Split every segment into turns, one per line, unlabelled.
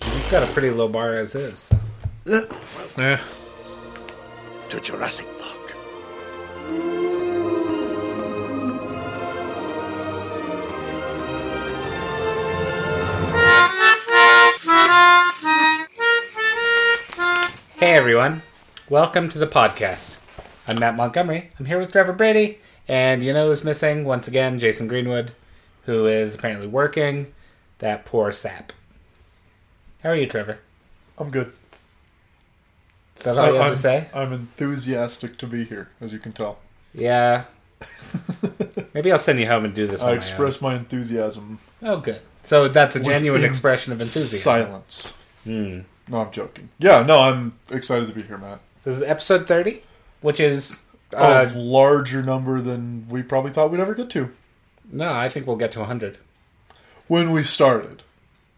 It's got a pretty low bar as is. Yeah.
to Jurassic Park.
Hey everyone, welcome to the podcast. I'm Matt Montgomery. I'm here with Trevor Brady, and you know who's missing once again? Jason Greenwood, who is apparently working. That poor sap. How are you, Trevor?
I'm good.
Is that all you have
Oh, I'm,
to say?
I'm enthusiastic to be here, as you can tell.
Yeah. Maybe I'll send you home and do this. on
I
my own.
express my enthusiasm.
Oh, good. So that's a genuine
in
expression of enthusiasm. Hmm.
Silence. No, I'm joking. Yeah, no, I'm excited to be here, Matt.
This is episode thirty, which is uh,
A larger number than we probably thought we'd ever get to
no. I think we'll get to hundred.
when we started.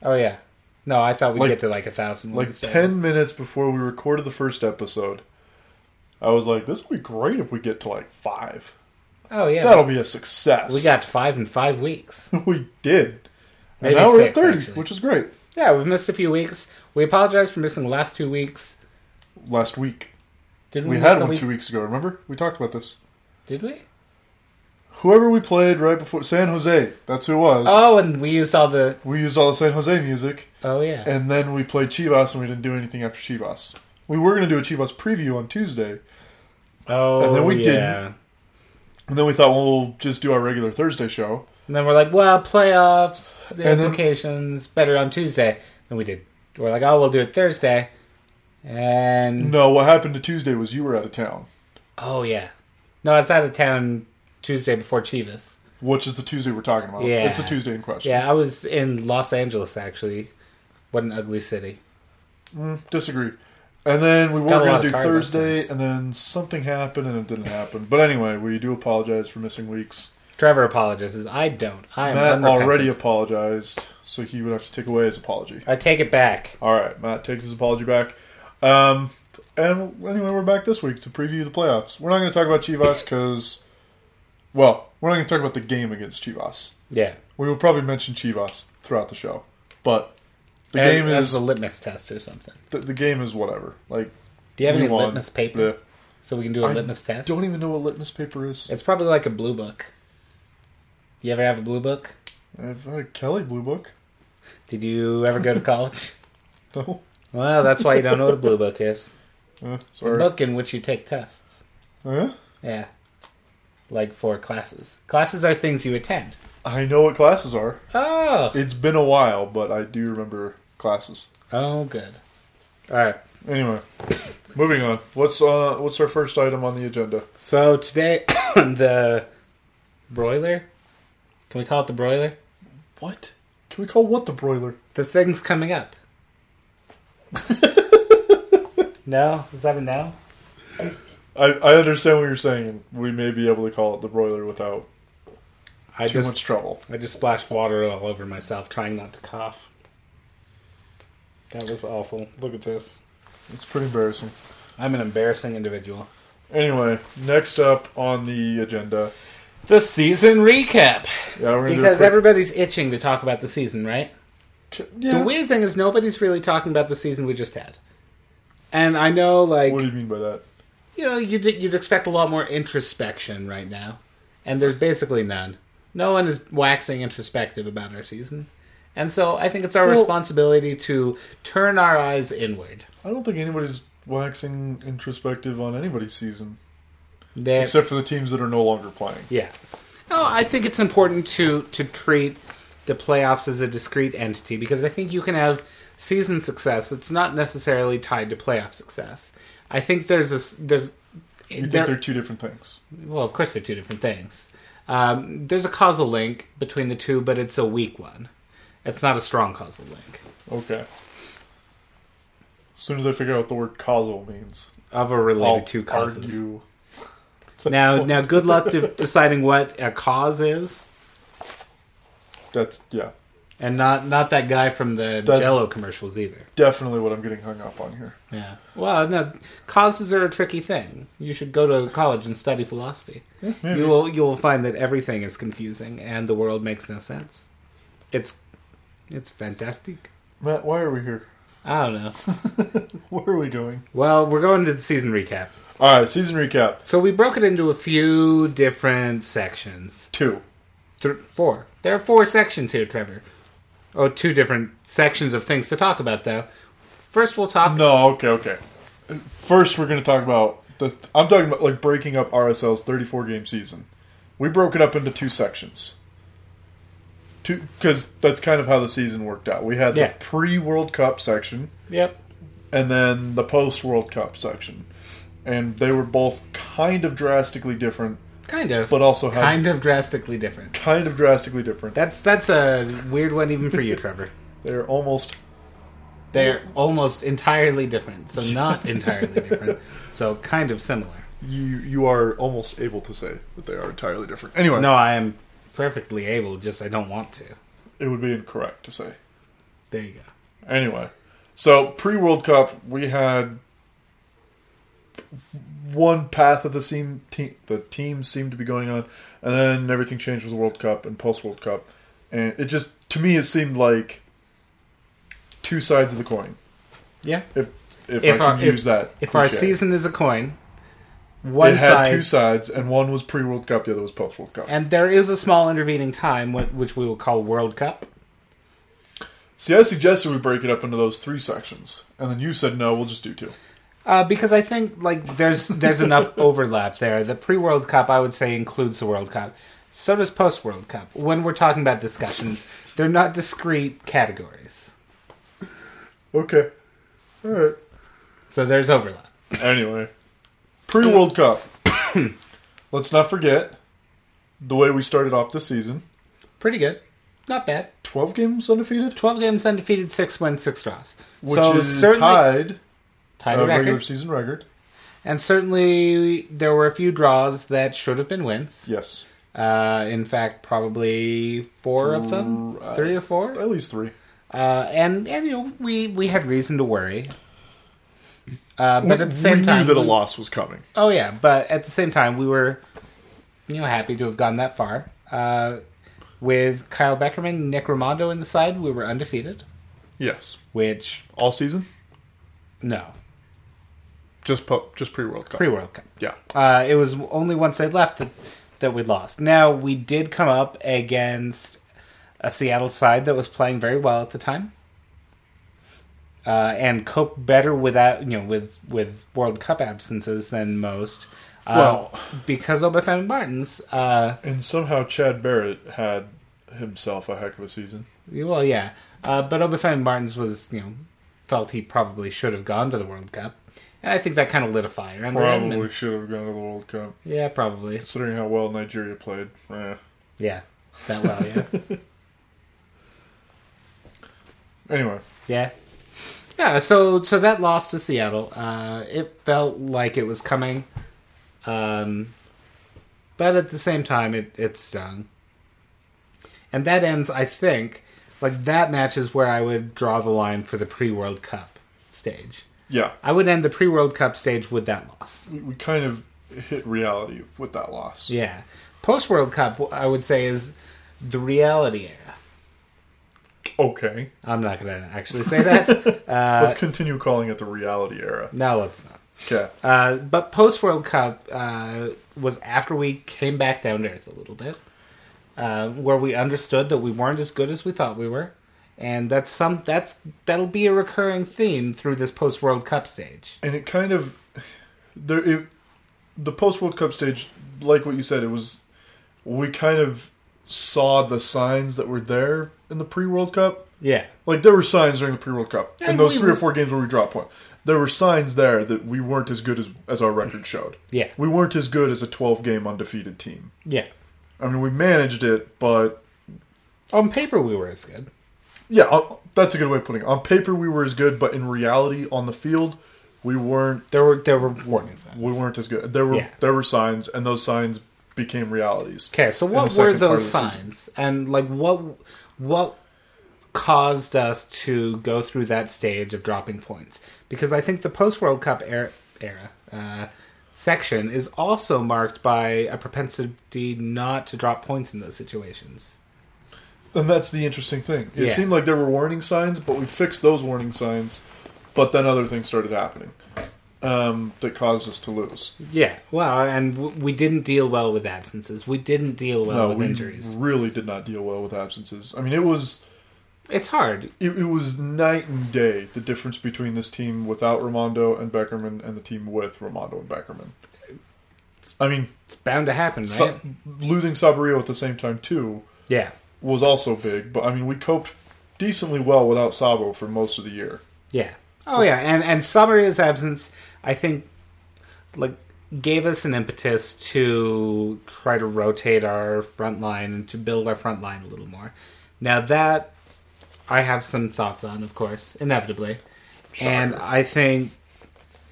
Oh yeah. No, I thought we'd
Like-
get to like a thousand. when we
Like
started.
ten minutes before we recorded the first episode, I was like, "This will be great if we get to like five.
Oh yeah.
That'll be a success."
We got to five in five weeks.
we did.
Maybe
and now we're
six,
at thirty,
actually.
which is great.
Yeah, we've missed a few weeks. We apologize for missing the last two weeks.
Last week
Did we,
we
miss
had
a
one
week?
two weeks ago. Remember, we talked about this.
Did we?
whoever we played right before San Jose, that's who it was.
Oh, and we used all the.
We used all the San Jose music,
Oh yeah.
and then we played Chivas, and we didn't do anything after Chivas. We were going to do a Chivas preview on Tuesday,
oh,
and then we
yeah.
didn't. and then we thought, well, we'll just do our regular Thursday show.
And then we're like, well, playoffs the
And then-
implications better on Tuesday. And we did. We're like, oh, we'll do it Thursday. And
No, what happened to Tuesday was you were out of town,
oh yeah, no, it's out of town Tuesday before Chivas.
which is the Tuesday we're talking about.
Yeah.
It's a Tuesday in question.
Yeah, I was in Los Angeles actually. What an ugly city.
Disagree. And then we were
Got a lot
going
of
to do
cars
Thursday,
upstairs.
and then something happened, and it didn't happen. But anyway, we do apologize for missing weeks.
Trevor apologizes. I don't. I am
Matt already
already.
apologized, so he would have to take away his apology.
I take it back.
All right, Matt takes his apology back. Um, and anyway, we're back this week to preview the playoffs. We're not going to talk about Chivas because, well, we're not going to talk about the game against Chivas.
Yeah.
We will probably mention Chivas throughout the show, but the
As-
game
as
is
a litmus test or something.
the, the game is whatever. Like,
Do you have
we
any
won.
litmus paper so we can do a
I
litmus test?
Don't even know what litmus paper is.
It's probably like a blue book. You ever have a blue book?
I've had a Kelly Blue Book.
Did you ever go to college?
No,
well, that's why you don't know what a blue book is.
Uh,
It's a
sorry. Eh?
book in which you take tests.
Huh?
Yeah. Like for classes. Classes are things you attend.
I know what classes are.
Oh.
It's been a while, but I do remember classes.
Oh, good. All right.
Anyway, moving on. What's uh what's our first item on the agenda?
So today, the broiler. Can we call it the broiler?
What? Can we call what the broiler?
The thing's coming up. no, is that a no?
I, I understand what you're saying. We may be able to call it the broiler without
I
too much trouble.
I just splashed water all over myself, trying not to cough. That was awful. Look at this.
It's pretty embarrassing.
I'm an embarrassing individual.
Anyway, next up on the agenda.
The season recap.
Yeah, we're gonna
Because
do a quick-
everybody's itching to talk about the season, right?
yeah.
The weird thing is nobody's really talking about the season we just had. And I know, like,
What do you mean by that?
you know, you'd, you'd expect a lot more introspection right now, and there's basically none. No one is waxing introspective about our season, and so I think it's our
Well-
responsibility to turn our eyes inward.
I don't think anybody's waxing introspective on anybody's season,
There,
except for the teams that are no longer playing.
yeah. No, I think it's important to to treat the playoffs as a discrete entity because I think you can have season success that's not necessarily tied to playoff success. I think there's a s- there's
You think
there-
they're two different things?
well, of course they're two different things. Um, there's a causal link between the two, but it's a weak one. It's not a strong causal link
Okay. As soon as I figure out what the word causal means,
of a related
I'll
to causes.
argue.
Now, now, good luck to deciding what a cause is,
That's yeah,
and not not that guy from the
That's-
Jello commercials either.
definitely what I'm getting hung up on here.
Yeah. Well, no, causes are a tricky thing. You should go to college and study philosophy.
maybe.
you will you will find that everything is confusing and the world makes no sense. It's it's fantastic.
Matt, why are we here?
I don't know.
What are we doing?
Well, we're going to the season recap.
All right, season recap
So we broke it into a few different sections.
two.
Th- four. There are four sections here, Trevor. Oh, two different sections of things to talk about, though. First, we'll talk.
No, okay, okay. First, we're going to talk about the. I'm talking about like breaking up RSL's 34 game season. We broke it up into two sections. Two because that's kind of how the season worked out. We had
Yeah.
the pre World Cup section
Yep.
and then the post World Cup section, and they were both kind of drastically different,
Kind of.
but also had kind,
kind of drastically different.
of drastically different.
That's that's a weird one even for you, Trevor.
They're almost
They're almost entirely different, so not entirely different, so kind of similar.
you. You are almost able to say that they are entirely different. Anyway,
No, I am perfectly able, just I don't want to.
it would be incorrect to say.
There you go.
Anyway, so pre World Cup, we had one path of the team, team. The team seemed to be going on, and then everything changed with the World Cup and post World Cup, and it just to me it seemed like two sides of the coin.
Yeah.
If if, I
If
can
our- if-
use that,
If our
cliche.
season is a coin,
it
one
had
side,
two sides, and one was pre World Cup, the other was post World Cup.
and there is a small intervening time, wh- which we will call World Cup.
See, I suggested we break it up into those three sections, and then you said no, we'll just do two.
Uh, because I think like there's there's enough overlap there. The pre World Cup I would say includes the World Cup. So does post World Cup. When we're talking about discussions, they're not discrete categories.
Okay, all right.
So there's overlap.
Anyway, pre World Cup. Let's not forget the way we started off this season.
Pretty good. Not bad.
12 games undefeated,
Twelve games undefeated, six wins, six draws.
which
so
is
certainly
tied
tied
a
the record.
regular season record.
And certainly there were a few draws that should have been wins.
Yes.
Uh, in fact, probably four of them,
Right.
three or four.
At least three.
Uh, and and you know, we we had reason to worry. Uh, but at the
we
same
knew
time,
that a
we-
loss was coming.
oh yeah, but at the same time, we were you know happy to have gone that far. Uh, with Kyle Beckerman, Nick Romando in the side, we were undefeated.
Yes.
Which
All season?
no
Just po- just pre World Cup.
pre World Cup.
yeah.
Uh, it was only once they left that, that we lost. Now we did come up against a Seattle side that was playing very well at the time, uh, and coped better without you know with with World Cup absences than most. Uh,
Well-
because Obafemi Martins, uh,
And somehow Chad Barrett had himself a heck of a season.
well, yeah, uh, but Obafemi Martins was you know felt he probably should have gone to the World Cup, and I think that kind of lit a fire. under him, and-
Probably should have gone to the World Cup.
yeah, probably,
Considering how well Nigeria played. Eh.
yeah, that well, yeah.
Anyway.
Yeah. Yeah, so so that loss to Seattle, uh, it felt like it was coming. Um, but at the same time it, it stung. And that ends, I think, like that match is where I would draw the line for the pre World Cup stage.
Yeah.
I would end the pre World Cup stage with that loss.
we kind of hit reality with that loss.
Yeah. Post World Cup I would say is the reality era.
Okay.
I'm not gonna actually say that. Uh,
Let's continue calling it the reality era.
no, let's not.
Okay.
Uh, but post World Cup uh, was after we came back down to earth a little bit, uh, where we understood that we weren't as good as we thought we were, and that's some that's that'll be a recurring theme through this post World Cup stage.
And it kind of there it, the post World Cup stage, like what you said, it was we kind of saw the signs that were there in the pre World Cup.
Yeah,
Like there were signs during the pre World Cup. in
And
those
we
three or
were-
four games where we dropped point. There were signs there that we weren't as good as, as our record showed.
Yeah.
We weren't as good as a twelve game undefeated team.
yeah.
I mean we managed it, but
On paper, we were as good.
Yeah, uh, that's a good way of putting it. On paper, we were as good, but in reality, on the field, we weren't.
There were there were warning signs.
We weren't as good. There were
Yeah.
there were signs, and those signs became realities.
Okay, so
in the
what were
second part of
those
the season.
signs, and like what what caused us to go through that stage of dropping points? Because I think the post World Cup era, era uh, section is also marked by a propensity not to drop points in those situations.
And that's the interesting thing. It
Yeah.
seemed like there were warning signs, but we fixed those warning signs but then other things started happening um, that caused us to lose.
Yeah, well, and w- we didn't deal well with absences. We didn't deal well
no,
with
we
injuries.
really did not deal well with absences. I mean, it was
It's hard.
it, it was night and day the difference between this team without Ramondo and Beckerman and the team with Ramondo and Beckerman. I mean,
It's bound to happen, right?
Sa- losing Sabarillo at the same time too
yeah,
was also big, but I mean, we coped decently well without Sabo for most of the year.
yeah. Oh yeah, and and Sabaria's absence, I think, like gave us an impetus to try to rotate our front line and to build our front line a little more. Now that I have some thoughts on, of course, inevitably, and
Shocker.
I think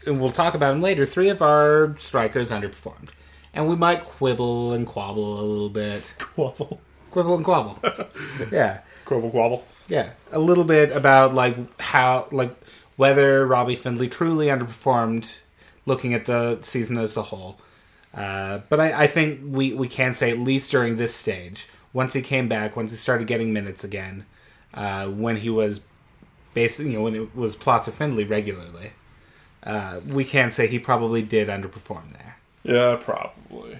and we'll talk about them later. Three of our strikers underperformed, and we might quibble and quabble a little bit.
Quabble,
quibble and quabble. yeah,
quabble, quabble.
yeah, a little bit about like how like whether Robbie Findlay truly underperformed, looking at the season as a whole. Uh, but I, I think we we can say at least during this stage, once he came back, once he started getting minutes again, uh, when he was basically you know when it was plot to Findlay regularly, uh, we can say he probably did underperform there.
Yeah, probably.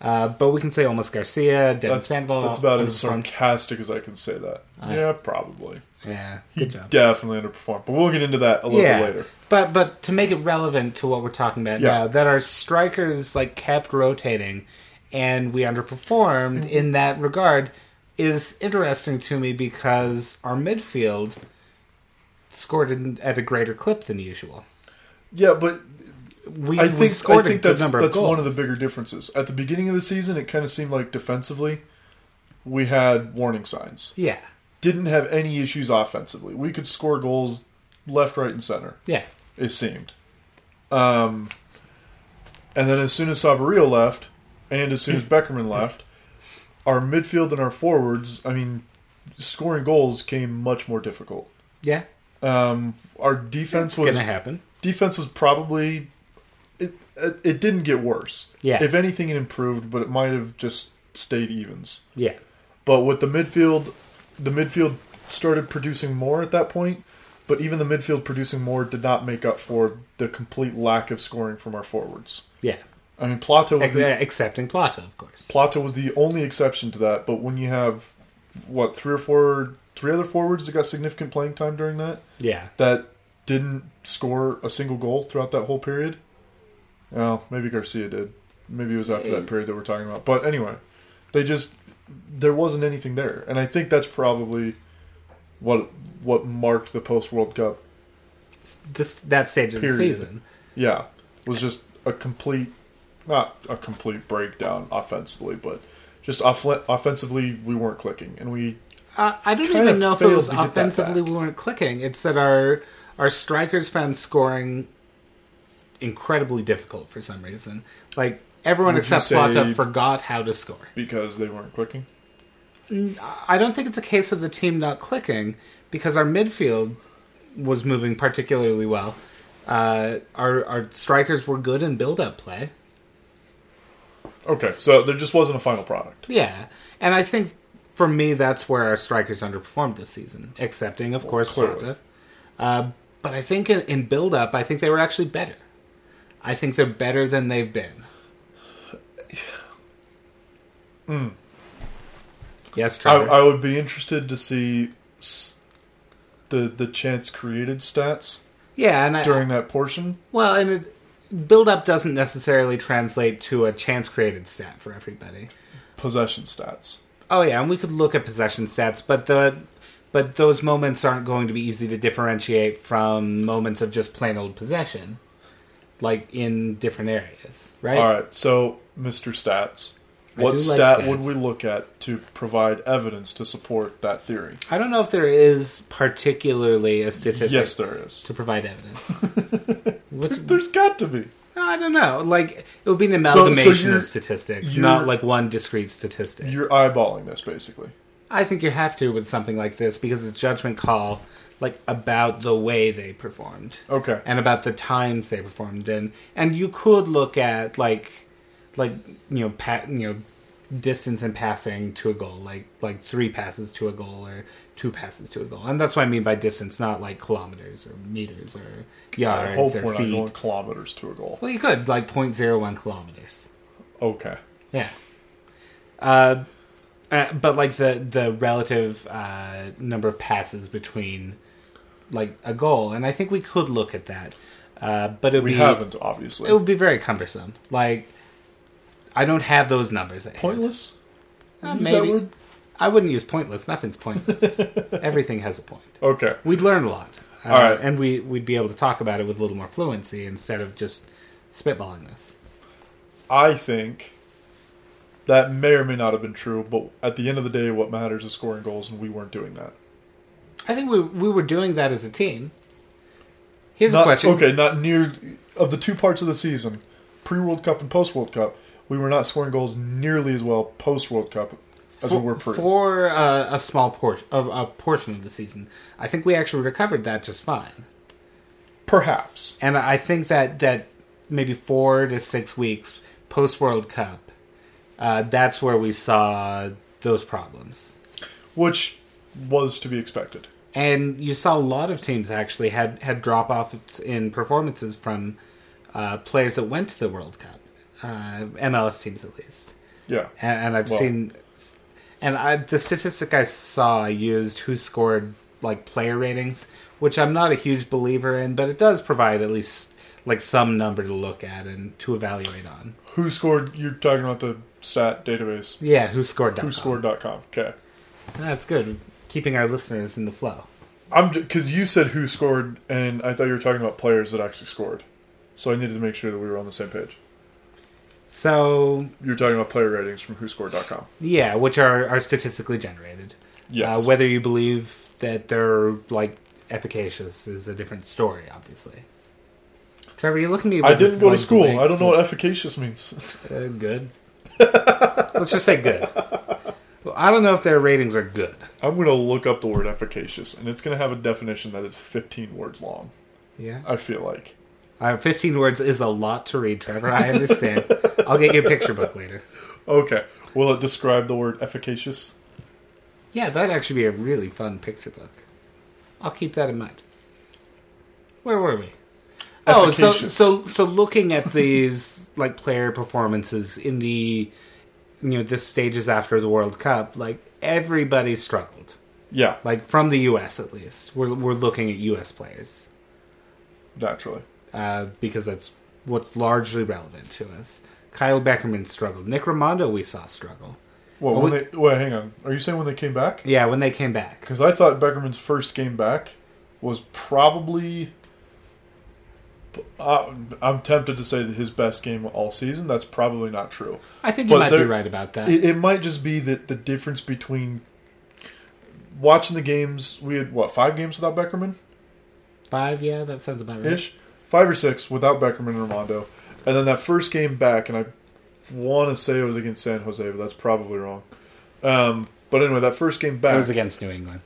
Uh, but we can say almost Garcia, Devin
That's,
Sandoval.
that's about as
underperformed.
sarcastic as I can say that. yeah, probably.
Yeah,
He
good job.
definitely underperformed, but we'll get into that a little bit later.
But but to make it relevant to what we're talking about
Yeah.
now, that our strikers like kept rotating and we underperformed in that regard is interesting to me because our midfield scored in, at a greater clip than usual.
Yeah, but
We,
I
we
think,
scored
I think
a good
that's,
number
that's
of goals.
one of the bigger differences. At the beginning of the season, it kind of seemed like defensively, we had warning signs.
Yeah.
Didn't have any issues offensively. We could score goals left, right, and center.
Yeah.
It seemed. Um, and then as soon as Sabarillo left, and as soon as Beckerman left, our midfield and our forwards, I mean, scoring goals came much more difficult.
Yeah.
Um, our defense
It's
was
gonna happen.
defense was probably it, it. It didn't get worse.
Yeah.
If anything, it improved, but it might have just stayed evens.
Yeah.
But with the midfield, the midfield started producing more at that point. But even the midfield producing more did not make up for the complete lack of scoring from our forwards.
Yeah.
I mean, Plato was
Ex-
the,
excepting Plata, of course.
Plato was the only exception to that. But when you have what three or four, three other forwards that got significant playing time during that,
Yeah.
that didn't score a single goal throughout that whole period. Well, maybe Garcia did. Maybe it was after that period that we're talking about. But anyway, they just there wasn't anything there, and I think that's probably what what marked the post World Cup.
It's This that stage of the
Period.
season.
Yeah, was just a complete, not a complete breakdown offensively, but just off- offensively we weren't clicking, and we
Uh, I don't
Kinda
even know if it
failed
was
to get that
offensively
back.
we weren't clicking. It's that our our strikers found scoring incredibly difficult for some reason. Like everyone
Would you
except
say-
Plata forgot how to score.
because they weren't clicking.
I don't think it's a case of the team not clicking because our midfield was moving particularly well. Uh, our our strikers were good in build up play.
Okay, so there just wasn't a final product.
Yeah, and I think for me that's where our strikers underperformed this season, excepting of course
clearly.
Plata. Uh, but I think in, in build up, I think they were actually better. I think they're better than they've been. Yes,
I,
Trevor.
Hmm. I would be interested to see s- the the chance created stats
yeah, and I,
during that portion.
well, and it, build up doesn't necessarily translate to a chance created stat for everybody.
Possession stats.
Oh yeah, and we could look at possession stats, but the but those moments aren't going to be easy to differentiate from moments of just plain old possession, like in different areas, right?
All right, so Mr. Stats,
I
what
do like
stat
stats.
would we look at to provide evidence to support that theory?
I don't know if there is particularly a statistic
Yes, there is.
to provide evidence. Which,
There's got to be.
I don't know. Like it would be an amalgamation
you're-
of statistics,
you're-
not like one discrete statistic.
You're eyeballing this basically.
I think you have to with something like this because it's a judgment call, like about the way they performed.
Okay.
and about the times they performed in. And you could look at like like you know pat you know distance and passing to a goal, like like three passes to a goal or two passes to a goal, and that's what I mean by distance, not like kilometers or meters or
I
yards
hope we're
or
not going
feet.
kilometers to a goal.
Well, you could like 0.01 kilometers.
Okay.
Yeah. Uh, uh, but like the the relative uh, number of passes between like a goal, and I think we could look at that, uh, but it would
We
be
haven't, obviously.
it would be very cumbersome. Like I don't have those numbers. At hand.
Pointless?
Uh,
Use that
maybe
word?
I wouldn't use pointless. Nothing's pointless. Everything has a point.
Okay.
We'd learn a lot, uh,
All right.
and we we'd be able to talk about it with a little more fluency instead of just spitballing this.
I think that may or may not have been true, but at the end of the day, what matters is scoring goals, and we weren't doing that.
I think we we were doing that as a team. Here's
Not-
a question.
Okay, not near of the two parts of the season, pre World Cup and post World Cup, we were not scoring goals nearly as well post World Cup as
for,
we were pre.
for, uh, a small portion of a portion of the season. I think we actually recovered that just fine,
Perhaps.
and I think that that maybe four to six weeks post World Cup, uh, that's where we saw those problems.
Which was to be expected.
and you saw a lot of teams actually had had drop offs in performances from uh, players that went to the World Cup, uh, MLS teams at least.
Yeah.
And, and I've
Well-
seen, and I, the statistic I saw used who scored like player ratings, which I'm not a huge believer in, but it does provide at least like some number to look at and to evaluate on.
Who scored? You're talking about the stat database.
Yeah, who scored?
Who scored.com. Okay.
That's good. Keeping our listeners in the flow.
I'm because you said who scored, and I thought you were talking about players that actually scored. So I needed to make sure that we were on the same page.
So
You're talking about player ratings from WhoScored.com.
Yeah, which are, are statistically generated.
Yes.
Uh, whether you believe that they're like efficacious is a different story, obviously. Trevor, you look at me. With
I didn't
this,
go to
like,
school.
blank
I don't know what
stare.
efficacious means.
Uh, good. Let's just say good. Well, I don't know if their ratings are good.
I'm going to look up the word efficacious, and it's going to have a definition that is 15 words long.
Yeah,
I feel like.
uh, fifteen words is a lot to read, Trevor. I understand. I'll get you a picture book later.
Okay. Will it describe the word efficacious?
Yeah, that'd actually be a really fun picture book. I'll keep that in mind. Where were we? Oh, so
Efficacious.
so so looking at these like player performances in the you know the stages after the World Cup, like everybody struggled.
Yeah,
Like from the U.S. at least, we're we're looking at U.S. players
naturally.
uh, because that's what's largely relevant to us. Kyle Beckerman struggled. Nick Raimondo we saw struggle.
Well,
Well,
when
we-
they, wait, hang on. Are you saying when they came back?
Yeah, when they came back.
Because I thought Beckerman's first game back was probably. Uh, I'm tempted to say that his best game all season. That's probably not true.
I think you
But
might be
there-
right about that.
It, it might just be that the difference between watching the games. We had what five games without Beckerman
Five, yeah, that sounds about right.
ish, five or six without Beckerman and Armando, and then that first game back, and I want to say it was against San Jose, but that's probably wrong. Um, but anyway, that first game back
It was against New England.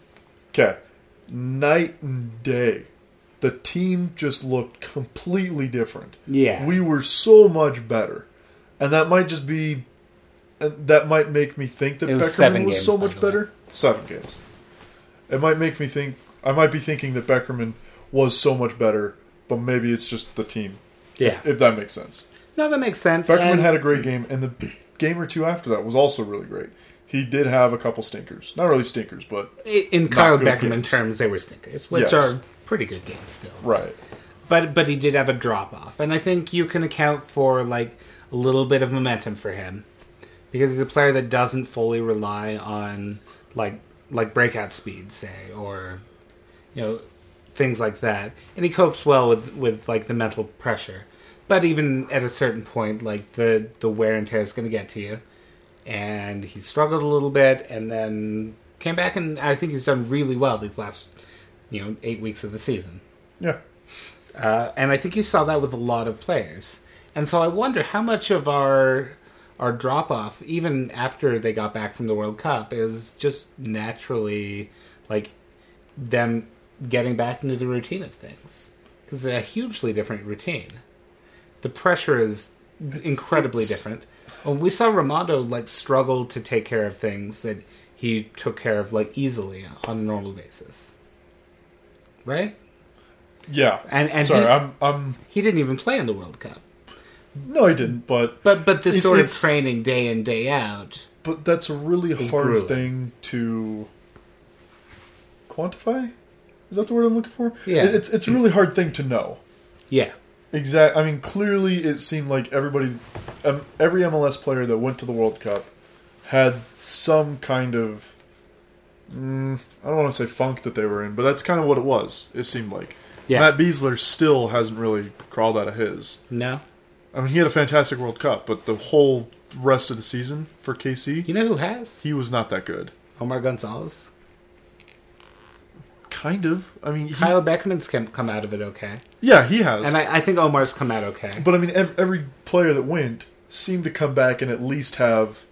Okay. Night and day. The team just looked completely different.
Yeah.
We were so much better. And that might just be and that might make me think that
It was
Beckerman
seven
was
games,
so
by
much
the way.
better. Seven games. It might make me think I might be thinking that Beckerman was so much better, but maybe it's just the team.
Yeah.
If that makes sense.
No, that makes sense.
Beckerman
and-
had a great game and the game or two after that was also really great. He did have a couple stinkers. Not really stinkers, but
in Kyle
good
Beckerman
games.
terms, they were stinkers, which
Yes.
are pretty good games still.
right.
But but he did have a drop off, and I think you can account for like a little bit of momentum for him because he's a player that doesn't fully rely on like like breakout speed, say, or you know things like that, and he copes well with with like the mental pressure. But even at a certain point, like the the wear and tear is going to get to you, and he struggled a little bit, and then came back, and I think he's done really well these last you know eight weeks of the season.
Yeah.
Uh, and I think you saw that with a lot of players. And so I wonder how much of our our drop off, even after they got back from the World Cup, is just naturally like them getting back into the routine of things because it's a hugely different routine. The pressure is incredibly
it's-
different. Well, we saw Romano like struggle to take care of things that he took care of like easily on a normal basis, right?
Yeah.
And- and
sorry,
he-
I'm I'm
He didn't even play in the World Cup,
no, I didn't. But
but but this
It-
sort of
it's-
training day in day out.
but that's a really
It's
hard
grueling.
thing to quantify. Is that the word I'm looking for?
Yeah.
It- It's it's a really hard thing to know.
Yeah,
Exact. I mean, clearly, it seemed like everybody, um, every MLS player that went to the World Cup, had some kind of, mm, I don't want to say funk that they were in, but that's kind of what it was. It seemed like.
Yeah.
Matt Beasler still hasn't really crawled out of his.
no.
I mean, he had a fantastic World Cup, but the whole rest of the season for KC,
You know who has
he was not that good.
Omar Gonzalez?
Kind of. I mean, he,
Kyle Beckerman's come come out of it okay,
yeah, he has.
and I, I think Omar's come out okay.
But I mean, ev- every player that went seemed to come back and at least have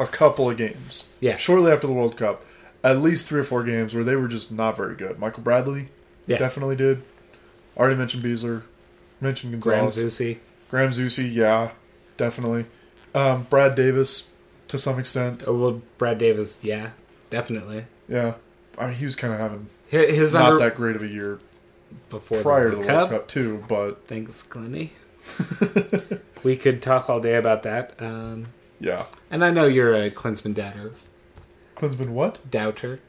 a couple of games.
Yeah.
Shortly after the World Cup, at least three or four games where they were just not very good. Michael Bradley
Yeah.
definitely did. Already mentioned Beasler. Mentioned
Graham
Gonzalez.
Zusi,
Graham Zusi, yeah, definitely. Um, Brad Davis to some extent.
oh, well, Brad Davis, yeah, definitely.
Yeah. I mean, he was kind of having
Hi- His
not
under
that great of a year
before
prior to the World Cup, too, but
Thanks, Glenny. we could talk all day about that. Um,
yeah.
and I know you're a Klinsman doubter.
Klinsman, what?
Doubter.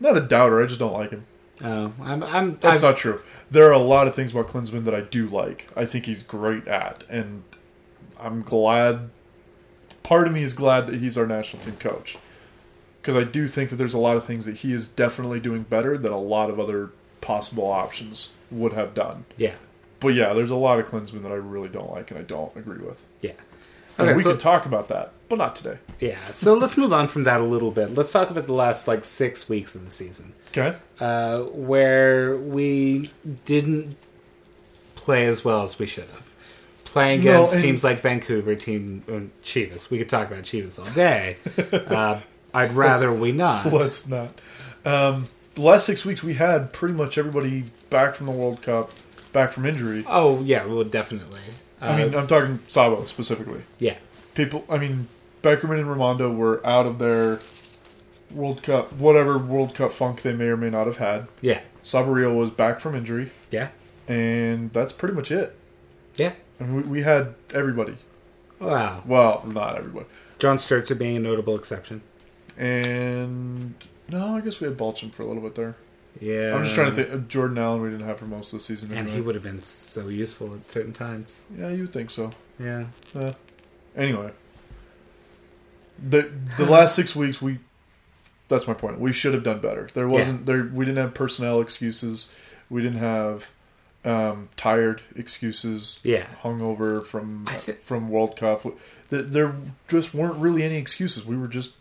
Not a doubter. I just don't like him.
Oh, I'm. I'm.
That's
I've-
not true. There are a lot of things about Klinsman that I do like. I think he's great at, and I'm glad. Part of me is glad that he's our national team coach, because I do think that there's a lot of things that he is definitely doing better that a lot of other possible options would have done.
Yeah.
But yeah, there's a lot of Klinsman that I really don't like and I don't agree with.
Yeah.
And
Okay.
we
so,
can talk about that, but not today.
yeah. So let's move on from that a little bit. Let's talk about the last like six weeks of the season,
Okay.
uh, where we didn't play as well as we should have. Playing
No,
against
and-
teams like Vancouver, team uh, Chivas. We could talk about Chivas all day. uh, I'd rather we not.
Let's not. Um, the last six weeks, we had pretty much everybody back from the World Cup, back from injury.
Oh yeah, well definitely. Uh,
I mean, I'm talking Sabo specifically.
yeah,
People, I mean, Beckerman and Ramondo were out of their World Cup, whatever World Cup funk they may or may not have had.
yeah,
Sabarillo was back from injury,
yeah,
and that's pretty much it.
yeah.
I mean, we, we had everybody.
Wow.
Well, not everybody.
John Sturzer being a notable exception.
And no, I guess we had Balchin for a little bit there.
Yeah.
I'm just trying to think. Jordan Allen, we didn't have for most of the season.
And
anyway.
he would have been so useful at certain times.
Yeah, you would think so.
Yeah.
Uh, anyway, the the last six weeks we that's my point. We should have done better. There wasn't there. We didn't have personnel excuses. We didn't have um, tired excuses.
Yeah.
hungover from
I thi-
from World Cup. There, there just weren't really any excuses. We were just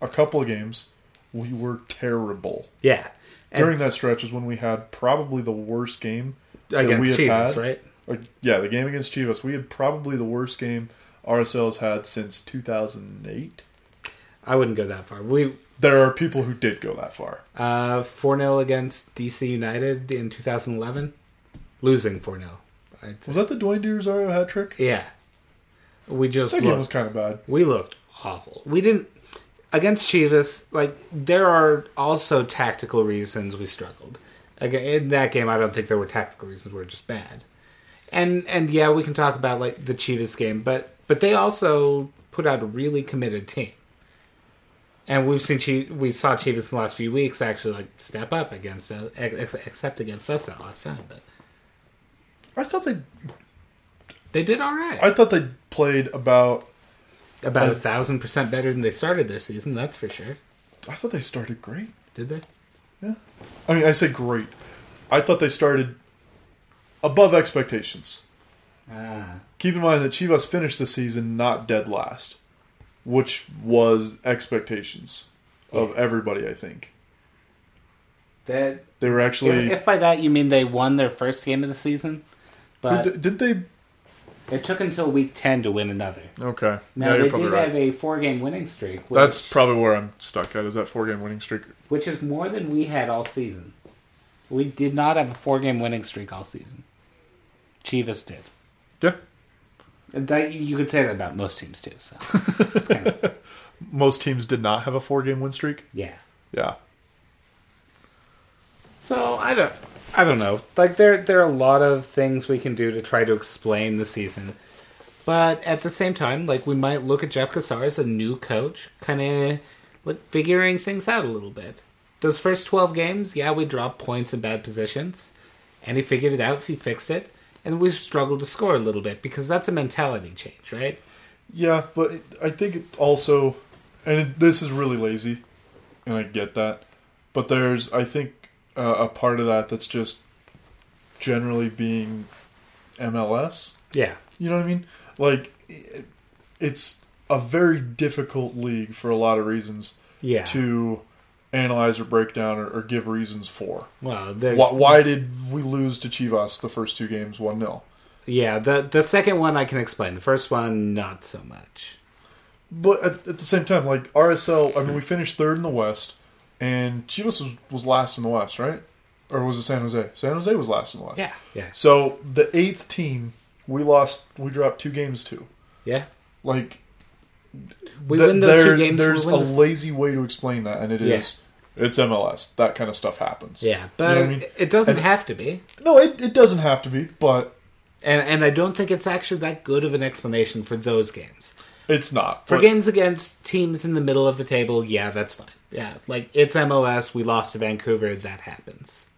a couple of games. We were terrible
Yeah. And
during that stretch. Is when we had probably the worst game that
against
we have
Chivas,
had.
right?
Like, yeah, the game against Chivas, we had probably the worst game RSL has had since 2008.
I wouldn't go that far. We
There are people who did go that far.
uh four 0 against DC United in 2011, losing four 0
Was that the Dwayne De Rosario hat trick?
Yeah. We just
That game
looked
was kind of bad.
We looked awful. We didn't against Chivas. Like there are also tactical reasons we struggled. Again, in that game, I don't think there were tactical reasons. We were just bad. And and yeah, we can talk about like the Chivas game, but but they also put out a really committed team. And we've seen Chi- we saw Chivas in the last few weeks actually like step up against us, ex- except against us that last time, but
I thought they,
they did all right.
I thought they played about.
About a
I-
thousand percent better than they started their season. That's for sure.
I thought they started great.
Did they?
Yeah. I mean, I say great. I thought they started above expectations.
Ah.
Keep in mind that Chivas finished the season not dead last, which was expectations of everybody. I think
That
they were
if,
actually.
if by that you mean they won their first game of the season, but
Did, did they?
it took until week ten to win another.
Okay.
Now they did have a four-game winning streak, which,
That's probably where I'm stuck at. Is that four game winning streak?
which is more than we had all season. We did not have a four-game winning streak all season. Chivas did.
Yeah.
That, you could say that about most teams too. So
Most teams did not have a four game win streak.
yeah.
Yeah.
So I don't, I don't know. Like there, there are a lot of things we can do to try to explain the season, but at the same time, like we might look at Jeff Cassar as a new coach, kind of like figuring things out a little bit. Those first twelve games, yeah, we dropped points in bad positions, and he figured it out. He fixed it, and we struggled to score a little bit because that's a mentality change, right?
Yeah, but it, I think it also, and it, this is really lazy, and I get that, but there's I think uh, a part of that that's just generally being MLS.
Yeah,
You know what I mean? Like, i it's a very difficult league for a lot of reasons
yeah.
to analyze or break down or, or give reasons for.
well, there's
Why, why did we lose to Chivas the first two games one 0
yeah. The the second one I can explain. The first one, not so much.
But at, at the same time, like RSL, I mean, we finished third in the West, and Chivas was, was last in the West, right? Or was it San Jose? San Jose was last in the West.
Yeah, yeah,
So the eighth team, we lost. We dropped two games to.
yeah.
Like
We
th-
win those two
there-
games.
There's
we win
a
this-
lazy way to explain that, and it is
Yeah.
it's MLS. That kind of stuff happens.
yeah,
You
but
know what I mean?
it- it doesn't
And-
have to be,
No, it, it doesn't have to be, but
and and I don't think it's actually that good of an explanation for those games.
it's not.
For
But-
games against teams in the middle of the table, yeah, that's fine. Yeah, like it's MLS. We lost to Vancouver. That happens.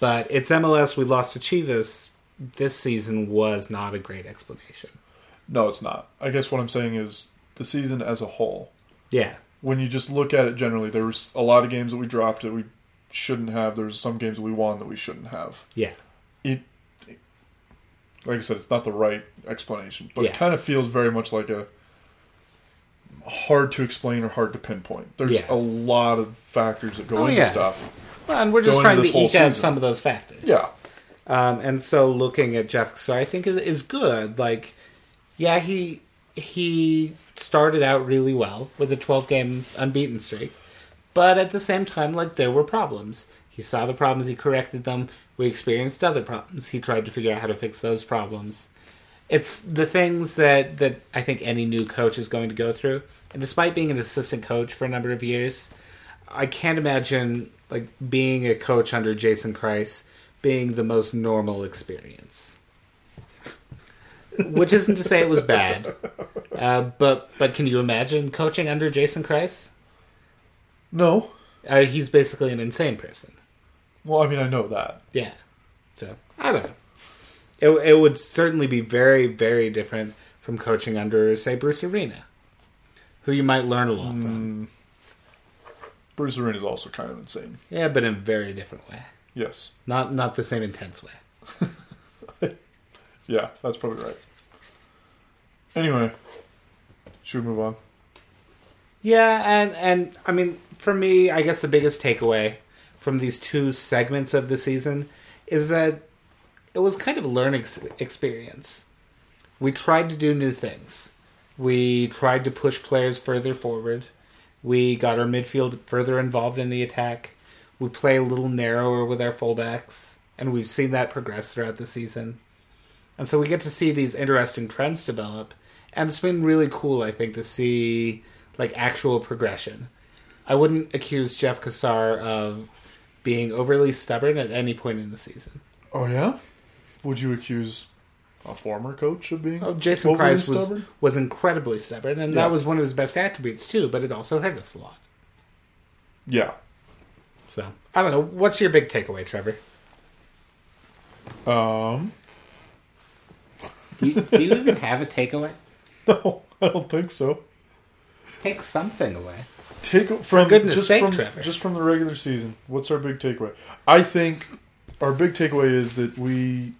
But it's MLS. We lost to Chivas. This season was not a great explanation.
no, it's not. I guess what I'm saying is the season as a whole.
Yeah,
when you just look at it generally, there was a lot of games that we dropped that we shouldn't have. There was some games that we won that we shouldn't have.
yeah,
It, like I said, it's not the right explanation, but it
Yeah.
kind of feels very much like a hard to explain or hard to pinpoint. There's
Yeah.
a lot of factors that go
Oh,
into
yeah.
stuff.
well, and we're just
Going
trying to
into this whole
eke out
season.
some of those factors.
Yeah,
Um, and so looking at Jeff Cassar, I think is is good. Like, yeah, he he started out really well with a 12 game unbeaten streak, but at the same time, like there were problems. He saw the problems, he corrected them. We experienced other problems. He tried to figure out how to fix those problems. It's the things that that I think any new coach is going to go through. And despite being an assistant coach for a number of years, I can't imagine like being a coach under Jason Christ being the most normal experience. Which isn't to say it was bad, uh, but but can you imagine coaching under Jason Christ?
no.
Uh, he's basically an insane person.
Well, I mean, I know that.
Yeah. So I don't know. It it would certainly be very very different from coaching under say Bruce Arena, who you might learn a lot from.
Bruce Arena is also kind of insane.
Yeah, but in a very different way.
Yes.
Not not the same intense way.
Yeah, that's probably right. Anyway, should we move on?
Yeah, and and I mean, for me, I guess the biggest takeaway from these two segments of the season is that it was kind of a learning ex- experience. We tried to do new things. We tried to push players further forward. We got our midfield further involved in the attack. We play a little narrower with our fullbacks, and we've seen that progress throughout the season. And so we get to see these interesting trends develop. And it's been really cool, I think, to see like actual progression. I wouldn't accuse Jeff Kassar of being overly stubborn at any point in the season.
Oh yeah. Would you accuse a former coach of being?
Oh, Jason
overly
Price was,
stubborn?
was incredibly stubborn, and
Yeah.
that was one of his best attributes too, but it also hurt us a lot.
Yeah.
So I don't know. What's your big takeaway, Trevor?
Um.
Do you, do you even have a takeaway?
No, I don't think so.
Take something away.
Take from
goodness
just
sake,
from,
Trevor.
just from the regular season. What's our big takeaway? I think our big takeaway is that we.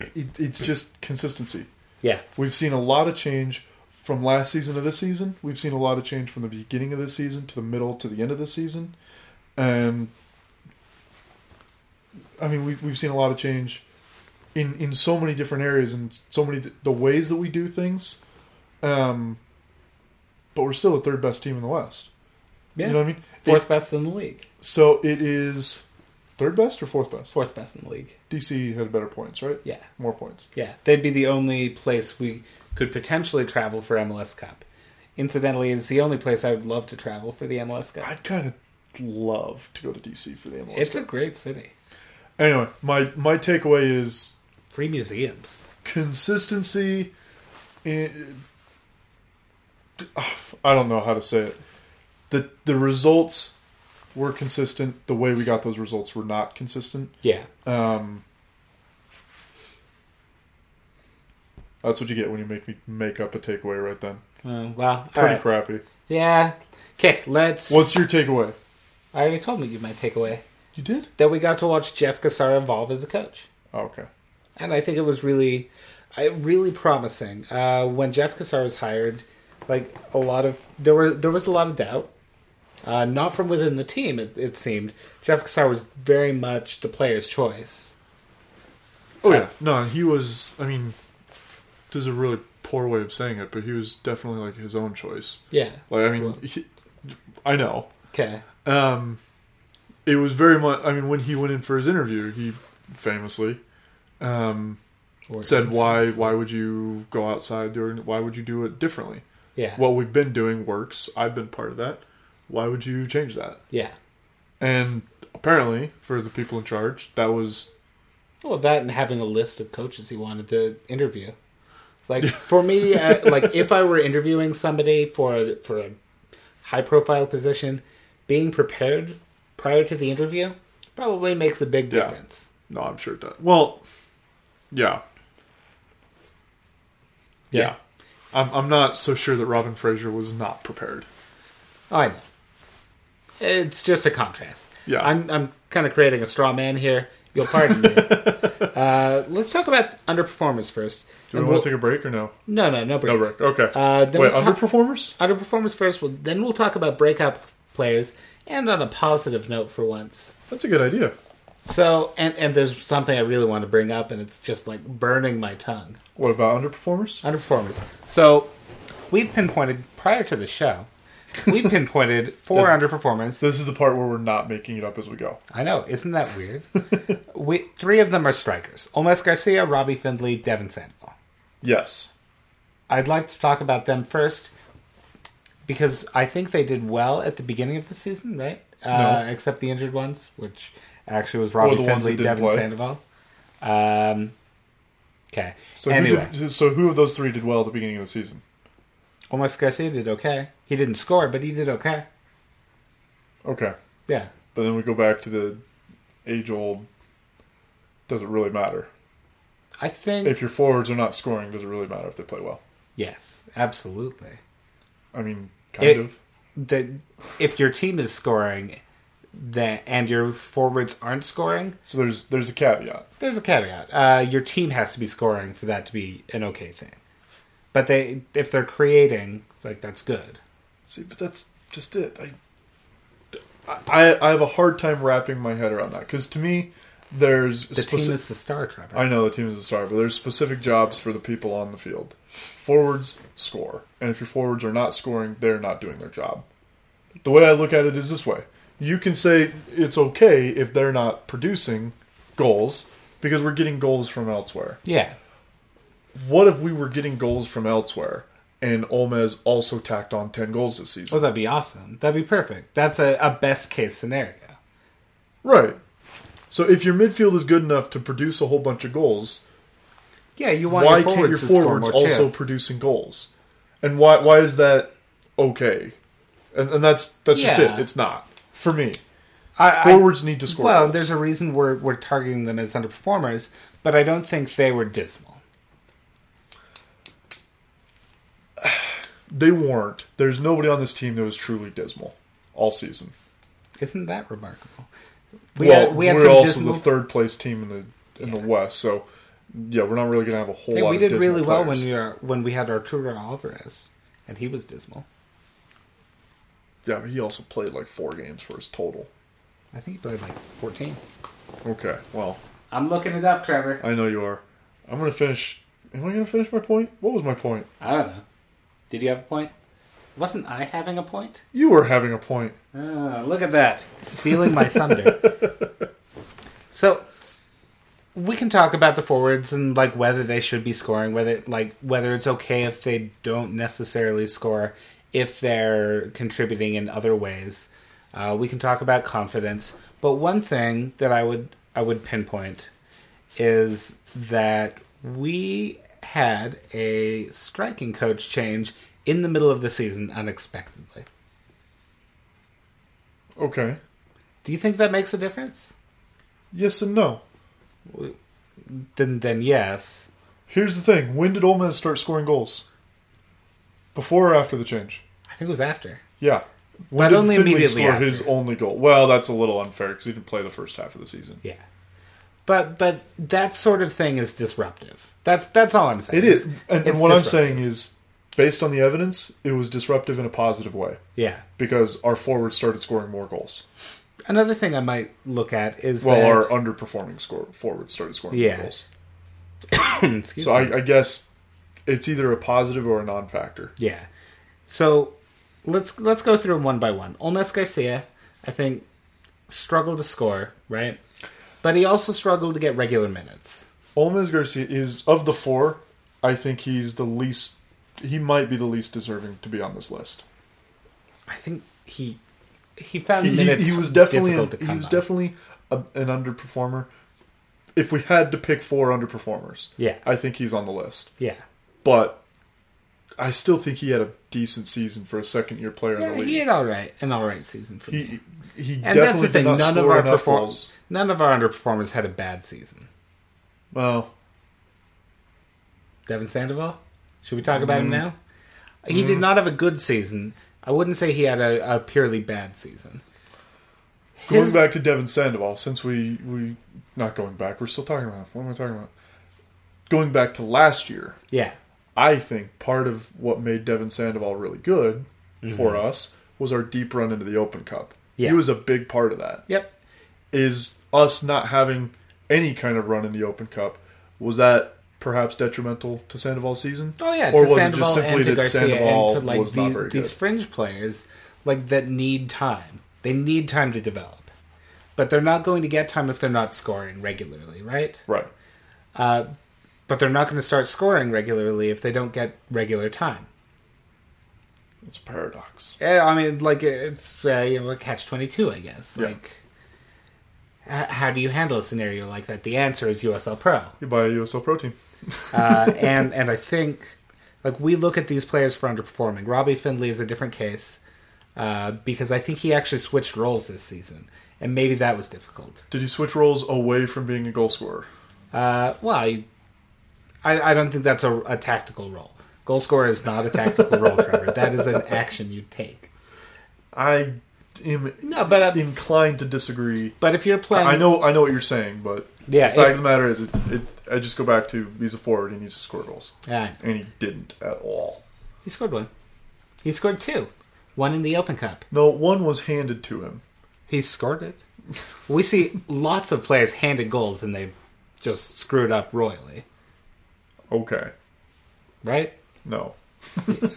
It, it's just consistency.
Yeah.
We've seen a lot of change from last season to this season. We've seen a lot of change from the beginning of this season to the middle to the end of the season. And I mean, we've, we've seen a lot of change in, in so many different areas and so many the ways that we do things. Um, but we're still the third best team in the West.
Yeah.
You know what I mean?
Fourth best in the league.
So it is Third best or fourth best?
Fourth best in the league.
DC had better points, right?
Yeah.
More points.
Yeah, they'd be the only place we could potentially travel for MLS Cup. Incidentally, it's the only place I would love to travel for the MLS Cup.
I'd kind of love to go to DC for the MLS.
It's a
Cup.
great city.
anyway. My my takeaway is
Free museums.
consistency. In, uh, I don't know how to say it. the The results were consistent. The way we got those results were not consistent.
Yeah.
Um, that's what you get when you make me make up a takeaway right then.
Uh, well, all
Pretty
right.
crappy.
Yeah. Okay, let's.
What's your takeaway?
I already told you my takeaway
You did?
that we got to watch Jeff Cassar evolve as a coach.
Oh, okay.
and I think it was really, I really promising. Uh, when Jeff Cassar was hired, like a lot of there were there was a lot of doubt, uh, not from within the team. It, it seemed Jeff Cassar was very much the player's choice.
Oh yeah. No, he was. I mean, this is a really poor way of saying it, but he was definitely like his own choice.
Yeah.
Like I mean, he, I know.
Okay.
Um, it was very much. I mean, when he went in for his interview, he famously um, said, "Why? Why would you go outside during? Why would you do it differently?
Yeah.
What we've been doing works. I've been part of that. Why would you change that?"
yeah.
And apparently, for the people in charge, that was
Well, that and having a list of coaches he wanted to interview. Like for me, uh, like if I were interviewing somebody for a, for a high profile position, being prepared prior to the interview probably makes a big
Yeah.
difference.
no. I'm sure it does. Well, yeah, yeah. I'm, I'm not so sure that Robin Fraser was not prepared.
Oh, I know. It's just a contrast.
Yeah.
I'm I'm kind of creating a straw man here. You'll pardon me. uh, let's talk about underperformers first.
Do we
And
want
we'll-
to take a break or no?
no, no, no break.
No break. Okay.
Uh, then
Wait,
we'll talk-
underperformers?
underperformers first. Well, then we'll talk about breakout players, and on a positive note for once.
That's a good idea.
So, and and there's something I really want to bring up, and it's just like burning my tongue.
What about underperformers?
Underperformers. So, we've pinpointed prior to the show. We pinpointed four underperformers.
This is the part where we're not making it up as we go.
I know, isn't that weird? we three of them are strikers: Olmes Garcia, Robbie Findley, Devin Sandoval.
Yes.
I'd like to talk about them first because I think they did well at the beginning of the season, right? Uh,
No.
Except the injured ones, which actually was Robbie
the ones that
Findley,
didn't
Devin
play.
Sandoval. Um, okay.
So
anyway,
who did, so who of those three did well at the beginning of the season?
Omar Garcia did okay. He didn't score, but he did okay.
Okay.
Yeah.
But then we go back to the age old doesn't really matter.
I think.
If your forwards are not scoring, does it really matter if they play well?
yes, absolutely.
I mean, kind
It-
of.
That if your team is scoring, that and your forwards aren't scoring,
So there's there's a caveat.
there's a caveat. Uh, your team has to be scoring for that to be an okay thing. But they, if they're creating, like that's good.
See, but that's just it. I I, I have a hard time wrapping my head around that because to me, there's
The team is the star, Trevor.
I know the team is a star, but there's specific jobs for the people on the field. Forwards score, and if your forwards are not scoring, they're not doing their job. The way I look at it is this way: you can say it's okay if they're not producing goals because we're getting goals from elsewhere.
yeah,
What if we were getting goals from elsewhere and Olmes also tacked on ten goals this
well,
season?
Oh, that'd be awesome. That'd be perfect. That's a, a best case scenario.
Right. So if your midfield is good enough to produce a whole bunch of goals,
Yeah, you want
why
your
can't your
forwards to
forwards
score more
also
too.
producing goals? And why why is that okay? And, and that's that's just
Yeah.
it. It's not for me.
I- I-
Forwards need to score.
Well,
goals.
there's a reason we're we're targeting them as underperformers, but I don't think they were dismal.
they weren't. There's nobody on this team that was truly dismal all season.
Isn't that remarkable? We
well,
had we had
we're
some
also
dismal.
the third place team in the in the West, so yeah, we're not really gonna have a whole
Hey,
lot.
we
of
did
dismal
really well when
players.
we were, when we had Arturo Alvarez, and he was dismal.
yeah, but he also played like four games for his total.
I think he played like 14.
Okay, well,
I'm looking it up, Trevor.
I know you are. I'm gonna finish. Am I gonna finish my point? What was my point?
I don't know. Did you have a point? Wasn't I having a point?
You were having a point.
Ah, look at that. Stealing my thunder. So we can talk about the forwards and like whether they should be scoring, whether like whether it's okay if they don't necessarily score if they're contributing in other ways. Uh, we can talk about confidence, but one thing that I would I would pinpoint is that we had a striking coach change in the middle of the season unexpectedly.
Okay.
Do you think that makes a difference?
Yes and no.
Then then yes.
Here's the thing: when did Ole Miss start scoring goals? Before or after the change?
I think it was after.
Yeah.
But
did
only
Finley
immediately
score
after.
his only goal? Well, that's a little unfair because he didn't play the first half of the season.
Yeah. But but that sort of thing is disruptive. That's that's all I'm saying.
It is,
It's-
and, and
it's
what I'm
disruptive.
saying is, based on the evidence, it was disruptive in a positive way
Yeah.
because our forwards started scoring more goals.
Another thing I might look at is
Well,
that,
our underperforming score forwards started scoring
Yeah.
more goals.
excuse
So
me.
I, I guess it's either a positive or a non-factor.
Yeah. So let's let's go through them one by one. Olmes Garcia, I think, struggled to score, right? But he also struggled to get regular minutes.
Olmes Garcia is of the four. I think he's the least. He might be the least deserving to be on this list.
I think he he found
He, he,
minutes.
he was definitely
difficult
an,
to
he
come
was
by.
definitely a, an underperformer. If we had to pick four underperformers,
Yeah.
I think he's on the list.
yeah
But I still think he had a decent season for a second-year player
yeah
in the
he
league.
had all right an all right season for me.
He he
And
definitely
that's the thing.
did not
None of
score
our
enough
perform-
goals.
none of our underperformers had a bad season.
Well,
Devin Sandoval. Should we talk about
Mm.
him now? He did not have a good season. I wouldn't say he had a, a purely bad season.
Going
His-
back to Devin Sandoval, since we we not going back, we're still talking about. him. What am I talking about? Going back to last year,
Yeah.
I think part of what made Devin Sandoval really good for us was our deep run into the Open Cup.
Mm-hmm. Yeah.
He was a big part of that.
Yep.
Is us not having any kind of run in the Open Cup was that perhaps detrimental to Sandoval's season?
Oh yeah,
or
to
was
Sandoval
it just simply
and to
that
Garcia
Sandoval
and to like
was
the-
not very
these
good?
fringe players like that need time. They need time to develop, but they're not going to get time if they're not scoring regularly, right?
Right.
But they're not going to start scoring regularly if they don't get regular time.
It's a paradox.
Eh, I mean, like it's uh, you know a catch twenty two, I guess.
Yeah.
Like, h- how do you handle a scenario like that? The answer is USL Pro.
You buy a USL Pro team.
uh, and and I think like we look at these players for underperforming. Robbie Findlay is a different case uh, because I think he actually switched roles this season, and maybe that was difficult.
Did he switch roles away from being a goal scorer?
Uh, well, I, I I don't think that's a, a tactical role. Goal scorer is not a tactical role, Trevor. That is an action you take.
I am
No, but uh,
inclined to disagree.
but if you're playing,
I know, I know what you're saying, but
Yeah,
the fact
if-
of the matter is, it, it, I just go back to he's a forward and he needs to score goals,
Yeah, I know.
and he didn't at all.
he scored one. He scored two, one in the Open Cup.
No, one was handed to him.
He scored it. We see lots of players handed goals and they just screwed up royally,
Okay,
right?
no,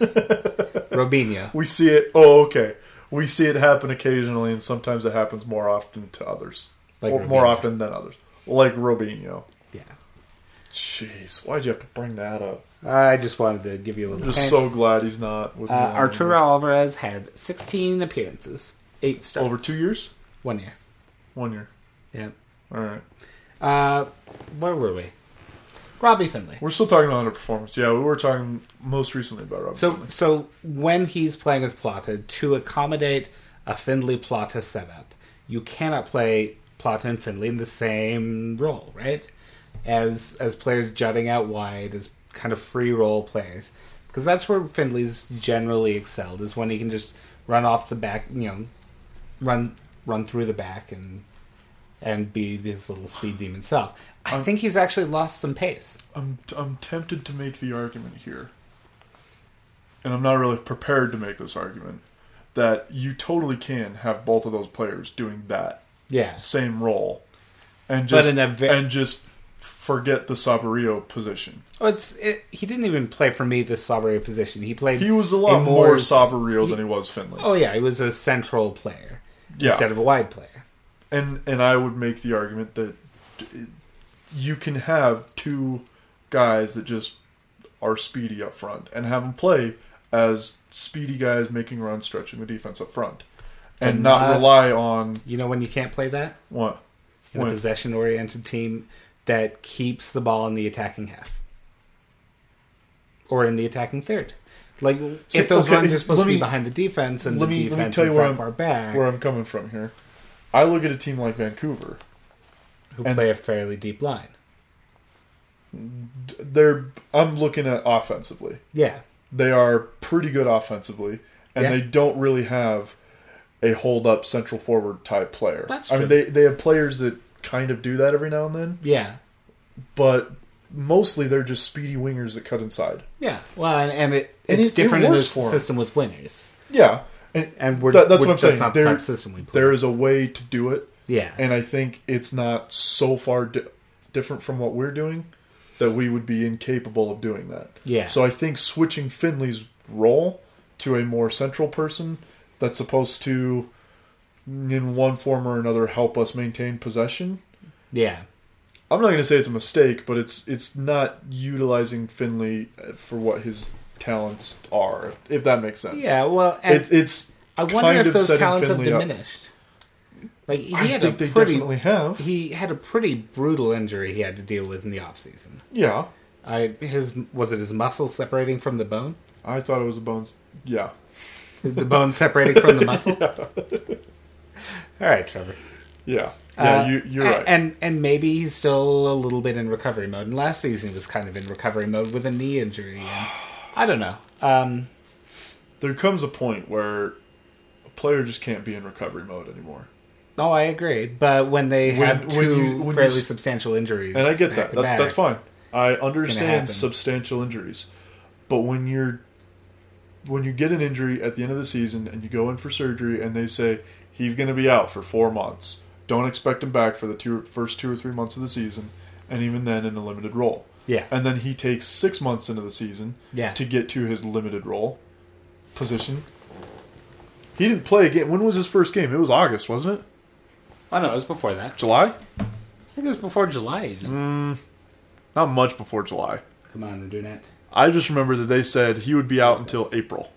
Robinho.
we see it. Oh, okay, we see it happen occasionally, and sometimes it happens more often to others,
Like
or more
Robinho.
often than others, like Robinho.
Yeah.
Jeez, why'd you have to bring that up?
I just wanted to give you a little
I'm just
hint.
so glad he's not with
uh,
me on
Arturo Alvarez had 16 appearances, 8
this.
starts.
over two years,
One year.
one year.
Yeah.
All right.
Uh, where were we? Robbie Finley.
We're still talking about underperformance. Yeah, we were talking most recently about Robin.
So,
Finley.
so when he's playing with Plata, to accommodate a Findlay Plata setup, you cannot play Plata and Findlay in the same role, right? As as players jutting out wide, as kind of free role players, because that's where Findlay's generally excelled is when he can just run off the back, you know, run run through the back and and be this little speed demon self. I think he's actually lost some pace.
I'm I'm tempted to make the argument here, and I'm not really prepared to make this argument that you totally can have both of those players doing that
Yeah,
same role, and
But
just
in a ve-
and just forget the Sabarillo position.
Oh, it's it, he didn't even play for me the Sabrio position. He played.
He was a lot more, Sabarillo than he was Finley,
Oh yeah, he was a central player
Yeah.
instead of a wide player.
and and I would make the argument that you can have two guys that just are speedy up front and have them play as speedy guys making runs, stretching the defense up front, and,
And
not
not-
rely on
You know when you can't play that?
what.
In a
When-
possession oriented team that keeps the ball in the attacking half. Or in the attacking third. Like
See,
if those
okay,
runs are supposed
let
to be
me-
behind the defense and the
let me- let me
defense
tell you
is
where
that
I'm-
far back
Where I'm coming from here, I look at a team like Vancouver.
who
and-
play a fairly deep line.
They're I'm looking at offensively.
Yeah.
They are pretty good offensively, and
Yeah.
they don't really have a hold up central forward type player.
That's
I mean,
true.
they they have players that kind of do that every now and then,
Yeah.
but mostly they're just speedy wingers that cut inside.
Yeah. Well and, and it
And
it's
it- it
different in
works
this
for 'em.
system with winners.
Yeah, and,
And we're
That- that's
we're-
what I'm saying.
not
There-
the type of system we play.
there is a way to do it,
yeah.
and I think it's not so far di- different from what we're doing that we would be incapable of doing that.
Yeah.
So I think switching Finley's role to a more central person that's supposed to, in one form or another, help us maintain possession.
yeah.
I'm not going to say it's a mistake, but it's it's not utilizing Finley uh, for what his talents are, if that makes sense.
Yeah, well and
It, it's.
I
kind
wonder if
of
those
setting
talents have
Finley up.
diminished. Like he
I
had
think
a
they
pretty
definitely have.
he had a pretty brutal injury he had to deal with in the off season.
yeah.
I his was it his muscle separating from the bone?
I thought it was a bones. Yeah.
The bone separating from the muscle. All right, Trevor.
Yeah. Yeah,
Uh,
you, you're
a-
right.
And and maybe he's still a little bit in recovery mode. And last season he was kind of in recovery mode with a knee injury. And I don't know. Um,
there comes a point where a player just can't be in recovery mode anymore.
oh, I agree. But when they
When-
have two
when you- when you
fairly
s-
substantial injuries,
And I get
back
that.
to
that
back,
that's fine. I understand
happen.
substantial injuries. But when you're when you get an injury at the end of the season and you go in for surgery and they say he's going to be out for 4 months. Don't expect him back for the two, first 2 or 3 months of the season and even then in a limited role.
Yeah.
And then he takes 6 months into the season
Yeah.
to get to his limited role position. He didn't play a game. When was his first game? It was August, wasn't it?
Oh no, it was before that.
July?
I think it was before July. Even.
Mm. Not much before July.
Come on, internet.
I just remember that they said he would be out until April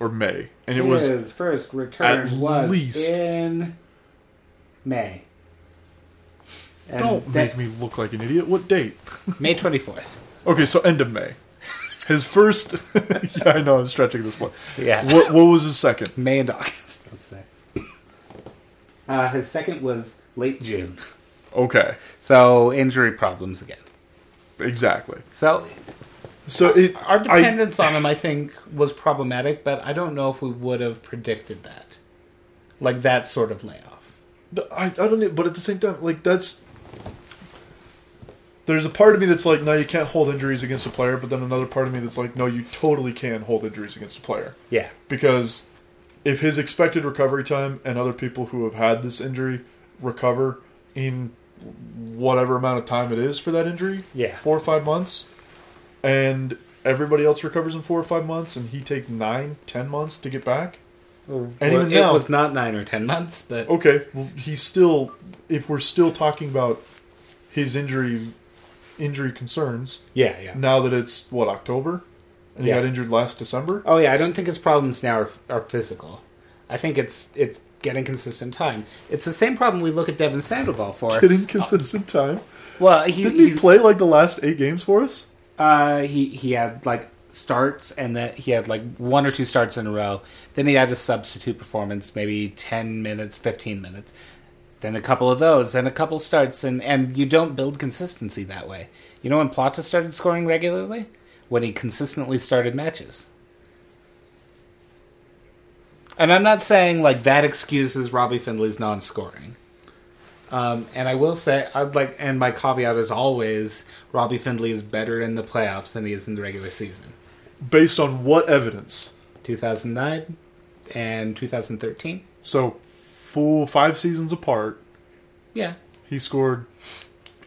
or May, and it was
his first return
at
was
least-
in May. And
don't
that-
make me look like an idiot. What date?
May twenty fourth.
Okay, so end of May. His first. yeah, I know I'm stretching this one.
Yeah.
What What was his second?
May and August. Let's say. Uh, his second was late June.
Okay,
So injury problems again.
exactly.
So
So it.
our
I-
dependence on him, I think, was problematic, but I don't know if we would have predicted that, like that sort of layoff.
I, I don't know, but at the same time, like that's there's a part of me that's like, no, you can't hold injuries against a player, but then another part of me that's like, no, you totally can hold injuries against a player
Yeah.
because if his expected recovery time and other people who have had this injury recover in whatever amount of time it is for that injury,
Yeah.
four or five months, and everybody else recovers in four or five months, and he takes nine, ten months to get back.
And Oh.
even
it
now-
was not nine or ten months, but
Okay, well, he's still. If we're still talking about his injury, injury concerns
yeah, yeah.
now that it's what October, and
Yeah.
he got injured last December.
Oh yeah, I don't think his problems now are, are physical. I think it's it's getting consistent time. It's the same problem we look at Devin Sandoval for.
At inconsistent time,
Well, he
didn't he
he's-
play like the last eight games for us?
uh, he he had like starts and that he had like one or two starts in a row. Then he had a substitute performance, maybe ten minutes, fifteen minutes. Then a couple of those, then a couple starts, and and you don't build consistency that way. You know when Plata started scoring regularly when he consistently started matches. And I'm not saying like that excuses Robbie Findley's non-scoring. Um, and I will say, I'd like, and my caveat is always Robbie Findley is better in the playoffs than he is in the regular season.
Based on what evidence?
2009 and 2013.
So, full five seasons apart,
Yeah.
he scored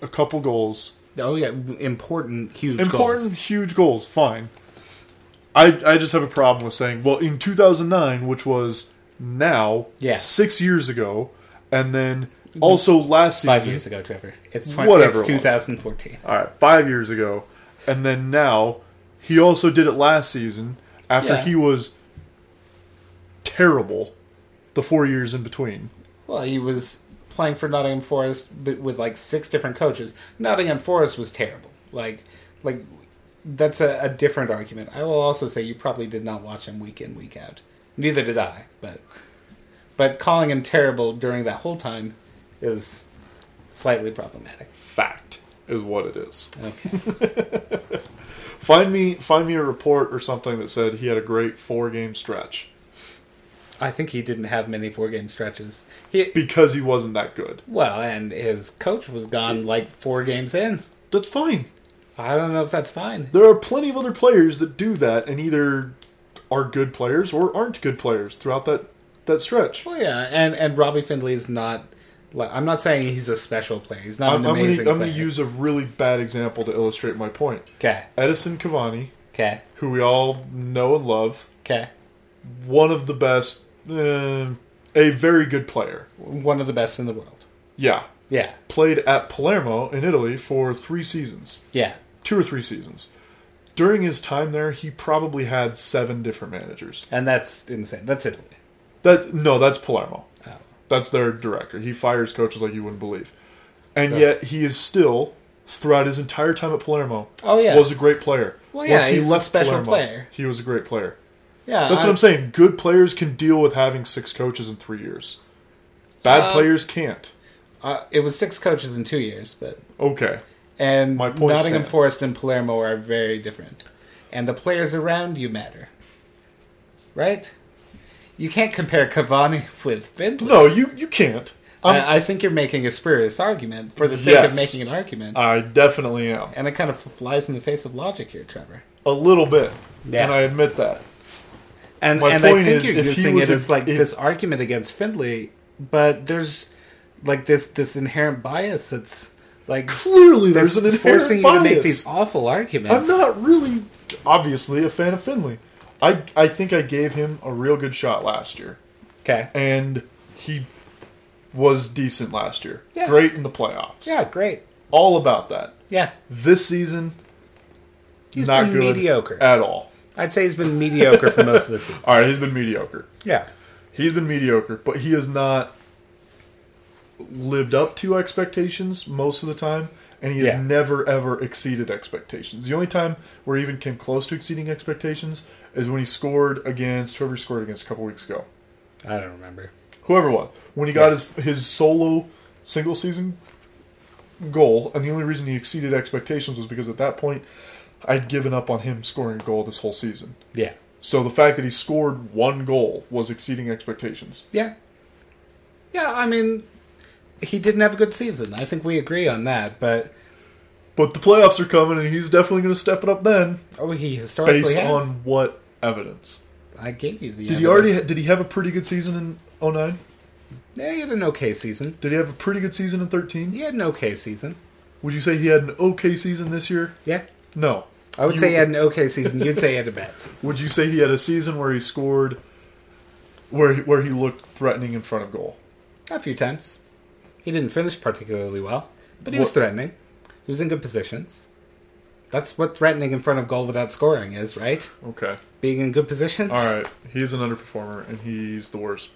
a couple goals,
Oh yeah, important, huge
important,
goals.
huge goals. Fine. I I just have a problem with saying, well, in 2009, which was now,
Yeah. Mm-hmm.
six years ago, and then Also, last season,
Five years ago, Trevor. It's, 20,
Whatever
it's
it was.
2014.
All right, five years ago, and then now, he also did it last season after
Yeah.
he was terrible. The four years in between,
Well, he was playing for Nottingham Forest but with like six different coaches. Nottingham Forest was terrible. Like, like that's a, a different argument. I will also say you probably did not watch him week in week out. Neither did I. But but calling him terrible during that whole time is slightly problematic.
fact is what it is.
Okay.
Find me, find me a report or something that said he had a great four game stretch
I think he didn't have many four game stretches. He
because he wasn't that good.
well, and his coach was gone like four games in.
That's fine.
I don't know if that's fine.
There are plenty of other players that do that and either are good players or aren't good players throughout that that stretch.
Well, yeah, and and Robbie Findlay is not. Like, I'm not saying he's a special player. He's not
I'm,
an
I'm
amazing
gonna, I'm gonna
player.
use a really bad example to illustrate my point.
okay,
Edison Cavani,
okay,
who we all know and love,
okay.
one of the best, eh, a very good player.
One of the best in the world.
Yeah,
Yeah,
played at Palermo in Italy for three seasons,
yeah,
two or three seasons. During his time there, he probably had seven different managers.
and that's insane. That's Italy.
That no, that's Palermo.
Oh.
That's their director. He fires coaches like you wouldn't believe, and yet he is still throughout his entire time at Palermo.
Oh, yeah.
was a great player.
Well, yeah,
Once he
he's a
left
special
Palermo,
player.
He was a great player.
Yeah,
That's what I'm saying. Good players can deal with having six coaches in three years. Bad players can't.
Uh, it was six coaches in two years, but
Okay,
and
My point
Nottingham
stands.
Forest and Palermo are very different, and the players around you matter, right? You can't compare Cavani with Findlay.
no, you you can't. I'm,
I, I think you're making a spurious argument for the sake
Yes.
of making an argument.
I definitely am
And it kind of flies in the face of logic here, Trevor.
a little bit,
Yeah.
and I admit that.
And
My
and I
point
think
is,
you're
if he
using it
was a-
as like
if-
this argument against Findlay, but there's like this this inherent bias that's like
Clearly, there's an inherent
forcing
bias.
you to make these awful arguments.
I'm not really, obviously, a fan of Finley. I I think I gave him a real good shot last year,
okay.
and he was decent last year.
Yeah.
Great in the playoffs.
Yeah, great.
all about that.
Yeah,
This season,
He's
not
been
good Uh,
mediocre.
at all.
I'd say he's been mediocre for most of the season.
All right, he's been mediocre.
Yeah,
He's been mediocre, but he has not lived up to expectations most of the time, and he has
Yeah.
never ever exceeded expectations. The only time where he even came close to exceeding expectations is when he scored against whoever he scored against a couple weeks ago.
I don't remember.
Whoever it was. When he got his his solo single season goal, and the only reason he exceeded expectations was because at that point I'd given up on him scoring a goal this whole season.
Yeah,
So the fact that he scored one goal was exceeding expectations.
yeah, yeah. I mean, he didn't have a good season. I think we agree on that. But
But the playoffs are coming, and he's definitely going to step it up then,
oh, he historically
based
has.
on what evidence?
I gave you the.
Did he already?
evidence.
Ha- did he have a pretty good season in 09?
Yeah, he had an okay season.
Did he have a pretty good season in 13?
He had an okay season.
Would you say he had an okay season this year?
Yeah.
No.
I would
You-
say he had an okay season. You'd say he had a bad season.
Would you say he had a season where he scored, where he, where he looked threatening in front of goal?
A few times. He didn't finish particularly well, but he was
What-
threatening. He was in good positions. That's what threatening in front of goal without scoring is, right?
Okay.
Being in good positions.
All right. He's an underperformer, and he's the worst.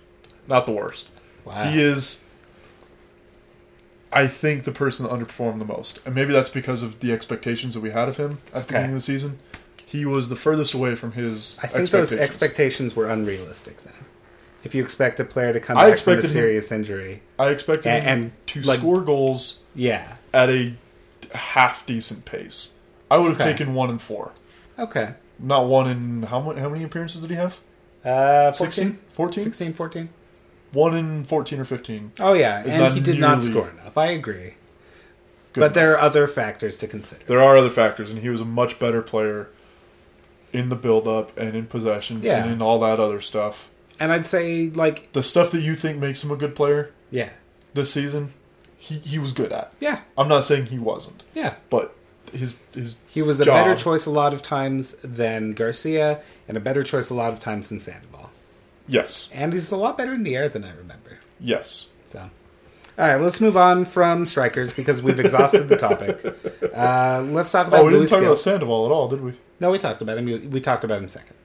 Not the worst.
Wow.
He is, I think, the person that underperformed the most. And maybe that's because of the expectations that we had of him at the
Okay.
beginning of the season. He was the furthest away from his
I think
expectations.
those expectations were unrealistic then. If you expect a player to come
I
back from a
expected him-
serious injury,
I expected
And-
him
and,
to
like-
score goals
yeah.
at a half decent pace. I would have
Okay.
taken one in four.
Okay.
Not one in how many, how many appearances did he have?
Uh,
16?
14?
14?
16, 14?
One in 14 or 15.
Oh, yeah.
not
And he did not
nearly
score enough. I agree. but
Good enough.
there are other factors to consider.
there are other factors, and he was a much better player in the build up and in possession
Yeah.
and in all that other stuff.
And I'd say, like,
The stuff that you think makes him a good player
yeah.
this season, he, he was good at.
Yeah.
I'm not saying he wasn't,
Yeah.
but his his
He was a
job-
better choice a lot of times than Garcia, and a better choice a lot of times than Sandoval.
Yes,
And he's a lot better in the air than I remember.
yes.
So, All right, let's move on from strikers because we've exhausted the topic. Uh, let's talk about
Oh, we didn't
Luis
talk
Gil.
about Sandoval at all, did we?
No, we talked about him. You- We talked about him second.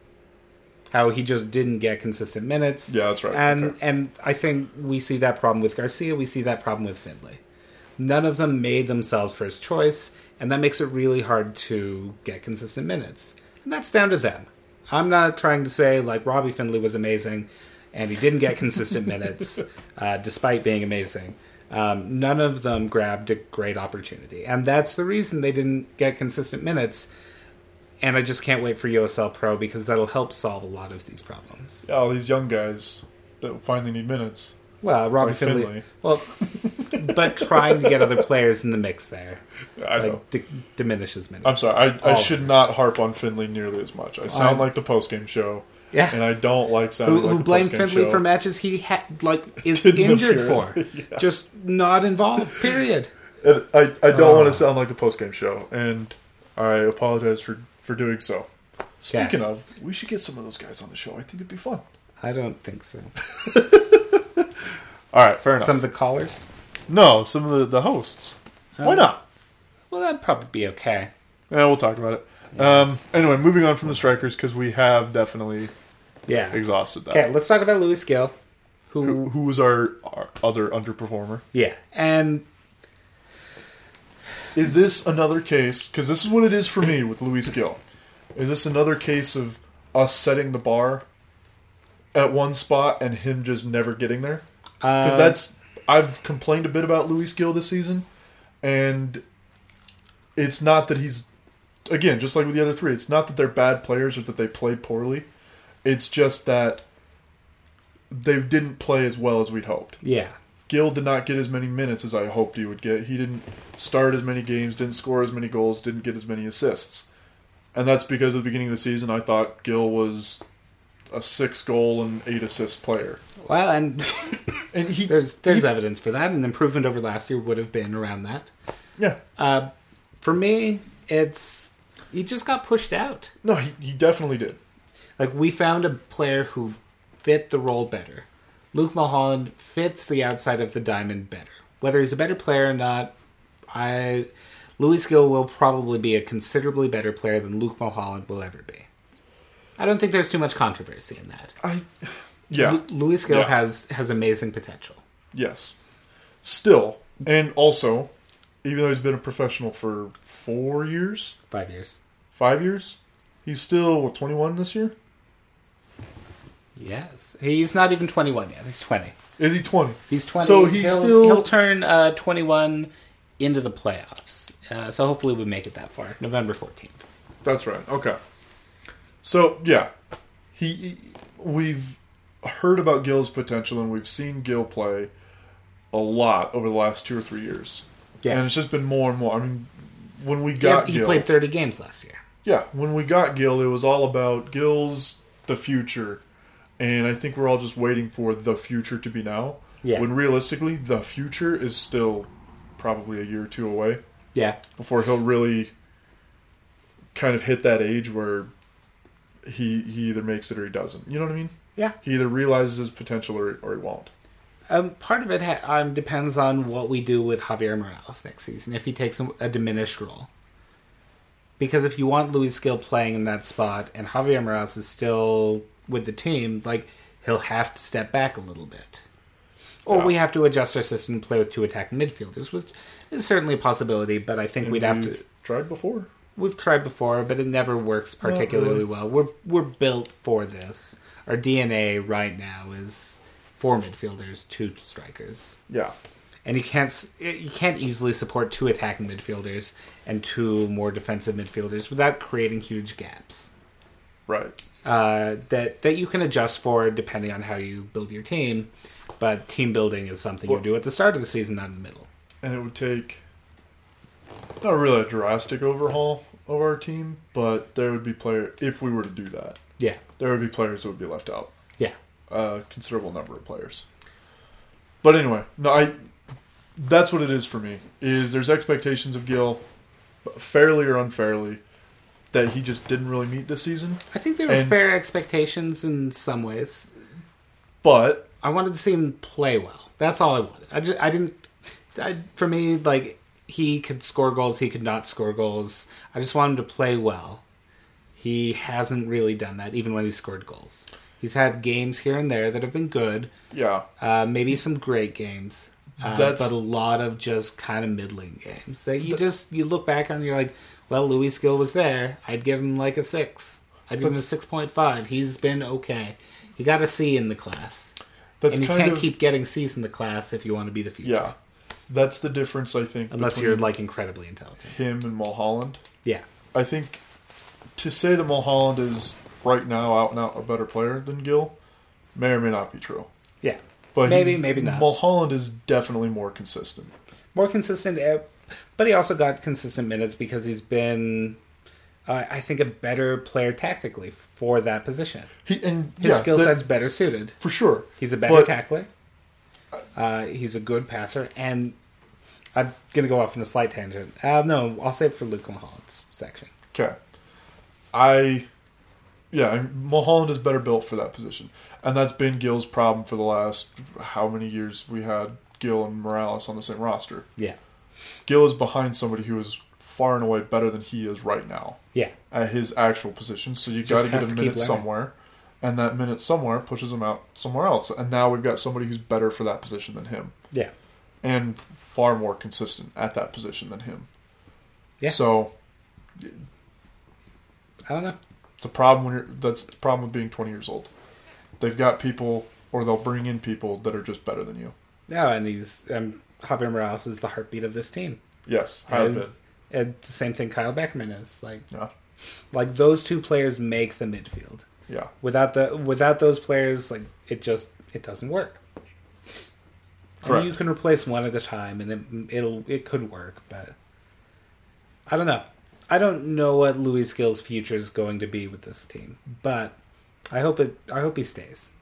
How he just didn't get consistent minutes.
Yeah, that's right.
And
Okay.
and I think we see that problem with Garcia. We see that problem with Finley. None of them made themselves first choice, and that makes it really hard to get consistent minutes. And that's down to them. I'm not trying to say like Robbie Finley was amazing, and he didn't get consistent minutes uh, despite being amazing. Um, none of them grabbed a great opportunity, and that's the reason they didn't get consistent minutes and I just can't wait for USL Pro because that'll help solve a lot of these problems.
All these young guys that finally need minutes.
Well, Robbie
Like
Finley,
Finley.
Well, but trying to get other players in the mix there
I know.
like, oh. d- diminishes minutes.
I'm sorry. I, I
All-
should not harp on Finley nearly as much. I sound
I'm-
like the postgame show.
Yeah.
And I don't like sounding
Who,
like
who
the
blamed
postgame
Finley
show.
for matches he had like is
Didn't
injured
appear.
for, just not involved. Period.
And I, I don't
Uh.
want to sound like the postgame show, and I apologize for, for doing so.
Yeah.
Speaking of, we should get some of those guys on the show. I think it'd be fun.
I don't think so.
All right, fair enough.
Some of the callers.
no, some of the, the hosts. Why not?
Well, that'd probably be okay.
Yeah, we'll talk about it. Um, anyway, moving on from the strikers because we have definitely
Yeah.
exhausted that.
Okay, let's talk about Louis Gill,
Who, who was our, our other underperformer?
yeah, and
Is this another case? Because this is what it is for me with Luis Gill. Is this another case of us setting the bar at one spot and him just never getting there? Because
Uh,
that's I've complained a bit about Luis Gill this season, and it's not that he's again just like with the other three. It's not that they're bad players or that they played poorly. It's just that they didn't play as well as we'd hoped.
yeah,
Gill did not get as many minutes as I hoped he would get. He didn't start as many games, didn't score as many goals, didn't get as many assists. And that's because at the beginning of the season, I thought Gill was a six goal and eight assist player.
well, and
And he,
There's there's
he-
evidence for that. An improvement over last year would have been around that.
yeah,
Uh, for me, it's he just got pushed out.
no, he, he definitely did.
Like we found a player who fit the role better. Luke Mulholland fits the outside of the diamond better. Whether he's a better player or not, I Louis Gill will probably be a considerably better player than Luke Mulholland will ever be. I don't think there's too much controversy in that.
I, yeah,
Lu- Louis Gill
Yeah.
has has amazing potential.
yes, still, and also, even though he's been a professional for four years,
Five years.
five years, he's still what twenty one this year.
Yes, he's not even 21 yet. He's 20.
Is he twenty?
He's 20.
So he's
he'll,
still-
he'll turn uh, 21 into the playoffs. Uh, so hopefully we make it that far. November 14th.
That's right. Okay. So yeah, he, he- we've heard about Gill's potential, and we've seen Gill play a lot over the last two or three years.
Yeah.
and it's just been more and more. I mean, when we
Yeah,
got
he
Gill,
played 30 games last year.
yeah, when we got Gill, it was all about Gill's the future, and I think we're all just waiting for the future to be now.
Yeah.
When realistically, the future is still probably a year or two away
Yeah.
before he'll really kind of hit that age where he he either makes it or he doesn't. You know what I mean?
Yeah.
He either realizes his potential or, or he won't.
Um, part of it ha- um, depends on what we do with Javier Morales next season, if he takes a, a diminished role. Because if you want Luis Gill playing in that spot and Javier Morales is still with the team, like he'll have to step back a little bit. Or we
Yeah.
have to adjust our system and play with two attacking midfielders, which is certainly a possibility, but I think
And
we'd have
we've
to
tried before.
we've tried before, but it never works particularly
really.
well. mm. We're we're built for this. Our DNA right now is four midfielders, two strikers,
Yeah.
and you can't s- you can't easily support two attacking midfielders and two more defensive midfielders without creating huge gaps
Right.
uh, that that you can adjust for depending on how you build your team. But team building is something you
Well-
do at the start of the season, not in the middle.
And it would take not really a drastic overhaul of our team, but there would be player if we were to do that,
Yeah,
there would be players that would be left out.
yeah,
a considerable number of players. But anyway, no, I. That's what it is for me. Is there's expectations of Gill, fairly or unfairly, that he just didn't really meet this season.
I think they were
And-
fair expectations in some ways.
But
I wanted to see him play well. That's all I wanted. I, just, I didn't I, for me, like he could score goals, he could not score goals. I just want him to play well. He hasn't really done that, even when he's scored goals. He's had games here and there that have been good,
Yeah.
uh, maybe some great games, uh,
That's-
but a lot of just kind of middling games that you just you look back on. You're like, well, Louis Gill was there. I'd give him like a six. I'd give him a
That's-
six point five. He's been okay. You got a C in the class,
That's
and you
kind
can't
of
keep getting C's in the class if you want to be the future.
yeah. That's the difference I think
unless
between
you're like incredibly intelligent.
him and Mulholland.
Yeah,
I think to say that Mulholland is right now out and out a better player than Gill may or may not be true.
yeah.
But
Maybe,
he's-
maybe not.
Mulholland is definitely more consistent.
More consistent, eh, but he also got consistent minutes because he's been, uh, I think, a better player tactically for that position.
He and
His
yeah,
skill
that-
set's better suited.
for sure.
He's a better
But-
tackler. Uh, he's a good passer, and I'm gonna go off on a slight tangent. Uh, no, I'll save it for Luke Mulholland's section.
Okay. I, yeah, and Mulholland is better built for that position, and that's been Gill's problem for the last how many years we had Gill and Morales on the same roster.
Yeah,
Gill is behind somebody who is far and away better than he is right now
yeah,
at his actual position. So you got
Just
to get
has
a
to keep
minute
learning.
somewhere, and that minute somewhere pushes him out somewhere else. And now we've got somebody who's better for that position than him,
yeah.
and far more consistent at that position than him.
Yeah.
So
I don't know.
It's a problem when you're. That's the problem with being 20 years old. They've got people, or they'll bring in people that are just better than you.
No, and he's um, Javier Morales is the heartbeat of this team.
Yes, I've
And-
been.
And it's the same thing Kyle Beckerman is like.
Yeah,
Like those two players make the midfield.
yeah.
Without the without those players, like it just it doesn't work.
Correct.
And you can replace one at a time, and it, it'll it could work, but I don't know. I don't know what Louis Gill's future is going to be with this team, but I hope it. I hope he stays.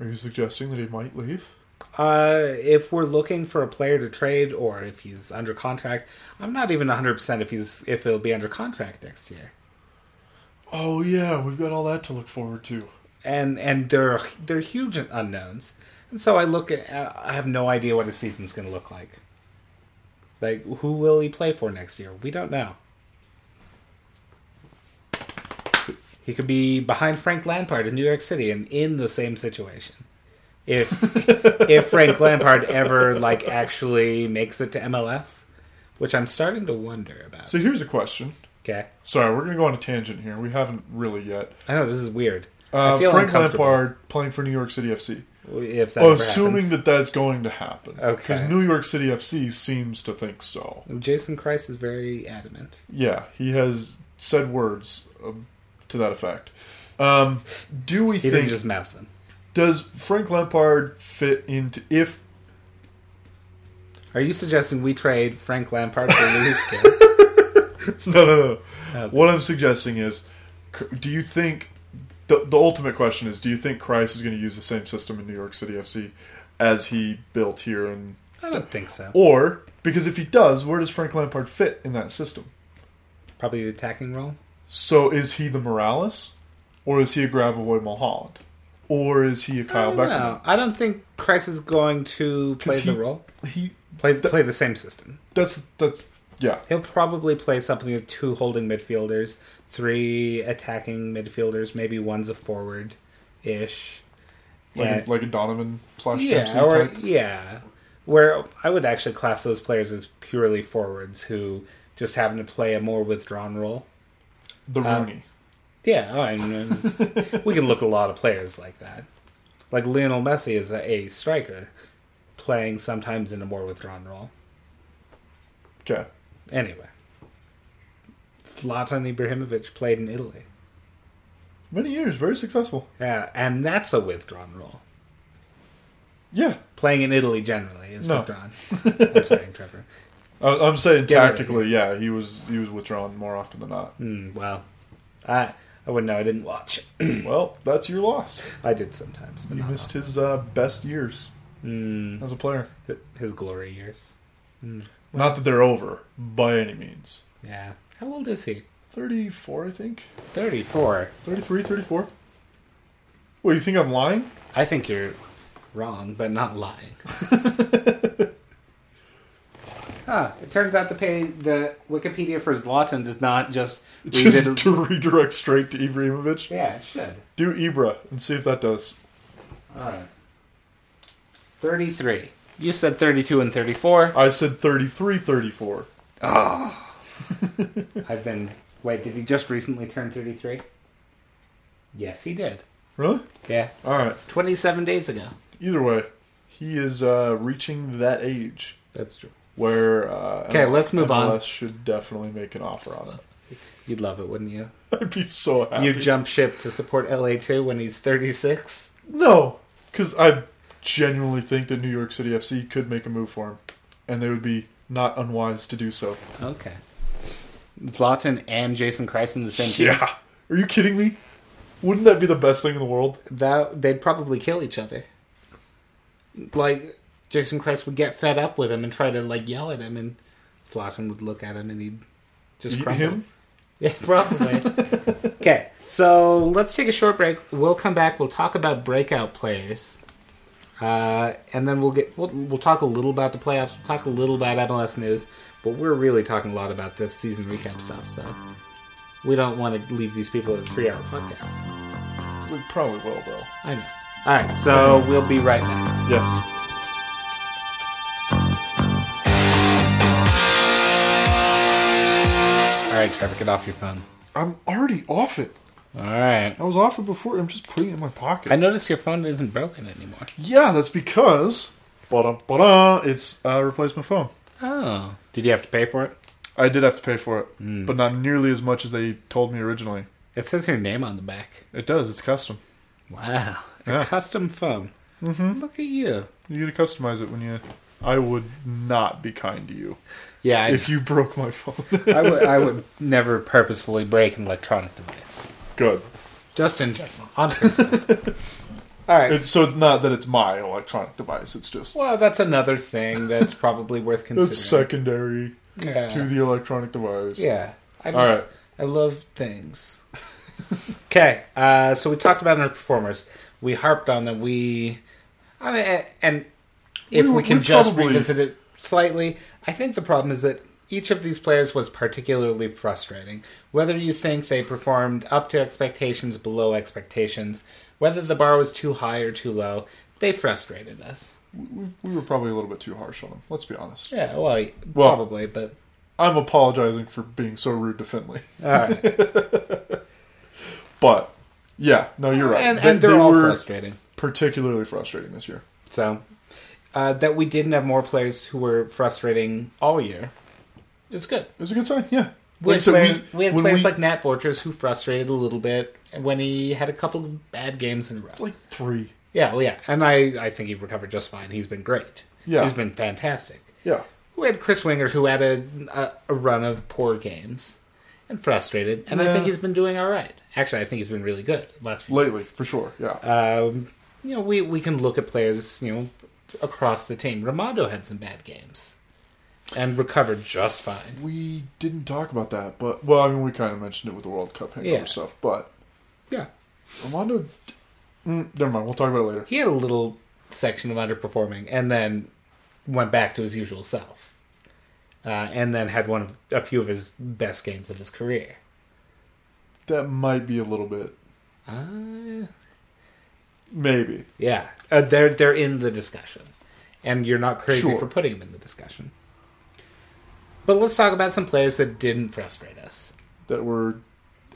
Are you suggesting that he might leave?
Uh, if we're looking for a player to trade, or if he's under contract, I'm not even 100 percent if he's if he'll be under contract next year.
Oh yeah, we've got all that to look forward to.
and and they're they're huge unknowns. And so I look at I have no idea what his season's going to look like. Like who will he play for next year? We don't know. He could be behind Frank Lampard in New York City and in the same situation. If if Frank Lampard ever like actually makes it to MLS, which I'm starting to wonder about.
So here's a question.
Okay.
Sorry, we're gonna go on a tangent here. We haven't really yet.
I know this is weird.
Uh,
I feel
Frank
uncomfortable
Lampard playing for New York City FC.
if that
Oh,
ever
assuming
happens.
that that's going to happen.
Okay.
Because New York City FC seems to think so.
Jason Christ is very adamant.
Yeah, he has said words um, to that effect. Um, do we
He
think
didn't just mouth them.
does Frank Lampard fit into if
Are you suggesting we trade Frank Lampard for Luis Gill?
no no no?
Okay.
What I'm suggesting is, c- do you think the the ultimate question is, do you think Christ is going to use the same system in New York City FC as he built here, and
I don't think so.
or because if he does, where does Frank Lampard fit in that system?
Probably the attacking role.
So is he the Morales, or is he a Gravovoy Mulholland, or is he a
I don't,
Kyle Beckerman?
know. I don't think Christ is going to play
'Cause he-
the role.
He
Play
that-
play the same system.
that's that's yeah
He'll probably play something with two holding midfielders, three attacking midfielders, maybe one's a forward ish.
like,
Yeah.
A, like a Donovan slash Dempsey
yeah, or
type.
yeah, where I would actually class those players as purely forwards who just happen to play a more withdrawn role.
the
uh,
Rooney.
Yeah, oh, I mean, we can look at a lot of players like that. Like Lionel Messi is a, a striker, playing sometimes in a more withdrawn role.
Okay,
Anyway, Zlatan Ibrahimovic played in Italy.
many years, very successful.
Yeah, and that's a withdrawn role.
Yeah,
Playing in Italy generally is
No.
withdrawn. I'm saying, Trevor.
I, I'm saying
Get rid of
tactically, yeah, he was he was withdrawn more often than not.
Hmm, well, I I wouldn't know. I didn't watch.
well, that's your loss.
I did sometimes, but
You
Hmm. not
missed his uh, best years
often.
as a player.
Hmm, his glory years.
Not that they're over by any means.
Yeah. How old is he?
34, I think.
Thirty-four.
33, 34. Well, you think I'm lying?
I think you're wrong, but not lying. Huh. It turns out the page, the Wikipedia for Zlatan does not just read
Just
it-
to redirect straight to Ibrahimovic.
Yeah, it should.
Do Ibra and see if that does.
All right. Thirty-three. You said thirty-two and thirty-four.
I said 33 34.
I've been. Wait, did he just recently turn thirty-three? Yes, he did.
Really?
Yeah,
Alright.
twenty-seven days ago.
Either way, he is uh, reaching that age
That's true.
where. Uh,
Okay, let's move on.
MLS should definitely make an offer on it.
You'd love it, wouldn't you?
I'd be so happy.
You jump ship to support LA two when he's thirty-six.
No, because I genuinely think that New York City FC could make a move for him, and they would be not unwise to do so.
Okay. Zlatan and Jason Christ in the same team.
Yeah. Are you kidding me? Wouldn't that be the best thing in the world?
that they'd probably kill each other. Like Jason Christ would get fed up with him and try to like yell at him, and Slaughton would look at him and he'd just
Eat
crumble.
him?
Yeah, probably. okay, so let's take a short break. We'll come back. We'll talk about breakout players, uh, and then we'll get we'll, we'll talk a little about the playoffs. We'll talk a little about MLS news, but we're really talking a lot about this season recap stuff. So we don't want to leave these people at a three-hour podcast.
We probably will, though.
I know. All right, so we'll be right back.
Yes.
All right, Trevor, get off your phone.
I'm already off it.
All right.
I was off it before. I'm just putting it in my pocket.
I noticed your phone isn't broken anymore.
yeah, that's because. Ba-da, ba-da, it's uh, replaced my phone.
Oh. Did you have to pay for it?
I did have to pay for it,
Hmm.
but not nearly as much as they told me originally.
It says your name on the back.
It does. It's custom.
Wow.
Yeah.
A custom phone. Mm-hmm. Look at you.
You get to customize it when you. I would not be kind to you
Yeah, I,
if you broke my phone.
I, would, I would never purposefully break an electronic device.
Good.
Just in general. On principle. All right.
It's, so it's not that it's my electronic device. It's just
well, that's another thing that's probably worth considering.
it's secondary
Yeah.
to the electronic device.
Yeah. I
All
just,
right.
I love things. okay. Uh, so we talked about our performers. We harped on them. We, I mean, a- and if
We-
we, can
we
just
probably-
revisit it slightly, I think the problem is that each of these players was particularly frustrating. Whether you think they performed up to expectations, below expectations, whether the bar was too high or too low, they frustrated us.
We, we were probably a little bit too harsh on him. Let's be honest.
Yeah, well,
Well-
probably, but
I'm apologizing for being so rude to Finley,
all right.
but yeah, no, you're right.
and,
They-
and they're
they
all
were
frustrating.
particularly frustrating this year.
So uh, that we didn't have more players who were frustrating all year is good.
It was a good sign. Yeah.
We had
Like I said,
players, we, had
when
players
we-
like Nat Borchers who frustrated a little bit when he had a couple of bad games in a row.
like three.
yeah, well, yeah, and I, I think he recovered just fine. He's been great.
Yeah.
he's been fantastic.
Yeah.
We had Chris Winger who had a a, a run of poor games and frustrated, and I
Yeah.
think he's been doing all right. Actually, I think he's been really good last few
Lately,
years
for sure. Yeah.
um, you know, we, we can look at players, you know, across the team. Romano had some bad games and recovered just fine.
we didn't talk about that, but well, I mean, we kind of mentioned it with the World Cup hangover
Yeah.
stuff, but
Yeah.
Armando. d- Mm, never mind. We'll talk about it later.
He had a little section of underperforming and then went back to his usual self. Uh, and then had one of a few of his best games of his career.
That might be a little bit,
Uh,
maybe.
yeah, uh, they're they're in the discussion, and you're not crazy
Sure.
for putting them in the discussion. But let's talk about some players that didn't frustrate us
that were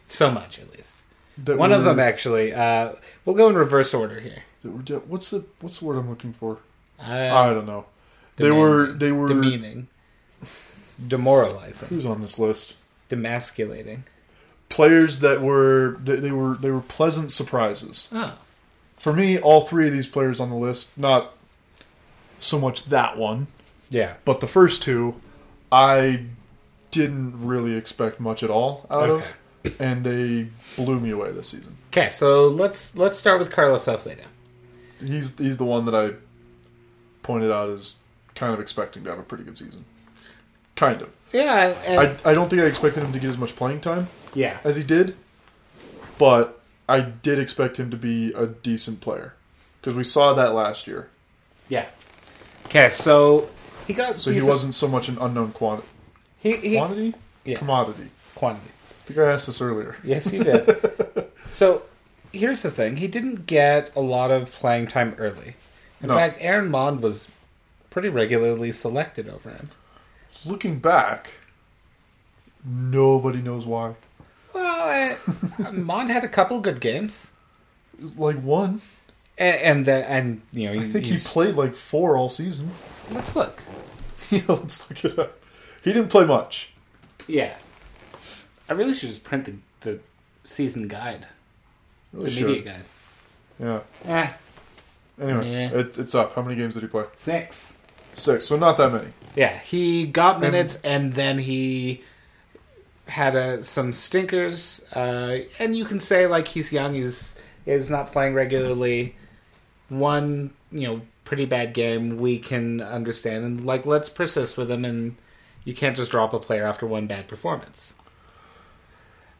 so much, at least.
that
One
were,
of them actually. Uh, we'll go in reverse order here.
that were de- what's the what's the word I'm looking for?
Uh,
I don't know. They were
demanding,
they were
demeaning, demoralizing,
who's on this list?
demasculating.
Players that were they, they were they were pleasant surprises
Oh,
for me. All three of these players on the list, not so much that one,
yeah,
but the first two, I didn't really expect much at all out of, and they blew me away this season.
Okay, so let's let's start with Carlos Salcedo.
He's he's the one that I pointed out as kind of expecting to have a pretty good season, kind of.
Yeah, and,
I, I don't think I expected him to get as much playing time
yeah,
as he did, but I did expect him to be a decent player because we saw that last year.
yeah. Okay, so He got
So he
decent-
wasn't so much an unknown quantity.
he, he
Quantity?
Yeah.
Commodity.
quantity.
I think I asked this earlier.
Yes, he did. so here's the thing: he didn't get a lot of playing time early. In
No.
fact, Aaron Mond was pretty regularly selected over him.
Looking back, nobody knows why.
Well, eh, Mond had a couple good games,
Like one.
and and, the, and you know,
I think he
he's-
played like four all season.
Let's look.
yeah, let's look it up. He didn't play much.
Yeah, I really should just print the, the season guide,
Really
the
should.
media guide.
Yeah.
Eh,
Anyway,
Yeah.
It, it's up. How many games did he play?
six.
Six. So not that many.
Yeah, he got minutes, and then he had uh some stinkers. Uh, and you can say like he's young, he's is not playing regularly. One, you know, pretty bad game we can understand, and like let's persist with him, and you can't just drop a player after one bad performance.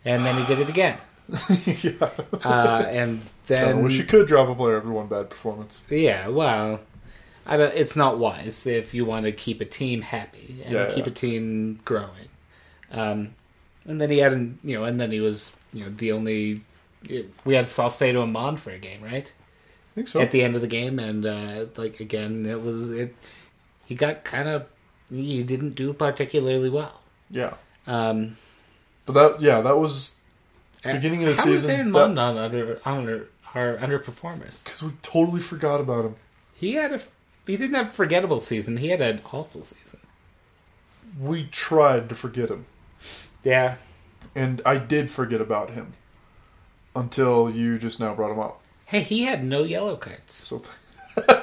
And then he did it again,
yeah.
uh, and
I
then
wish you could drop a player after one bad performance.
Yeah, well, I don't, it's not wise if you want to keep a team happy and
Yeah,
keep
yeah.
a team growing. Um, and then he had, an, you know, and then he was, you know, the only. We had Salcedo and Mond for a game, right?
I think so.
At the end of the game, and uh, like again, it was it. He got kind of. He didn't do particularly well.
yeah.
Um,
But that, yeah, that was
and
Beginning of the
how was
season,
Aaron
that-
Mond on under under our underperformers?
because we totally forgot about him.
He had a. He didn't have a forgettable season. He had an awful season.
We tried to forget him.
Yeah,
And I did forget about him until you just now brought him up.
Hey, he had no yellow cards.
So th-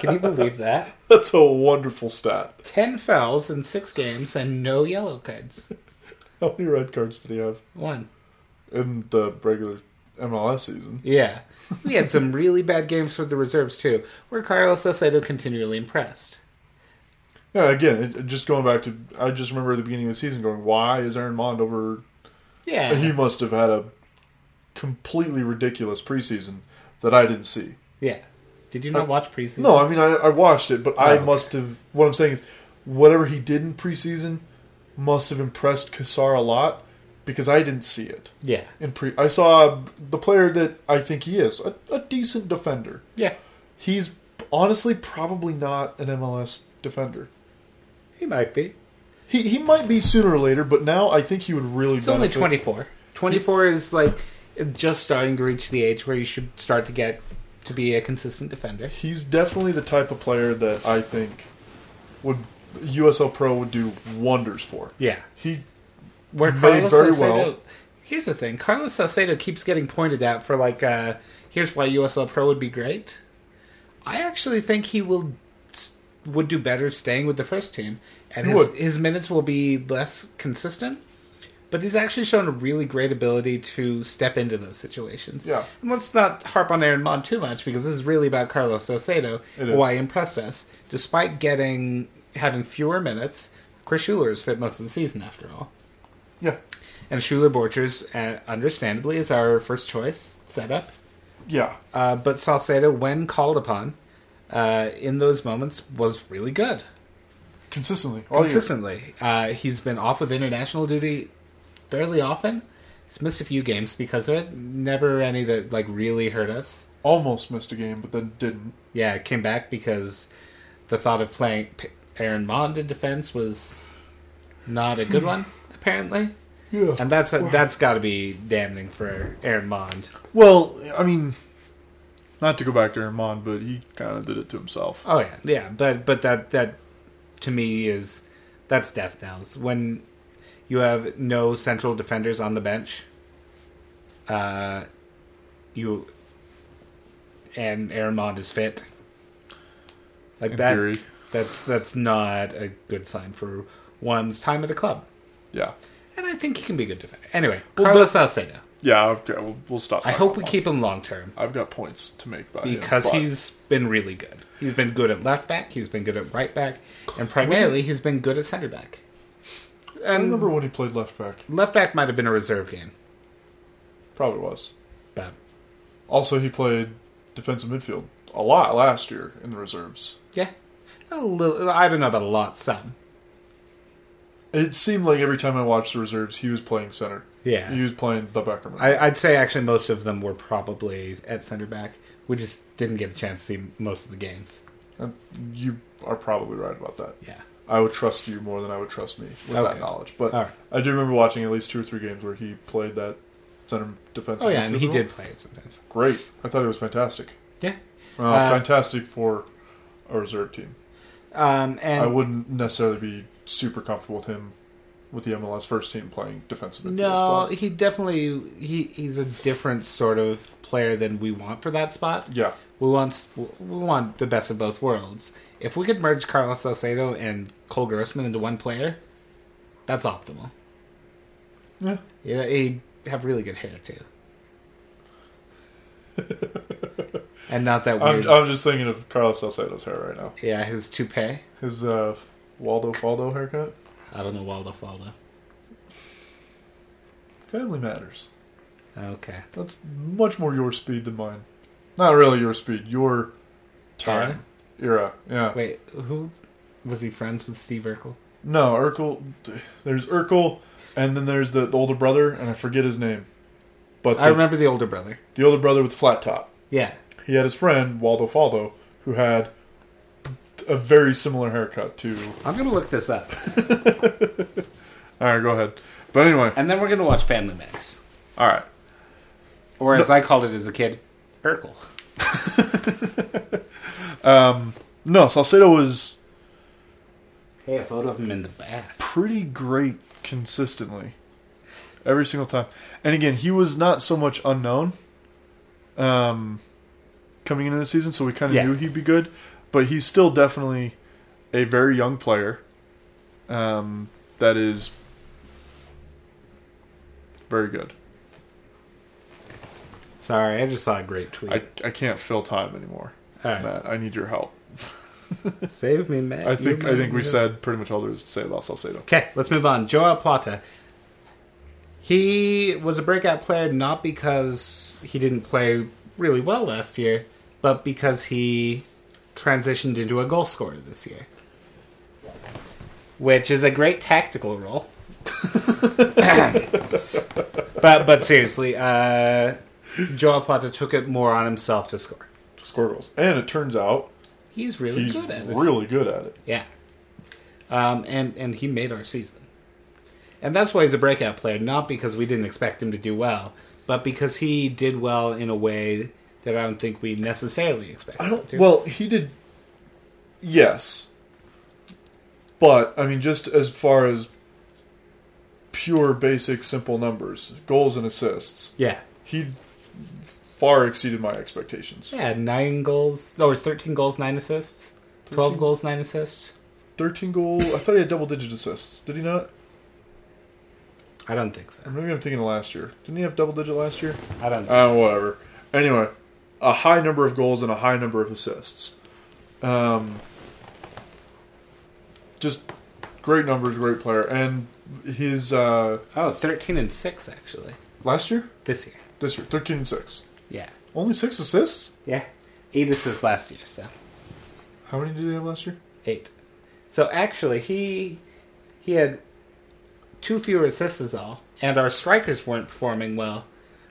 Can you believe that?
that's a wonderful stat.
Ten fouls in six games and no yellow cards.
How many red cards did he have
One.
in the regular MLS season?
Yeah. We had some really bad games for the reserves, too, where Carlos Salcedo continually impressed.
Yeah, again, it, it- just going back to, I just remember at the beginning of the season going, why is Aaron Mond over? He
Yeah.
must have had a completely ridiculous preseason that I didn't see.
Yeah. Did you not watch preseason?
Uh, No, I mean I, I watched it, but I
okay.
must have. What I'm saying is, whatever he did in preseason must have impressed Kassar a lot because I didn't see it
Yeah.
in pre. I saw the player that I think he is a, a decent defender.
Yeah.
He's honestly probably not an MLS defender.
He might be.
He he might be sooner or later, but now I think he would really.
It's only
benefit-
24. 24 is like just starting to reach the age where you should start to get to be a consistent defender.
He's definitely the type of player that I think would USL Pro would do wonders for.
Yeah.
He
where
Made
Carlos
very
Salcedo.
well.
Here's the thing: Carlos Salcedo keeps getting pointed out for like, uh, here's why USL Pro would be great. I actually think he will s- would do better staying with the first team, and
He
his,
would.
his minutes will be less consistent. But he's actually shown a really great ability to step into those situations.
Yeah.
And let's not harp on Aaron Mond too much because this is really about Carlos Salcedo,
It is.
why he impressed us, despite getting having fewer minutes. Chris Schuler is fit most of the season, after all.
yeah
And Schuler Borchers, uh, understandably, is our first choice setup.
yeah
Uh, but Salcedo, when called upon uh, in those moments, was really good.
consistently all year.
Consistently. Uh, he's been off with international duty fairly often. He's missed a few games because of it. Never any that like really hurt us.
almost missed a game, but then didn't.
Yeah, came back because the thought of playing P- Aaron Mond in defense was not a good one, apparently.
Yeah.
And that's that's got to be damning for Aaron Mond.
well, I mean, not to go back to Herman, but he kind of did it to himself.
Oh yeah, yeah, but but that that to me is that's death knells when you have no central defenders on the bench. Uh, you and Aaron Mond is fit. Like
In
that.
theory.
That's that's not a good sign for one's time at a club.
Yeah.
And I think he can be a good defender. Anyway,
Well,
Carlos Salcedo.
Yeah. Okay. We'll, we'll stop.
I
talking
hope
about
we
Mon.
keep him long term.
I've got points to make by him,
because
but-
he's been really good. He's been good at left back. He's been good at right back, and primarily he's been good at center back.
I
And
remember when he played left back.
left back might have been a reserve game,
Probably was.
but
Also, he played defensive midfield a lot last year in the reserves.
yeah. A little, I don't know about a lot, some.
It seemed like every time I watched the reserves, he was playing center.
Yeah.
He was playing the Beckerman.
I, I'd say actually most of them were probably at center back. We just didn't get a chance to see most of the games.
And you are probably right about that.
Yeah.
I would trust you more than I would trust me with
Okay.
that knowledge. But
All right.
I do remember watching at least two or three games where he played that center defensive.
Oh yeah, and he
midfielder.
did play it sometimes.
Great. I thought it was fantastic.
Yeah.
Uh,
Uh,
fantastic for a reserve team.
Um, and
I wouldn't necessarily be super comfortable with him with the MLS first team playing defensive midfield.
no,
but-
he definitely he he's a different sort of player than we want for that spot.
yeah.
We want s- we want the best of both worlds. If we could merge Carlos Salcedo and Cole Grossman into one player, that's optimal.
Yeah.
You know, he'd have really good hair too, and not that weird.
I'm, I'm just thinking of Carlos Salcedo's hair right now.
yeah, his toupee.
His uh, Waldo Faldo haircut.
I don't know Waldo Faldo.
Family matters.
Okay,
That's much more your speed than mine. Not really your speed. Your time era. Yeah.
wait, who was he friends with? Steve Urkel.
No, Urkel. There's Urkel, and then there's the, the older brother, and I forget his name. But the,
I remember the older brother.
the older brother with the flat top.
Yeah.
He had his friend Waldo Faldo, who had a very similar haircut to.
I'm gonna look this up,
All right, go ahead. But anyway,
and then we're gonna watch Family Matters,
all right.
or as I called it as a kid, Urkel.
Um, No, Salcedo was
Hey, a photo of him in the bath.
pretty great consistently every single time and again he was not so much unknown um, coming into the season so we kind of
Yeah.
knew he'd be good but he's still definitely a very young player um, that is very good
Sorry, I just saw a great tweet.
I, I can't fill time anymore
All right.
Matt, I need your help
Save me, man.
I think I think we said pretty much all there is to say about Salcedo
Okay, let's move on. Joao Plata. He was a breakout player not because he didn't play really well last year, but because he transitioned into a goal scorer this year, which is a great tactical role. but but seriously, uh, Joao Plata took it more on himself to score.
score goals and it turns out
He's really
he's
good at it.
really good at it
Yeah. Um, and, and he made our season. And that's why he's a breakout player, not because we didn't expect him to do well, but because he did well in a way that I don't think we necessarily expected
I
him
don't.
to.
Well, he did. Yes, but I mean, just as far as pure, basic, simple numbers, goals and assists,
yeah.
he far exceeded my expectations.
Yeah, nine goals, or 13 goals, nine assists. 12
13?
goals, nine assists.
Thirteen goal. I thought he had double digit assists. Did he not?
I don't think
Or
so.
maybe I'm thinking of last year. Didn't he have double digit last year?
I don't think
Uh, whatever. Anyway, a high number of goals and a high number of assists. Um, just great numbers, great player, and his uh,
Oh, 13 and 6, actually,
last year,
this year.
this year, thirteen and six,
Yeah.
only six assists.
Yeah. Eight assists last year, so.
How many did he have last year?
eight. So actually, he he had two fewer assists is all, and our strikers weren't performing well,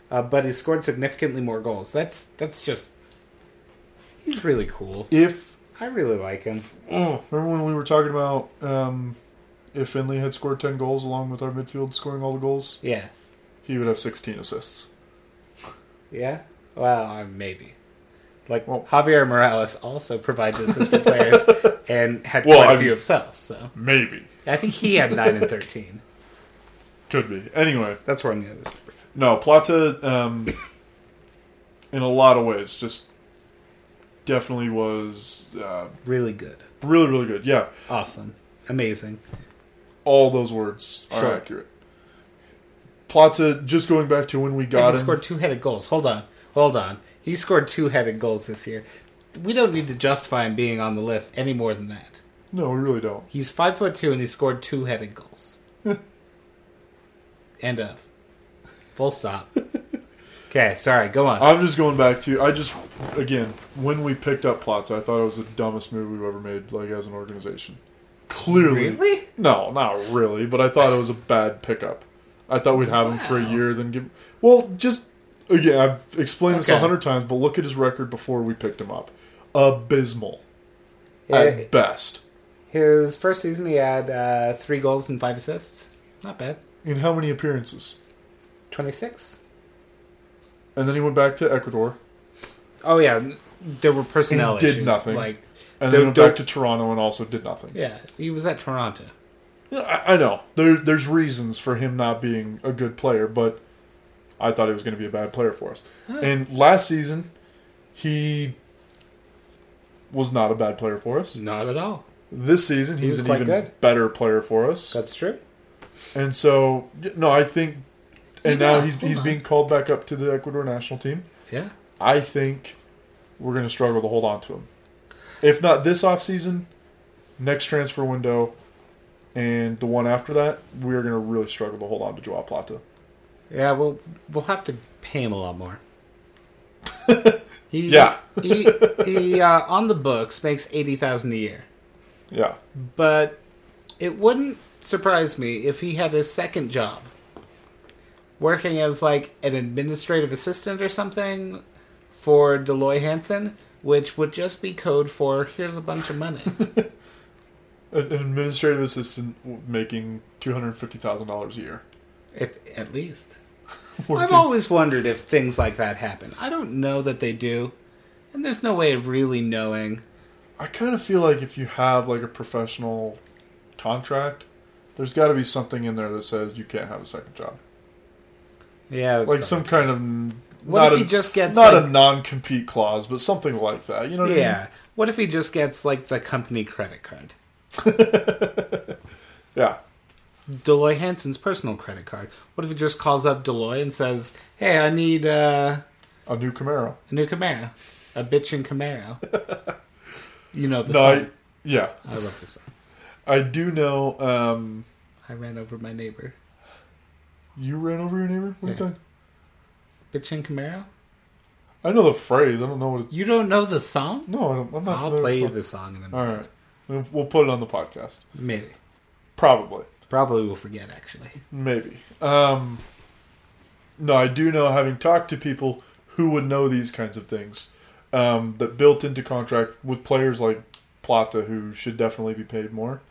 uh, but he scored significantly more goals. That's that's just he's really cool.
If
I really like him.
oh, remember when we were talking about um, if Finley had scored ten goals along with our midfield scoring all the goals,
Yeah,
he would have sixteen assists.
yeah. Well, uh, maybe. Like
Well-
Javier Morales also provides assists for players and had
Well,
quite a
I'm-
few himself. So
Maybe
I think he had nine and thirteen.
could be. Anyway,
That's where I'm going to this.
No, Plata, um, in a lot of ways, just definitely was uh,
Really good,
really, really good. Yeah,
awesome, amazing.
all those words are
Sure.
accurate. Plata, just going back to when we
And
got
he
him,
scored two headed goals. Hold on. Hold on. He scored two headed goals this year. We don't need to justify him being on the list any more than that.
no, we really don't.
He's five foot two and he scored two headed goals. End of. Full stop. Okay, sorry, go on.
I'm just going back to I just again when we picked up plots, I thought it was the dumbest move we've ever made, like as an organization. Clearly,
really?
no, not really, but I thought it was a bad pickup. I thought we'd have him for a year, then give. Well, just again, I've explained this a
Okay.
hundred times, but look at his record before we picked him up. Abysmal
Yeah,
at best.
Uh, His first season, he had uh, three goals and five assists. Not bad.
In how many appearances?
26?
And then he went back to Ecuador,
Oh, yeah. There were personnel
He did
issues.
nothing.
Like,
and
Don't-
then went back to
don't-
Toronto, and also did nothing.
yeah, he was at Toronto.
Yeah, I, I know there there's reasons for him not being a good player, but I thought he was going to be a bad player for us. And last season, he was not a bad player for us.
Not at all.
This season, he's
was
an
quite
even
good.
better player for us.
That's true.
And so, y- no, I think. And
Yeah,
now he's
hold
he's
on.
being called back up to the Ecuador national team.
Yeah.
I think we're going to struggle to hold on to him. If not this offseason, next transfer window, and the one after that, we're going to really struggle to hold on to Joao Plata.
Yeah, we'll, we'll have to pay him a lot more. he,
Yeah.
he, he uh, on the books, makes 80000 a year.
Yeah.
but it wouldn't surprise me if he had a second job working as like an administrative assistant or something for Deloy Hansen, which would just be code for here's a bunch of money.
An an administrative assistant w- making $250,000 a year.
if at least. I've
Working-
always wondered if things like that happen. I don't know that they do, and there's no way of really knowing.
I kind of feel like if you have like a professional contract, there's got to be something in there that says you can't have a second job.
Yeah,
Like some kind of
What if
not a,
he just gets
not
like,
a non-compete clause, but something like that. You know what I mean?
yeah? What if he just gets like the company credit card?
Yeah.
Deloy Hansen's personal credit card. What if he just calls up Deloy and says, "Hey, I need uh,
A new Camaro.
a new Camaro, a bitchin' Camaro." you know the
No, I,
song.
yeah,
I... love the song.
I do know. Um,
I ran over my neighbor.
you ran over your neighbor. What are you
Yeah. Bitchin'
talking?
Camaro.
I know the phrase. I don't know what. It's,
You don't know the song?
no, I don't, I'm not.
I'll
familiar
play you
with
the song in a minute.
All right, We'll- we'll put it on the podcast.
Maybe.
Probably,
Probably will forget actually.
maybe. Um, no, I do know. Having talked to people who would know these kinds of things, um, that built into contract with players like Plata, who should definitely be paid more.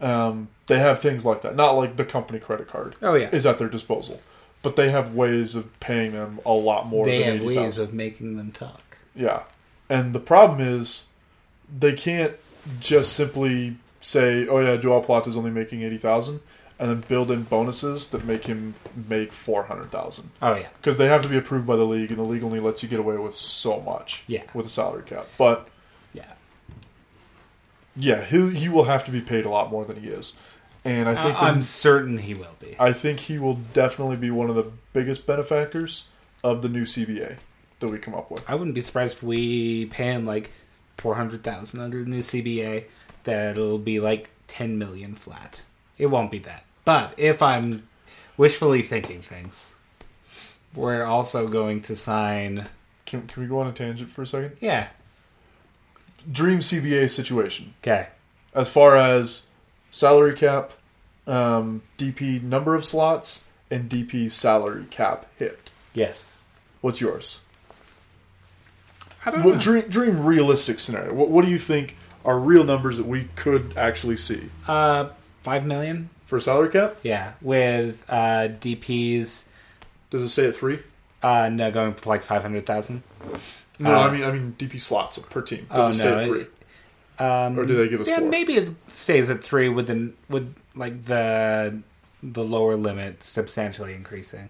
Um, they have things like that. Not like the company credit card.
Oh yeah.
is at their disposal, but they have ways of paying them a lot more.
they
than
have ways
80,000.
of making them talk.
yeah, and the problem is they can't just simply say, "Oh yeah, Joao Plata is only making eighty thousand, and then build in bonuses that make him make four hundred thousand
Oh yeah.
because they have to be approved by the league, and the league only lets you get away with so much.
Yeah.
with a salary cap, but
Yeah.
yeah, he he will have to be paid a lot more than he is, and I think
I-
the-
I'm certain he will be.
I think he will definitely be one of the biggest benefactors of the new CBA that we come up with.
I wouldn't be surprised if we pay him like four hundred thousand under the new CBA. That'll be like ten million flat. It won't be that, but if I'm wishfully thinking things, we're also going to sign.
Can, can we go on a tangent for a second?
Yeah.
Dream CBA situation
Okay.
as far as salary cap, um, DP number of slots, and DP salary cap hit.
Yes.
What's yours?
I don't
What,
know.
dream, dream realistic scenario. What, what do you think are real numbers that we could actually see
uh, five million.
for salary cap?
Yeah, with uh, DPS.
Does it say at three?
Uh, no, going for like five hundred thousand.
No,
Uh,
I mean I mean DP slots per team.
oh,
Does it stay
no,
at
it-
three?
Um,
Or do they give us
Yeah,
four?
maybe it stays at three with the with like the the lower limit substantially increasing,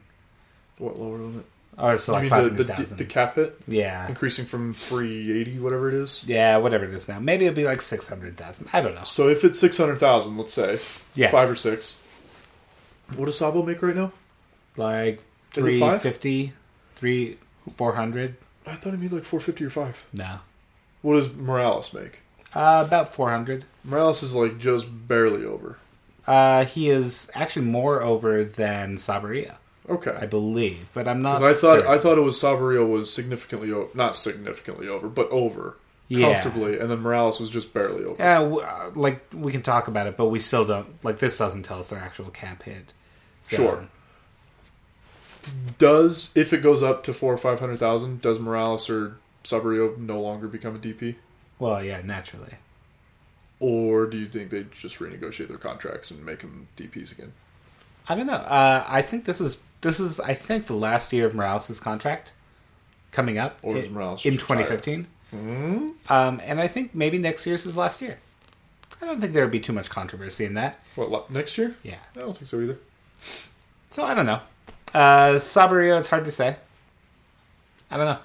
What lower limit?
or so like
you
five
mean the,
hundred
the, d-
thousand.
the cap hit
yeah,
increasing from 380, whatever it is?
yeah, whatever it is now. Maybe it'll be like six hundred thousand. I don't know.
So if it's 600,000, let's say,
Yeah.
five or six, what does Sabo make right now?
Like
Is it
three
five?
fifty, three four hundred.
I thought he made like 450 or five.
No,
What does Morales make?
uh, about four hundred.
Morales is like just barely over.
Uh, he is actually more over than Sabaria.
Okay.
I believe, but I'm not.
'Cause I thought
certain.
I thought it was Sabarillo was significantly over, not significantly over, but over
Yeah.
comfortably, and then Morales was just barely over.
Yeah, w- uh, like we can talk about it, but we still don't. Like this doesn't tell us their actual cap hit. So,
Sure. Does if it goes up to four or five hundred thousand, does Morales or Sabarillo no longer become a DP,
Well, yeah, naturally.
or do you think they just renegotiate their contracts and make them DPs again?
I don't know. Uh, I think this is this is I think the last year of Morales' contract coming up
Or does
in,
Morales
in
just retire? Hmm?
2015. Um, and I think maybe next year's his last year. I don't think there would be too much controversy in that.
What la- next year?
Yeah.
I don't think so either.
So I don't know. Uh, Sabarillo, it's hard to say. I don't know.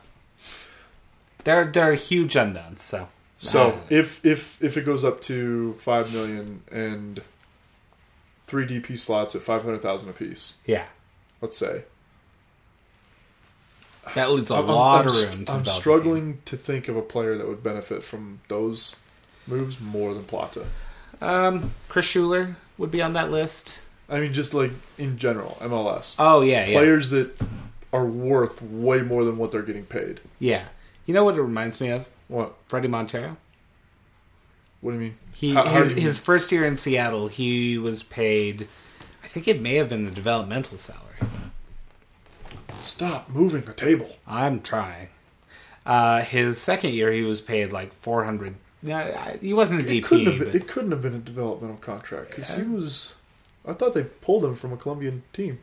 They're they're huge unknowns. So I
So
don't know.
if if if it goes up to five million and three DP slots at five hundred thousand apiece,
yeah,
let's say
that leaves a
I'm- I'm-
lot
I'm,
of
s-
room. to
I'm
develop a team.
struggling to think of a player that would benefit from those moves more than Plata.
Um, Chris Schuler would be on that list.
I mean, just like in general, MLS
Oh yeah, yeah.
players that are worth way more than what they're getting paid.
Yeah. You know what it reminds me of?
What?
Freddie Montero.
What do you mean?
He
How- how
his,
do you-
his first year in Seattle, he was paid. I think it may have been the developmental salary.
stop moving the table.
I'm trying. Uh, his second year, he was paid like 400. No, I- he wasn't a
It
DP.
couldn't have been.
but-
It couldn't have been a developmental contract because he was. I thought they pulled him from a Colombian team.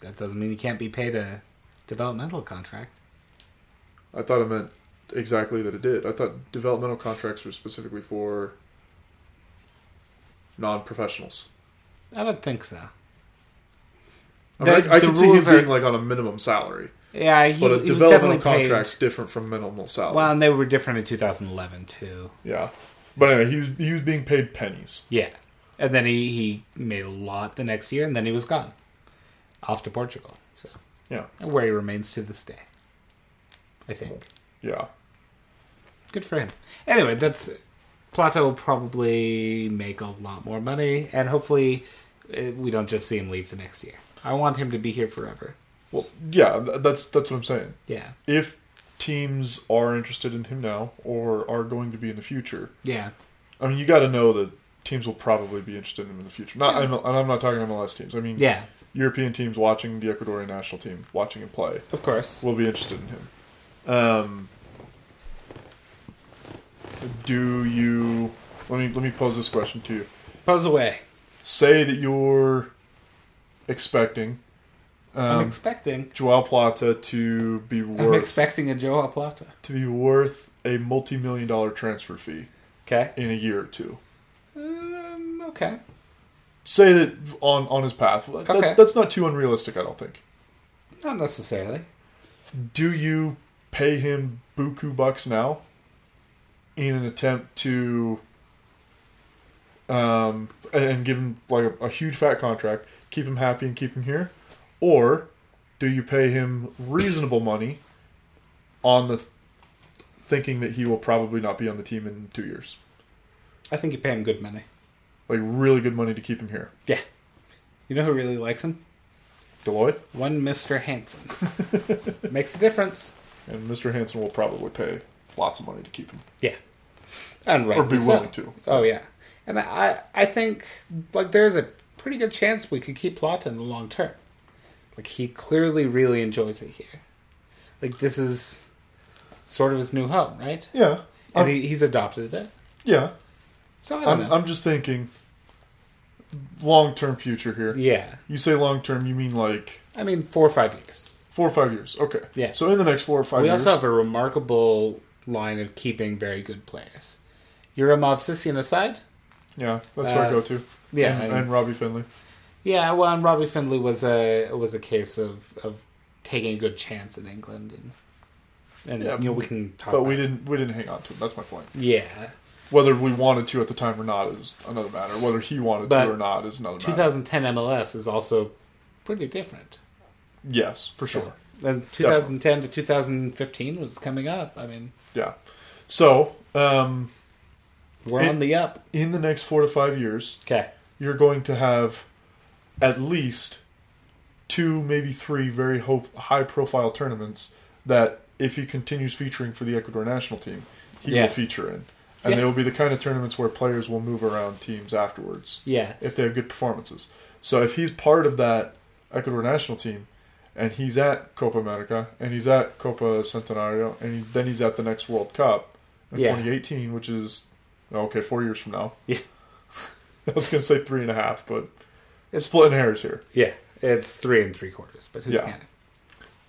that doesn't mean you can't be paid a developmental contract.
I thought it meant exactly that it did. I thought developmental contracts were specifically for non-professionals.
I don't think so.
I, mean,
The-
I, I
the
could see him
rules are-
being like on a minimum salary,
Yeah, he,
but a
he was
developmental
definitely paid.
contract's different from minimal salary.
Well, and they were different in 2011 too.
yeah, but anyway, he was he was being paid pennies.
Yeah, and then he he made a lot the next year, and then he was gone, off to Portugal. So
Yeah,
where he remains to this day, I think.
yeah.
Good for him. Anyway, that's Plato will probably make a lot more money, and hopefully eh, we don't just see him leave the next year. I want him to be here forever.
Well, yeah. th- That's that's what I'm saying.
Yeah,
If teams are interested in him now or are going to be in the future,
yeah,
I mean, you got to know that teams will probably be interested in him in the future. Not, I'm, and I'm not talking MLS teams. I mean,
yeah.
European teams watching the Ecuadorian national team, watching him play,
Of course.
will be interested in him. Um, do you? Let me let me pose this question to you.
Pose away.
Say that you're expecting
I'm
um,
expecting.
Joao Plata to be worth
I'm expecting a Joao Plata.
to be worth a multi-million dollar transfer fee
Okay.
in a year or two.
Um, okay.
Say that on on his path. That's
Okay.
that's not too unrealistic, I don't think.
Not necessarily.
do you pay him buku bucks now in an attempt to um and give him like a, a huge fat contract keep him happy and keep him here or do you pay him reasonable money on the thinking that he will probably not be on the team in two years
I think you pay him good money.
like really good money to keep him here
Yeah. You know who really likes him?
deloitte
One Mr. Hanson. Makes a difference.
and mr hanson will probably pay lots of money to keep him
Yeah. And right.
Or be willing to.
Oh yeah. And I I think like there's a pretty good chance we could keep Plata in the long term. Like he clearly really enjoys it here. Like this is sort of his new home, right?
yeah Um,
And
I'm-
he, he's adopted it.
yeah
So I don't
I'm,
know.
I'm just thinking long term future here.
yeah.
You say long term, you mean like
I mean four or five years.
four or five years. Okay.
Yeah.
So in the next four or five
We
years.
also have a remarkable line of keeping very good players. Yurimov Sissian aside,
yeah, that's where
uh,
I go to.
yeah,
And,
I-
and Robbie Finley.
yeah. Well, and Robbie Findlay was a was a case of of taking a good chance in England, and and
Yeah,
you know we can talk.
But
about
we
it.
didn't we didn't hang on to him. That's my point.
Yeah,
Whether we wanted to at the time or not is another matter. Whether he wanted
But
to or not is another matter.
2010 MLS is also pretty different.
Yes, for sure.
And 2010 to 2015 was coming up. I mean,
Yeah. So, um,
we're
It-
on the up.
in the next four to five years,
Okay.
you're going to have at least two, maybe three very hope, high profile tournaments that if he continues featuring for the Ecuador national team, he
Yeah.
will feature in. And
Yeah.
they will be the kind of tournaments where players will move around teams afterwards
Yeah.
if they have good performances. So if he's part of that Ecuador national team, and he's at Copa America, and he's at Copa Centenario, and he, then he's at the next World Cup in
Yeah.
2018, which is okay, four years from now.
Yeah.
I was gonna say three and a half, but it's splitting hairs here.
Yeah. It's three and three quarters, but who's
Yeah.
counting?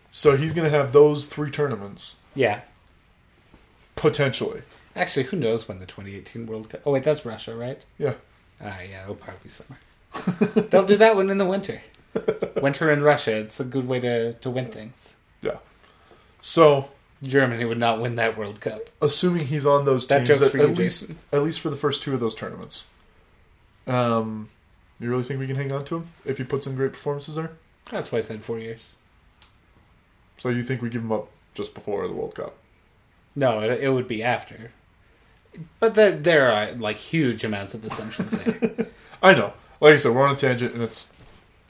So he's gonna have those three tournaments
Yeah.
potentially.
Actually, who knows when the 2018 World Cup? Oh wait, that's Russia, right?
Yeah,
Ah, yeah, it'll probably be summer. They'll do that one in the winter. Winter in Russia. It's a good way to to win things.
yeah. So
Germany would not win that World Cup.
assuming he's on those
That
teams
joke's
at,
for you,
at least
Jason.
at least for the first two of those tournaments. Um, you really think we can hang on to him if he puts in great performances there?
That's why I said four years.
So you think we give him up just before the World Cup?
No, it, it would be after. But there, there are like huge amounts of assumptions there.
I know. Like I said, we're on a tangent, and it's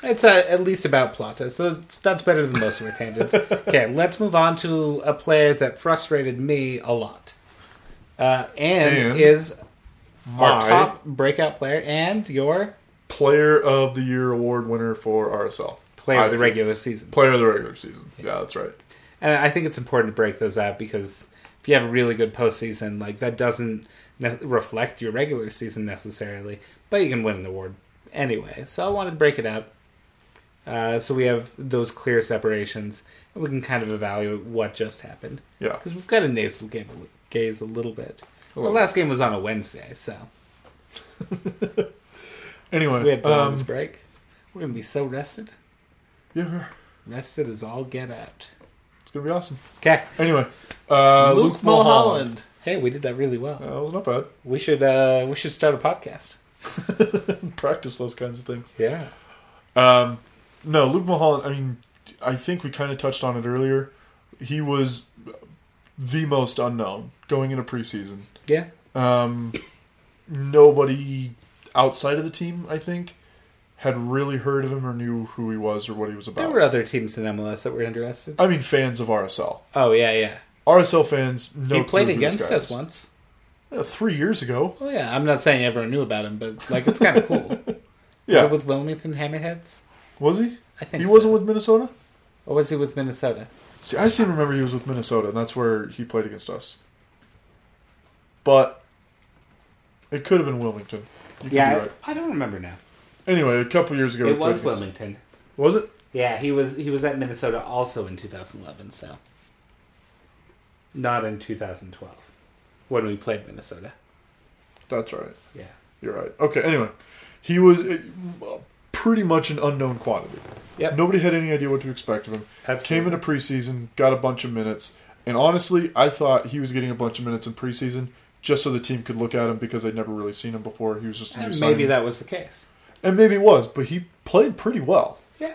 it's uh at least about Plata, so that's better than most of our tangents. Okay, let's move on to a player that frustrated me a lot, uh, and,
And
is our
my-
top breakout player and your
Player of the Year award winner for RSL.
player
I
of the
think.
regular season.
Player of the regular season. Yeah, that's right.
And I think it's important to break those out because if you have a really good postseason, like that doesn't ne- reflect your regular season necessarily, but you can win an award anyway. So I wanted to break it out. Uh, so we have those clear separations, and we can kind of evaluate what just happened
Yeah.
because we've got a nasal game a li- gaze a little bit.
A
Well,
little
last game was on a Wednesday, so we
Anyway,
had Browns
um,
break. We're gonna be so rested.
yeah,
Rested is all get out.
it's gonna be awesome.
Okay,
Anyway, uh,
Luke,
Luke,
Mulholland. Hey, we did that really well.
Mulholland. Uh, that was not bad.
We should uh we should start a podcast.
Practice those kinds of things.
Yeah.
Um, no, Luke Mulholland. I mean, I think we kind of touched on it earlier. He was the most unknown going into preseason.
Yeah.
Um, nobody outside of the team, I think, had really heard of him or knew who he was or what he was
There
about.
were other teams in MLS that were interested.
I mean, fans of RSL,
Oh yeah, yeah.
RSL fans. No,
he played
clue who this
against
guy
us
is.
once.
Yeah, three years ago.
Oh yeah. I'm not saying everyone knew about him, but like it's kinda cool. Was
Yeah,
it with Wilmington Hammerheads?
was he?
I think
He
so.
wasn't with Minnesota.
or was he with Minnesota?
See, I seem to remember he was with Minnesota, and that's where he played against us. But it could have been Wilmington. You could be right.
I, I don't remember now.
Anyway, a couple years ago, he
It
played
was
against-
Wilmington.
Was it?
Yeah, he was he was at Minnesota also in 2011, so not in 2012 when we played Minnesota.
That's right.
Yeah.
You're right. Okay. Anyway, he was uh, pretty much an unknown quantity.
Yep.
Nobody had any idea what to expect of him.
Absolutely.
Came into preseason, got a bunch of minutes, and honestly, I thought he was getting a bunch of minutes in preseason just so the team could look at him because they'd never really seen him before. He was just a new
And maybe
signing.
that was the case.
and maybe it was, but he played pretty well.
Yeah.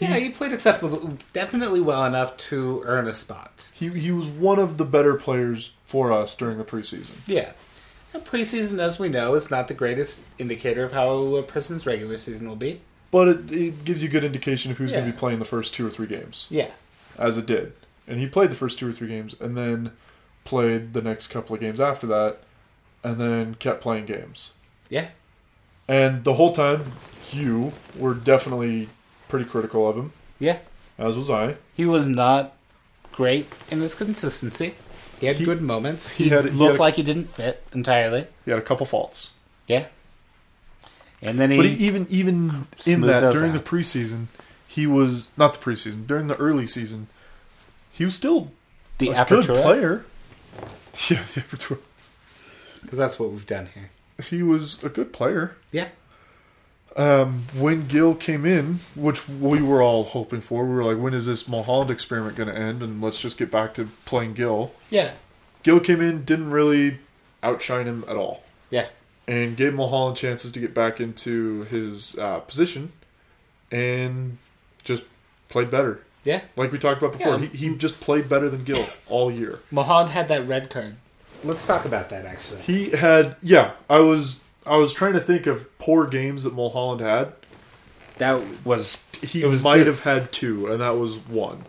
Yeah, he played acceptable, definitely well enough to earn a spot.
He he was one of the better players for us during the preseason.
Yeah. And preseason, as we know, is not the greatest indicator of how a person's regular season will be.
But it, it gives you a good indication of who's going
Yeah.
to be playing the first two or three games.
Yeah.
as it did. And he played the first two or three games and then played the next couple of games after that and then kept playing games.
Yeah.
And the whole time, you were definitely pretty critical of him,
Yeah.
as was I.
He was not great in his consistency. He had
He-
good moments. He,
he had- he
looked
had a-
like he didn't fit entirely.
He had a couple faults.
Yeah. And then he,
But he, even even in
Smooth
that
those
during
out.
the preseason, he was not the preseason, during the early season, he was still
the
a good
aperture,
player. Yeah, the aperture.
because that's what we've done here.
He was a good player.
Yeah.
um, when Gil came in, which we were all hoping for, we were like, when is this Mulholland experiment going to end? And let's just get back to playing Gil.
Yeah.
Gil came in, didn't really outshine him at all,
Yeah.
and gave Mulholland chances to get back into his uh, position and just played better.
Yeah.
Like we talked about before,
Yeah.
he, he just played better than Gil all year.
Mahad had that red card. Let's talk about that, actually.
He had yeah. I was I was trying to think of poor games that Mulholland had,
That
was
He
it was
might
di-
have had two, and that was one.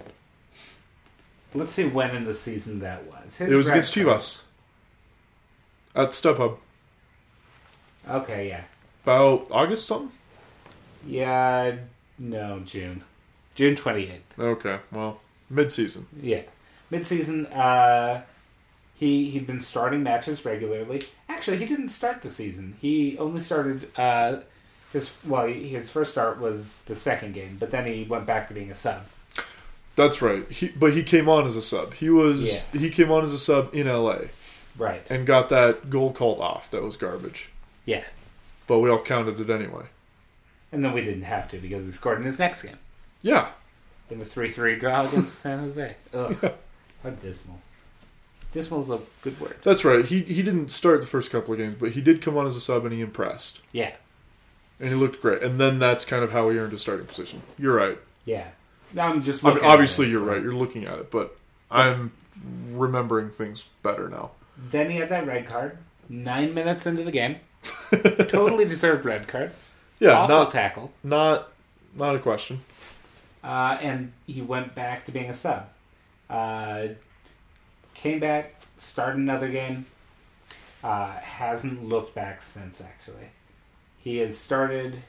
Let's see when in the season that was. His
It was
red
against
card-
Chivas at StubHub
Okay, yeah,
about August something.
yeah, no, June, June twenty eighth.
Okay, well, mid-season.
Yeah, midseason. Uh, he he'd been starting matches regularly. Actually, he didn't start the season. He only started uh, his well, he- his first start was the second game, but then he went back to being a sub.
That's right. He, but he came on as a sub. He was
Yeah.
he came on as a sub in LA
Right.
and got that goal called off. That was garbage,
Yeah,
but we all counted it anyway.
and then we didn't have to because he scored in his next game
Yeah,
in the three three draw against San Jose. Ugh, how dismal. Dismal's a good word.
that's right. He he didn't start the first couple of games, but he did come on as a sub and he impressed
Yeah.
and he looked great. And then that's kind of how he earned his starting position. You're right.
Yeah. I'm just.
I mean,
looking at
obviously
it,
you're
so.
right. You're looking at it, but I'm remembering things better now.
Then he had that red card. Nine minutes into the game, totally deserved red card.
Yeah,
awful
not
tackle.
not not a question.
Uh, and he went back to being a sub. Uh, came back, started another game. Uh, hasn't looked back since. Actually, he has started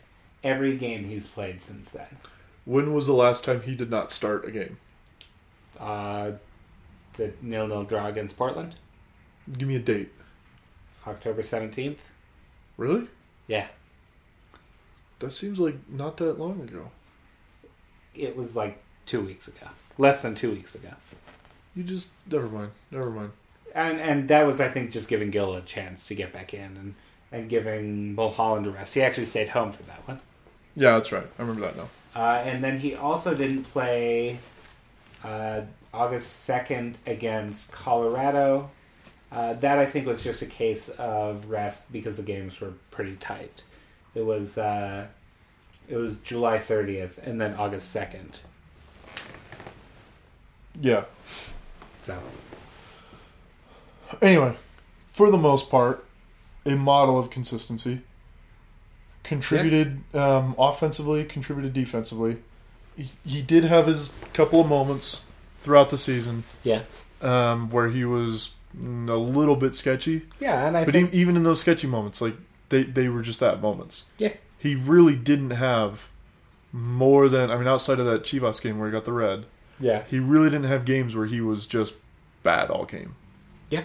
every game he's played since then.
When was the last time he did not start a game?
Uh, the nil nil draw against Portland,
Give me a date.
October seventeenth.
Really?
Yeah,
That seems like not that long ago.
it was like two weeks ago, less than two weeks ago.
You just never mind. Never mind.
and and that was I think just giving Gill a chance to get back in and and giving Mulholland a rest. He actually stayed home for that one,
Yeah, that's right. I remember that now.
uh, and then he also didn't play uh, August second against Colorado. Uh, that I think was just a case of rest because the games were pretty tight. It was uh, it was July thirtieth and then August second.
Yeah.
So
Anyway, for the most part, a model of consistency. Contributed um, offensively, contributed defensively. He, he did have his couple of moments throughout the season
yeah,
um, where he was mm, a little bit sketchy.
yeah, and I
but
think
e- even in those sketchy moments, like they, they were just that moments.
yeah,
He really didn't have more than I mean, outside of that Chivas game where he got the red,
yeah,
he really didn't have games where he was just bad all game.
yeah.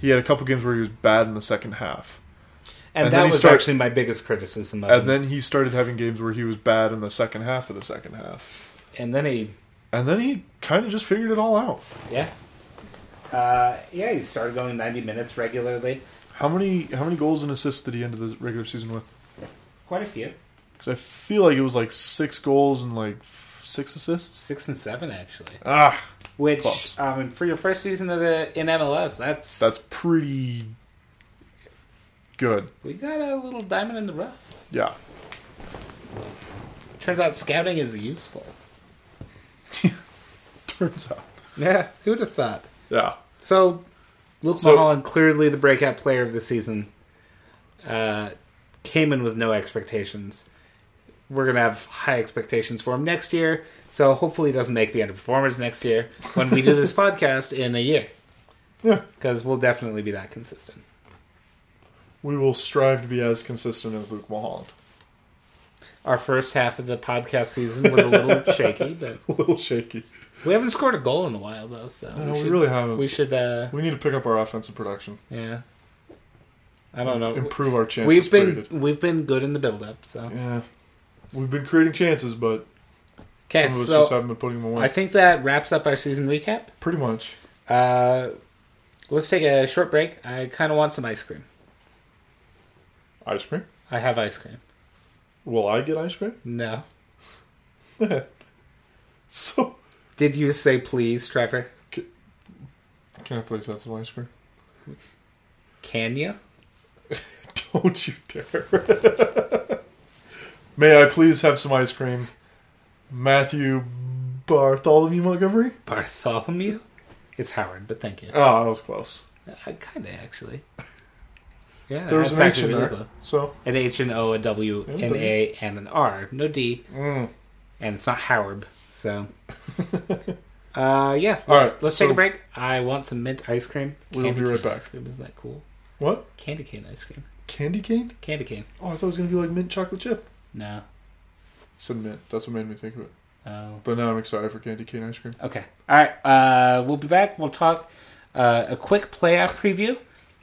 He had a couple games where he was bad in the second half.
And,
And then
that
he
was
start-
actually my biggest criticism of him.
And then he started having games where he was bad in the second half of the second half.
and then he
And then he kind of just figured it all out.
Yeah. Uh, yeah, he started going 90 minutes regularly.
How many how many goals and assists did he end the regular season with?
Quite a few.
Because I feel like it was like six goals and like f- six assists.
Six and seven, actually.
Ah,
Which,
Close.
um, for your first season of the, in MLS, that's,
that's pretty good.
We got a little diamond in the rough.
Yeah,
Turns out scouting is useful.
turns out.
Yeah, who'd have thought?
Yeah,
So, Luke
So-
Mulholland, clearly the breakout player of the season, uh, came in with no expectations. We're going to have high expectations for him next year, so hopefully he doesn't make the underperformers next year when we do this podcast in a year.
Yeah.
Because we'll definitely be that consistent.
we will strive to be as consistent as Luke Mulholland.
Our first half of the podcast season was a little shaky, but
A little shaky.
we haven't scored a goal in a while, though, so.
No, Uh, we, really haven't.
We
We,
should, uh,
need to pick up our offensive production.
yeah. I don't know.
Improve our chances.
We've been
created.
we've been good in the build up, so
Yeah, we've been creating chances, but
okay.
some of us
So
just haven't been putting them away.
I think that wraps up our season recap.
Pretty much.
Uh, let's take a short break. I kind of want some ice cream.
Ice cream.
I have ice cream.
Will I get ice cream?
No.
So
Did you say please, Trevor?
can I please have some ice cream?
Can you?
Don't you dare. May I please have some ice cream? Matthew Bartholomew Montgomery?
Bartholomew? It's Howard, but thank you.
Oh, that was close.
Uh, kind of, actually. Yeah,
There was
that's
an H in
actually
there.
really close.
So,
An H and O, a W,
Yeah,
an
W.
A, and an R. No D,
mm.
and it's not Howard. So, uh, yeah. Let's,
All right,
let's take
so-
a break. I want some mint ice cream.
We'll be
cane
right back.
Ice cream, isn't that cool?
what?
Candy cane ice cream.
Candy cane?
Candy cane.
Oh, I thought it was going to be like mint chocolate chip.
No.
Said mint. That's what made me think of it.
Oh.
But now I'm excited for candy cane ice cream.
Okay. All right. Uh, we'll be back. We'll talk uh, a quick playoff preview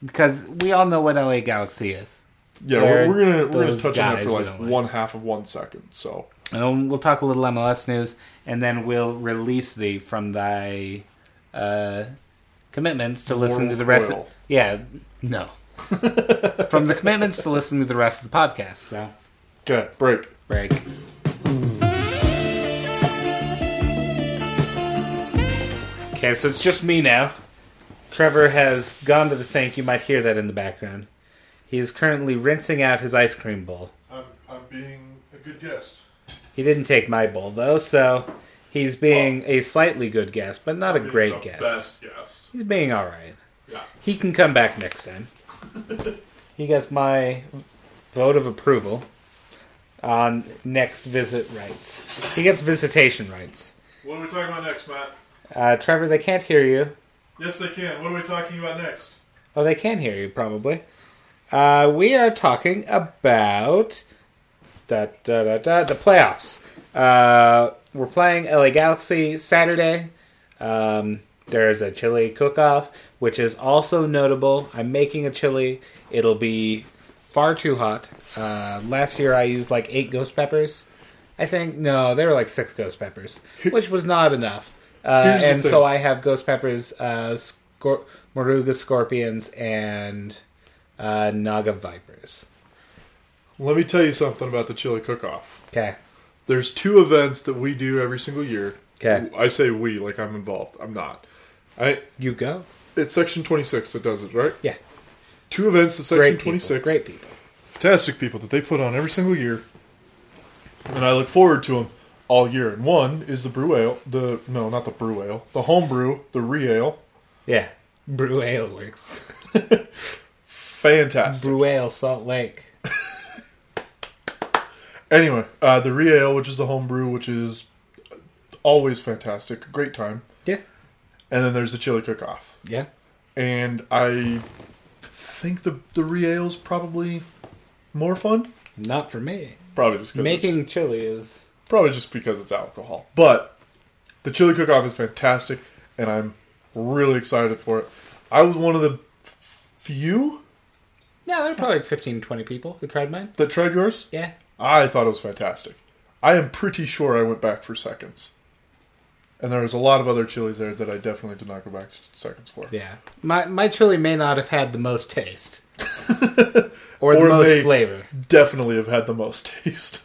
because we all know what LA Galaxy is.
Yeah,
They're
we're, we're gonna we're gonna
those
touch on that
guys
for
we
like,
don't like.
one half of one second. So
And then we'll talk a little MLS news, and then we'll release thee from thy uh, commitments to listen to the rest. Of,
Mortal coil.
yeah, no, from the commitments to listen to the rest of the podcast. So
okay, break.
break. Okay, so it's just me now. Trevor has gone to the sink. You might hear that in the background. He is currently rinsing out his ice cream bowl.
I'm I'm being a good guest.
He didn't take my bowl though, so he's being a slightly good guest, but not a great guest.
guest.
He's being all right.
Yeah.
He can come back next time. he gets my vote of approval on next visit rights. He gets visitation rights.
What are we talking about next, Matt?
Uh, Trevor, they can't hear you.
Yes, they can. What are we talking about next?
Oh, they can hear you probably. Uh, we are talking about da, da, da, da, the playoffs. Uh, we're playing LA Galaxy Saturday. Um, there's a chili cook-off, which is also notable. I'm making a chili. It'll be far too hot. Uh, last year I used like eight ghost peppers. I think no, there were like six ghost peppers, which was not enough. Uh,
Here's the
and
thing.
so I have ghost peppers, uh, scor- Moruga scorpions, and uh, Naga vipers.
Let me tell you something about the chili cook-off.
Okay.
There's two events that we do every single year.
'Kay.
I say we like I'm involved. I'm not. I
You go.
it's section 26 that does it, right?
Yeah.
Two events that section
Great people.
26.
Great people.
fantastic people that they put on every single year, and I look forward to them all year. And one is the brew ale, the no, not the brew ale, the homebrew, the re ale,
Yeah. Brew Ale works.
fantastic.
Brew Ale Salt Lake.
Anyway, uh, the re ale, which is the homebrew, which is always fantastic, great time.
Yeah.
And then there's the chili cook off,
Yeah.
and I think the the re ale's probably more fun.
Not for me.
Probably just 'cause it's-
Making chili is
Probably just because it's alcohol. But the chili cook off is fantastic, and I'm really excited for it. I was one of the few
Yeah, there were probably like 15, 20 people who tried mine.
that tried yours.
Yeah.
I thought it was fantastic. I am pretty sure I went back for seconds. And there was a lot of other chilies there that I definitely did not go back seconds for.
Yeah. My my chili may not have had the most taste. or the
Or
most
may-
flavor.
Definitely have had the most taste.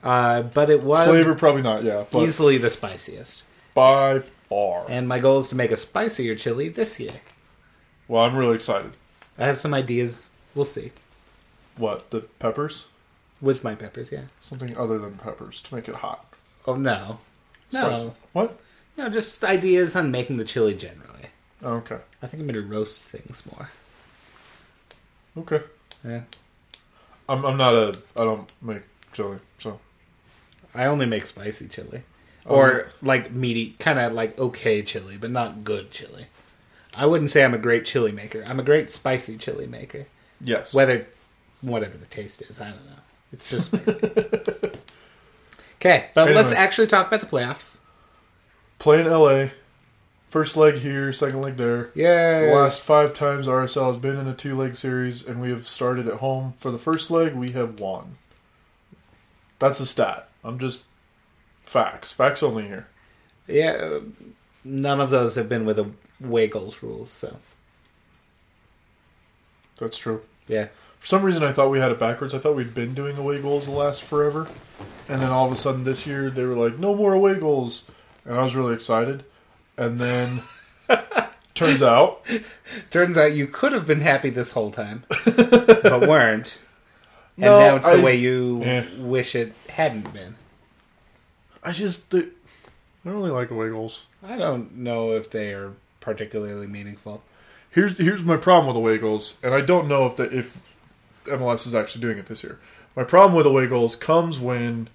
Uh, but it was
Flavor, probably not, yeah. But
easily the spiciest.
by far.
And my goal is to make a spicier chili this year.
Well, I'm really excited.
I have some ideas. We'll see.
What, the peppers?
With my peppers, yeah.
Something other than peppers to make it hot.
Oh no. No.
Spicy. What?
No, just ideas on making the chili generally.
Oh, okay.
I think I'm gonna roast things more.
Okay.
Yeah.
I'm, I'm not a. I don't make chili, so
I only make spicy chili. Or like meaty kinda like okay chili, but not good chili. I wouldn't say I'm a great chili maker. I'm a great spicy chili maker.
yes.
Whether whatever the taste is, I don't know. It's just spicy. Okay, but let's
Anyway.
actually talk about the playoffs.
Play in L.A. First leg here, second leg there.
Yeah.
The last five times RSL has been in a two leg series, and we have started at home for the first leg. We have won. That's a stat. I'm just facts. Facts only here.
Yeah, uh, none of those have been with a away goals rules. So
That's true.
yeah,
For some reason, I thought we had it backwards. I thought we'd been doing away goals the last forever, and then all of a sudden this year they were like, "No more away goals," and I was really excited. And then turns out
turns out you could have been happy this whole time, but weren't. And
No,
now it's the
I-
way you
Yeah.
wish it hadn't been.
I just I don't really like away goals.
I don't know if they are particularly meaningful.
Here's here's my problem with away goals, and I don't know if the, if MLS is actually doing it this year. My problem with away goals comes when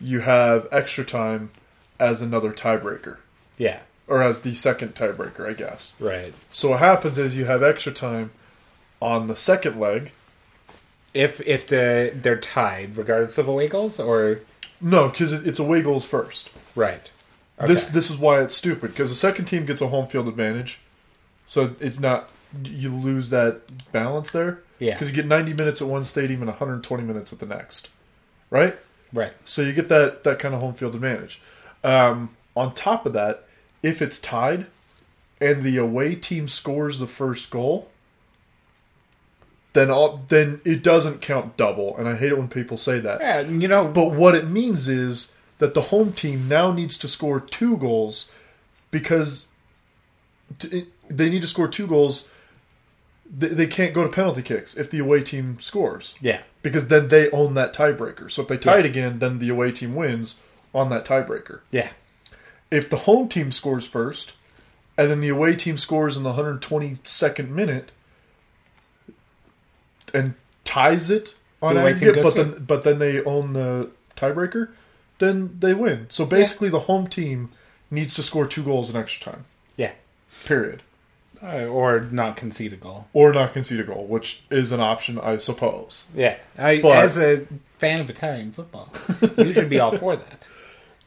you have extra time as another tiebreaker
Yeah.
or as the second tiebreaker, I guess.
Right.
So what happens is you have extra time on the second leg.
If if the they're tied, regardless of away goals, or
No, because it's away goals first.
right.
This this is why it's stupid because the second team gets a home field advantage, so it's not you lose that balance there.
Yeah.
because you get 90 minutes at one stadium and 120 minutes at the next, right?
right.
So you get that that kind of home field advantage. Um, on top of that, if it's tied, and the away team scores the first goal, then all then it doesn't count double. And I hate it when people say that.
Yeah, you know,
But what it means is that the home team now needs to score two goals because t- it- they need to score two goals. They, they can't go to penalty kicks if the away team scores
yeah,
because then they own that tiebreaker. So if they tie it
Yeah.
again, then the away team wins on that tiebreaker.
yeah,
If the home team scores first and then the away team scores in the 122nd minute and ties it on
The away team
aggregate,
goes
but then, but then they own the tiebreaker, then they win. So basically, the home team needs to score two goals in extra time,
yeah,
period.
Uh, or not concede a goal.
Or not concede a goal, which is an option, I suppose.
Yeah, I,
But-
as a fan of Italian football, you should be all for that.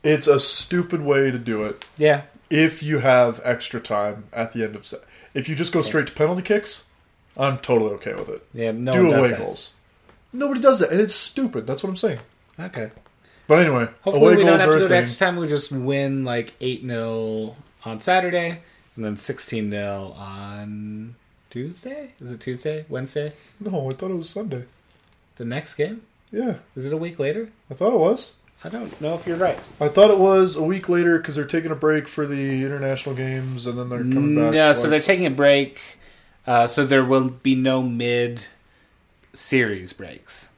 It's a stupid way to do it.
Yeah,
if you have extra time at the end of set. If you just go straight to penalty kicks, I'm totally okay with it.
yeah, no
Do
one does
away
that.
goals. Nobody does that, and it's stupid. That's what I'm saying.
Okay,
But anyway,
hopefully
away
we don't
goals
have
are
to go
a
to
thing.
extra time. We just win like eight 0 on Saturday, and then sixteen 0 on Tuesday. Is it Tuesday? Wednesday?
No, I thought it was Sunday.
The next game?
Yeah,
Is it a week later?
I thought it was.
I don't know if you're right.
I thought it was a week later because they're taking a break for the international games, and then they're coming
No,
back.
Mm, so
like-
they're taking a break. Uh, so there will be no mid series breaks,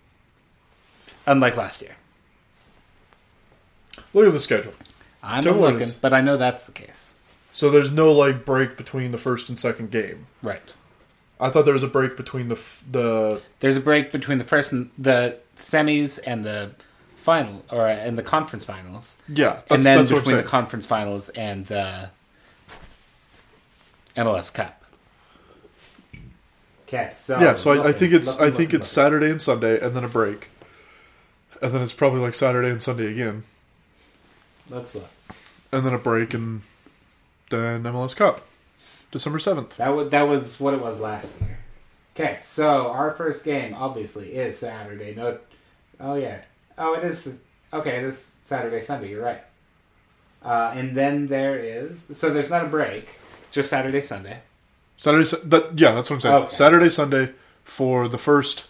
unlike last year.
look at the schedule.
I'm
Don't
not
worry.
looking, but I know that's the case.
So there's no like break between the first and second game.
Right.
I thought there was a break between the f- the
There's a break between the first and the semis and the final, or and the conference finals,
yeah, that's,
and then
that's what I'm
between the
saying.
conference finals and the MLS Cup. Okay. So
yeah, so I, I think it's I think it's Saturday and Sunday, and then a break, and then it's probably like Saturday and Sunday again,
Let's look.
and then a break, and then MLS Cup, December seventh.
That was that was what it was last year. Okay, so our first game obviously is Saturday. No, oh yeah, oh it is. Okay, it is Saturday Sunday. You're right. Uh, and then there is so there's not a break, just Saturday Sunday,
Saturday, Su- that, yeah, that's what I'm saying.
Okay.
Saturday, Sunday for the first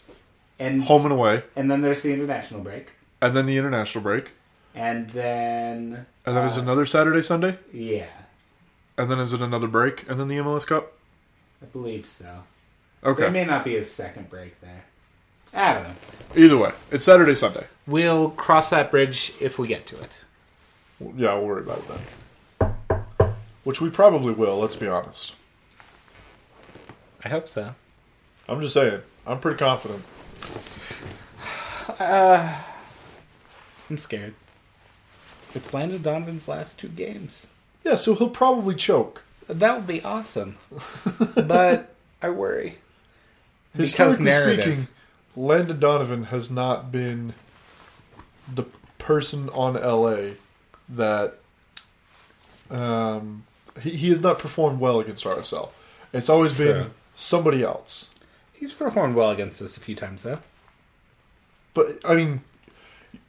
and
home and away,
and then there's the international break,
and then the international break,
and then
and then is
uh,
another Saturday, Sunday,
yeah,
and then is it another break, and then the MLS Cup.
I believe so. There
Okay,
may not be a second break there. I don't know.
either way, it's Saturday, Sunday.
We'll cross that bridge if we get to it.
Yeah, we'll worry about it then. Which we probably will. Let's be honest.
I hope so.
I'm just saying. I'm pretty confident.
I'm scared. It's Landon Donovan's last two games.
Yeah, so he'll probably choke.
That would be awesome. but I worry. Because
Historically
narrative.
speaking, Landon Donovan has not been the person on LA that um, he, he has not performed well against RSL. It's always
Sure.
been somebody else.
He's performed well against us a few times, though.
But I mean,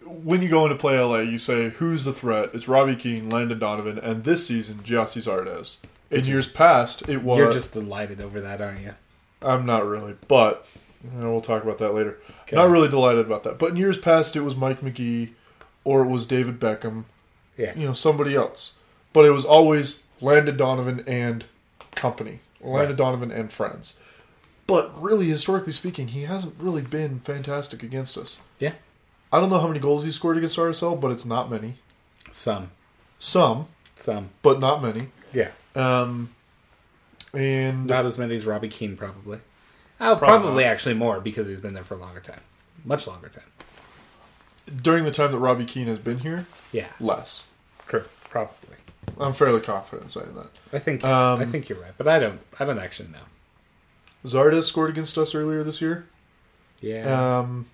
when you go into play LA, you say who's the threat? It's Robbie Keane, Landon Donovan, and this season Jossie Zardes. In years past, it was
You're just delighted over that, aren't you?
I'm not really, but you know, we'll talk about that later.
Okay.
Not really delighted about that. But in years past, it was Mike McGee or it was David Beckham,
Yeah.
you know, somebody else. But it was always Landon Donovan and company, Landon
Right.
Donovan and friends. But really, historically speaking, he hasn't really been fantastic against us.
Yeah.
I don't know how many goals he scored against RSL, but it's not many.
Some.
Some,
Some.
but not many.
Yeah.
Um, and
Not as many as Robbie Keane, probably. Oh,
Probably
probably
not.
actually more because he's been there for a longer time, much longer time.
During the time that Robbie Keane has been here,
Yeah,
less.
true, probably.
I'm fairly confident in saying that.
I think
Um,
I think you're right, but I don't I don't actually know.
Zardes scored against us earlier this year.
Yeah,
Um,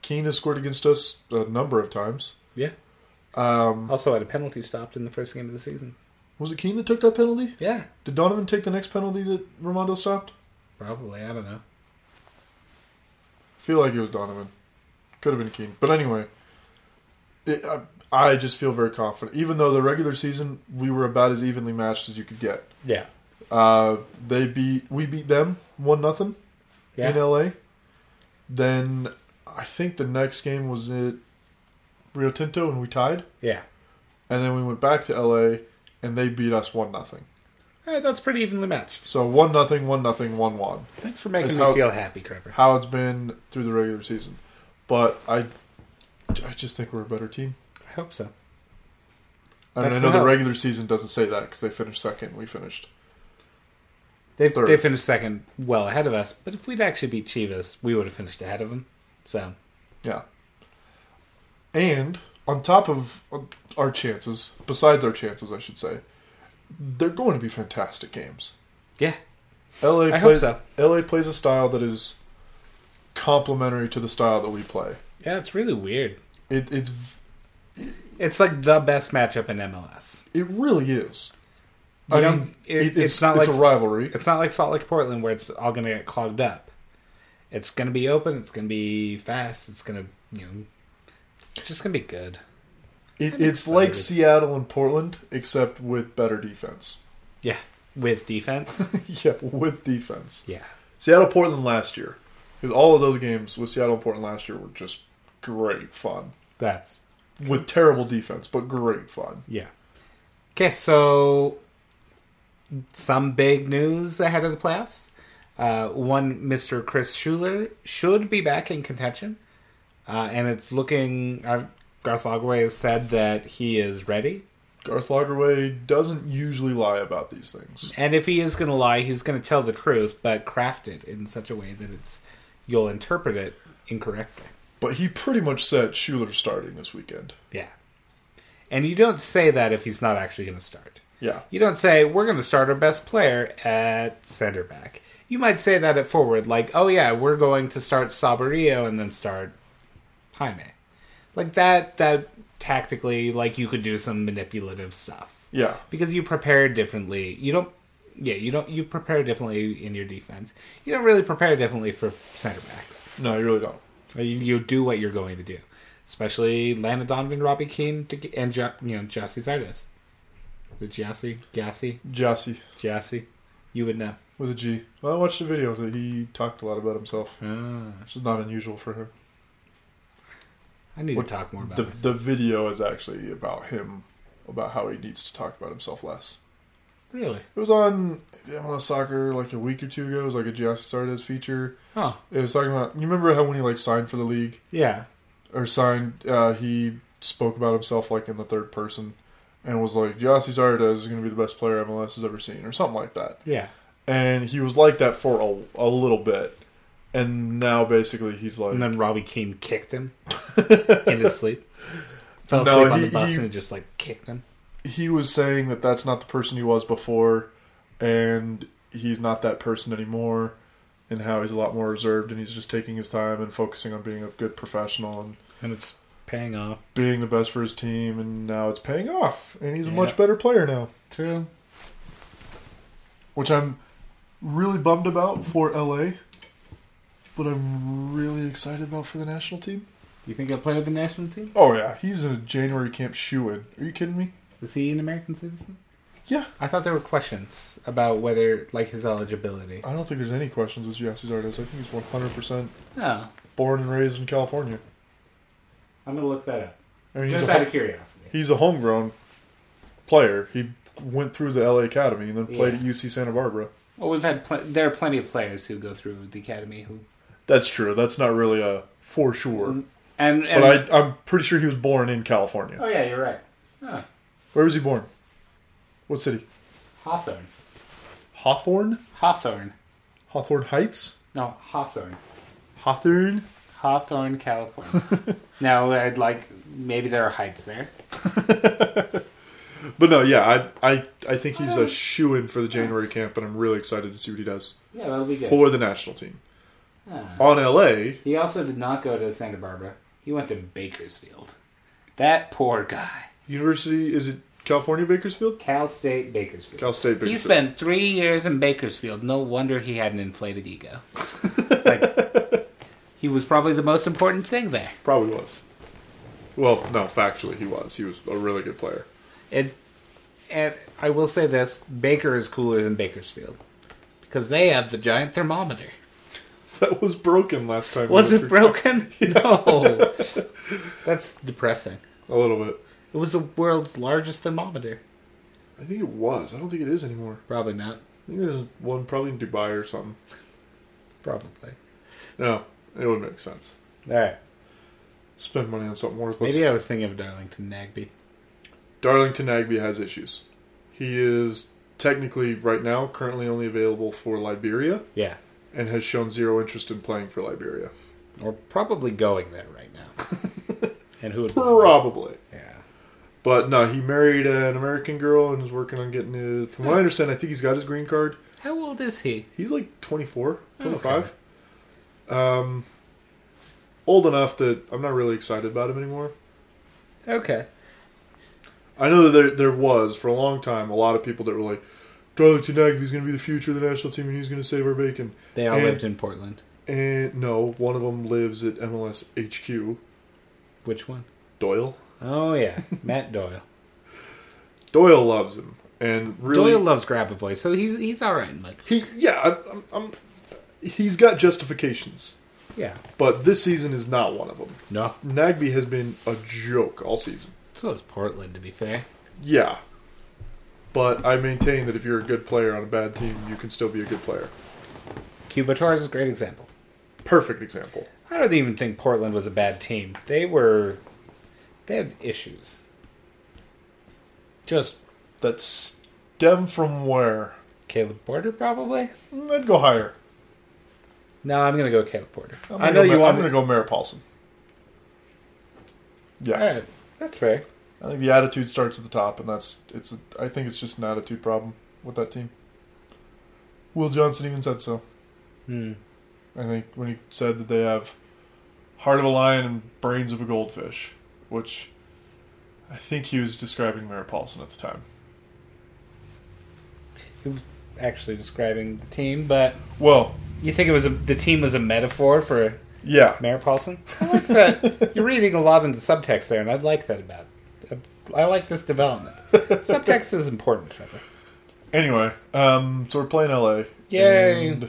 Keane has scored against us a number of times.
yeah.
Um,
Also, had a penalty stopped in the first game of the season.
was it Keane that took that penalty?
Yeah,
Did Donovan take the next penalty that Ramondo stopped?
probably. I don't know.
feel like it was Donovan. Could have been Keane. But anyway, it, I, I just feel very confident. Even though the regular season, we were about as evenly matched as you could get.
Yeah,
Uh, they beat we beat them one nothing
yeah.
in LA. Then I think the next game was at Rio Tinto and we tied.
Yeah.
And then we went back to LA and they beat us one nothing.
All right, that's pretty evenly matched.
So one nothing, one nothing, one one.
Thanks for making
That's
me
how-
feel happy, Trevor.
How it's been through the regular season, but I, I just think we're a better team.
I hope so.
I mean, I
That's
know
the
the
hope.
regular season doesn't say that because they finished second. We finished.
They
Third.
they finished second, well ahead of us. But if we'd actually beat Chivas, we would have finished ahead of them. So
Yeah. And on top of our chances, besides our chances, I should say, they're going to be fantastic games.
yeah,
LA
I hope
plays,
so.
LA plays a style that is complementary to the style that we play.
Yeah, it's really weird.
It it's
It's like the best matchup in MLS.
it really is.
You know, it-
it-
it's not
it's
like-
a rivalry.
It's not like Salt Lake Portland where it's all going to get clogged up. It's going to be open. It's going to be fast. It's going to you know, it's just going to be good.
It,
I'm
it's like
excited.
Seattle and Portland, except with better defense.
Yeah, with defense.
yeah, with defense.
yeah,
Seattle Portland last year. 'Cause All of those games with Seattle and Portland last year were just great fun.
that's
With terrible defense, but great fun.
Yeah. Okay, so some big news ahead of the playoffs. Uh, one, Mr. Chris Schuler should be back in contention, uh, and it's looking. Uh, Garth Lagway has said that he is ready,
Garth Lagerway doesn't usually lie about these things.
and if he is going to lie, he's going to tell the truth, but craft it in such a way that it's you'll interpret it incorrectly.
But he pretty much said Schuler's starting this weekend.
Yeah, and you don't say that if he's not actually going to start.
Yeah.
You don't say we're going to start our best player at center back. You might say that at forward, like, oh yeah, we're going to start Sabarillo and then start Jaime, like that. That tactically, like you could do some manipulative stuff
Yeah.
because you prepare differently. You don't, yeah, you don't. You prepare differently in your defense. You don't really prepare differently for center backs.
No, you really don't.
You, you do what you're going to do, especially Landon Donovan, Robbie Keane, to, and jo- you know Jossie Zardes. Is it Jossie? Gassie?
Jassy
Jassy. You would know.
with a G. Well, I watched the video. So he talked a lot about himself,
Ah,
which is not unusual for him.
I need
What-
to talk more about
The,
this.
the video is actually about him, about how he needs to talk about himself less.
Really?
It was on MLS Soccer like a week or two ago. It was like a Giassi Sardes feature.
Oh,
It was talking about. You remember how when he like signed for the league
yeah.
or signed, uh, he spoke about himself like in the third person and was like, Giassi Sardes is going to be the best player MLS has ever seen or something like that.
Yeah.
And he was like that for a, a little bit. And now basically he's like,
And then Robbie Keane kicked him in his sleep. Fell
No,
asleep on
he-
the bus
he-
and just like kicked him.
he was saying that that's not the person he was before and he's not that person anymore and how he's a lot more reserved and he's just taking his time and focusing on being a good professional and
And it's paying off.
being the best for his team and now it's paying off and he's a
Yeah.
much better player now
True.
which i'm really bummed about for la but i'm really excited about for the national team
You think he'll play with the national team?
oh yeah he's in a january camp shoe in are you kidding me
Is he an American citizen?
yeah
I thought there were questions about whether, like, his eligibility.
i don't think there's any questions with Giassi Zardes. i think he's 100%
No.
born and raised in california
I'm going to look that up.
I mean, he's
Just
a,
out of
hom-
curiosity.
he's a homegrown player. He went through the LA Academy and then played
Yeah.
at UC Santa Barbara.
Well, we've had, pl- there are plenty of players who go through the academy who.
That's true. That's not really a for sure.
And, and
But I, I'm pretty sure he was born in California.
Oh, yeah, you're right. Huh.
Where was he born? What city?
Hawthorne.
Hawthorne?
Hawthorne.
Hawthorne Heights?
No, Hawthorne.
Hawthorne?
Hawthorne, California. now, I'd like maybe there are heights there.
But no, yeah, I I, I think he's a shoe in for the January camp, and I'm really excited to see what he does
Yeah, that'll be good.
for the national team.
Ah.
On LA,
He also did not go to Santa Barbara. He went to Bakersfield. That poor guy.
University is it California Bakersfield?
Cal State Bakersfield.
Cal State Bakersfield.
He spent three years in Bakersfield. No wonder he had an inflated ego. like, he was probably the most important thing there.
probably was. Well, no, factually he was. He was a really good player.
It, and I will say this: Baker is cooler than Bakersfield because they have the giant thermometer.
That was broken last time. we
Was
went
it
through time.
broken? No. That's depressing.
A little bit.
It was the world's largest thermometer.
I think it was. I don't think it is anymore.
Probably not.
I think there's one probably in Dubai or something.
Probably.
No, it would make sense.
All right.
Spend money on something worthless.
Maybe I was thinking of Darlington Nagby.
Darlington Nagby has issues. He is technically right now currently only available for Liberia
Yeah.
and has shown zero interest in playing for Liberia.
Or probably going there right now. and who would
Probably.
Yeah.
But no, he married an American girl and is working on getting his. From what I understand, I think he's got his green card.
How old is he?
He's like 24, 25. Um, old enough that I'm not really excited about him anymore.
Okay.
I know that there, there was, for a long time, a lot of people that were like, Darlington Nagby's going to be the future of the national team and he's going to save our bacon.
They all
And-
lived in Portland.
And no, one of them lives at MLS HQ.
Which one?
Doyle.
Oh yeah, Matt Doyle.
Doyle loves him, and really,
Doyle loves Grabavoy, so he's he's all right in Mike.
he yeah, I'm, I'm, I'm, he's got justifications,
Yeah.
but this season is not one of them.
No.
Nagby has been a joke all season.
So is Portland, to be fair.
Yeah, but I maintain that if you're a good player on a bad team, you can still be a good player.
Cuba Torres is a great example.
Perfect example.
I don't even think Portland was a bad team. They were, they had issues. Just
That stem from where?
Caleb Porter, probably.
Mm, I'd go higher.
No, I'm gonna go Caleb Porter.
I'm
I
gonna
know
go
you
Mer-
want.
I'm
me-
going to go Merritt Paulson. Yeah.
All right, that's fair.
I think the attitude starts at the top, and that's it's. A, I think it's just an attitude problem with that team. Will Johnson even said so.
Hmm.
I think when he said that they have heart of a lion and brains of a goldfish, which I think he was describing Mary Paulson at the time.
He was actually describing the team, but
Well,
you think it was a, the team was a metaphor for
yeah,
Mayor Paulson. I like that. You're reading a lot in the subtext there, and I like that about. I like this development. subtext is important, Trevor.
Anyway, um, so we're playing LA.
Yay.
And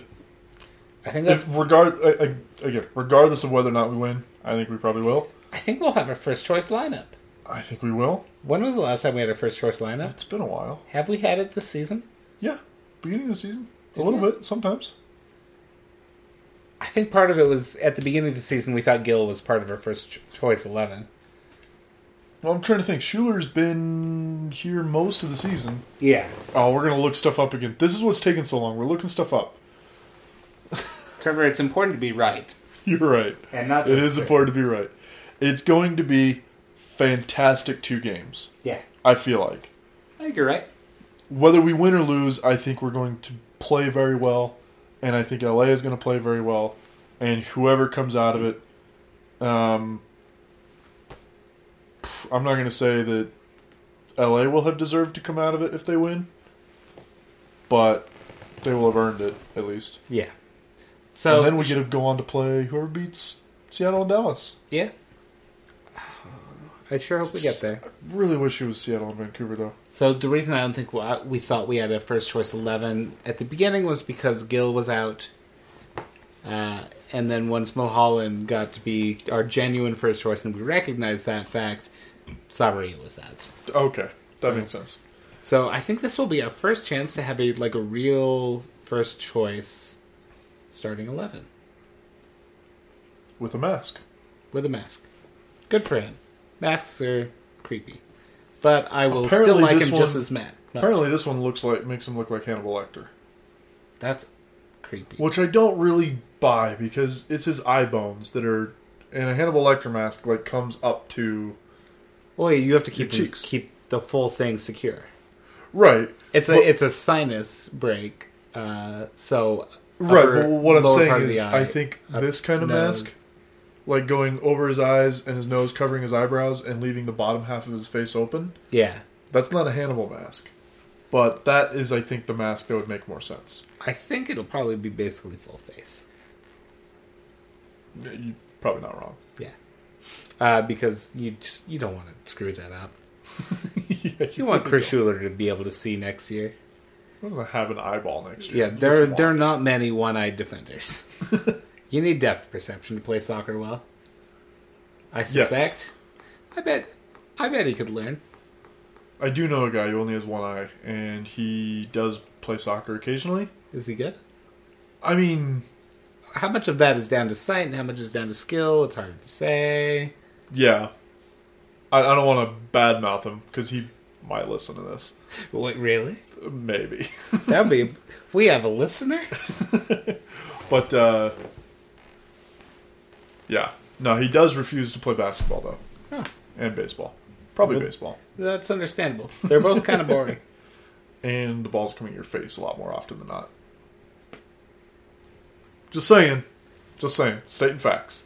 I think
if
that's.
regard I- I- again, regardless of whether or not we win, I think we probably will.
I think we'll have our first choice lineup.
I think we will.
When was the last time we had our first choice lineup?
It's been a while.
Have we had it this season?
Yeah, beginning of the season,
Did
a little
you?
bit sometimes.
I think part of it was at the beginning of the season. We thought Gill was part of our first ch- choice eleven.
Well, I'm trying to think. Schuler's been here most of the season.
Yeah,
Oh, we're gonna look stuff up again. This is what's taking so long. We're looking stuff up.
Trevor, it's important to be right
You're right.
and not.
It
just-
is important to be right. It's going to be fantastic two games.
Yeah,
I feel like
I think you're right.
whether we win or lose, I think we're going to play very well, and I think LA is going to play very well, and whoever comes out of it, um, pff, I'm not going to say that LA will have deserved to come out of it if they win, but they will have earned it at least.
Yeah. So
and then we get to go on to play whoever beats Seattle and Dallas.
yeah. I sure hope we get there.
I really wish it was Seattle and Vancouver though.
So the reason I don't think we- we thought we had a first choice eleven at the beginning was because Gill was out, uh, and then once Mulholland got to be our genuine first choice, and we recognized that fact, Sabria was out.
Okay, that makes sense.
So I think this will be our first chance to have a like a real first choice starting eleven
With a mask.
with a mask. Good for him. Masks are creepy, but I will still
Apparently
like
this
him just
one-
as Matt.
Apparently, this one looks like makes him look like Hannibal Lecter.
That's creepy.
which I don't really buy because it's his eye bones that are, and a Hannibal Lecter mask like comes up to
Well, you have to keep
Your
them-
cheeks.
keep the full thing secure.
right,
It's a
Well-
it's a sinus break. Uh, so
right.
upper-
But what I'm
lower part
saying
of the
is,
eye,
I think
up
this kind of
nose.
mask, like going over his eyes and his nose covering his eyebrows and leaving the bottom half of his face open,
yeah,
that's not a Hannibal mask. But that is, I think, the mask that would make more sense.
I think it'll probably be basically full face.
You're probably not wrong.
Yeah, uh, because you just you don't want to screw that up.
yeah,
You want Chris Schuler to be able to see next year.
I'm gonna have an eyeball next year.
Yeah, there
Which one?
there are not many one-eyed defenders. you need depth perception to play soccer well. I suspect. I bet. I bet he could learn.
I do know a guy who only has one eye, and he does play soccer occasionally.
Is he good?
I mean,
How much of that is down to sight and how much is down to skill? It's hard to say.
yeah. I, I don't want to badmouth him because he might listen to this.
Wait, really?
Maybe.
That'd be. We have a listener.
but, uh, yeah. No, he does refuse to play basketball, though,
Huh.
and baseball. Probably
Well-
baseball.
That's understandable. They're both kind of boring.
And the ball's coming at your face a lot more often than not. Just saying. Just saying. Stating facts.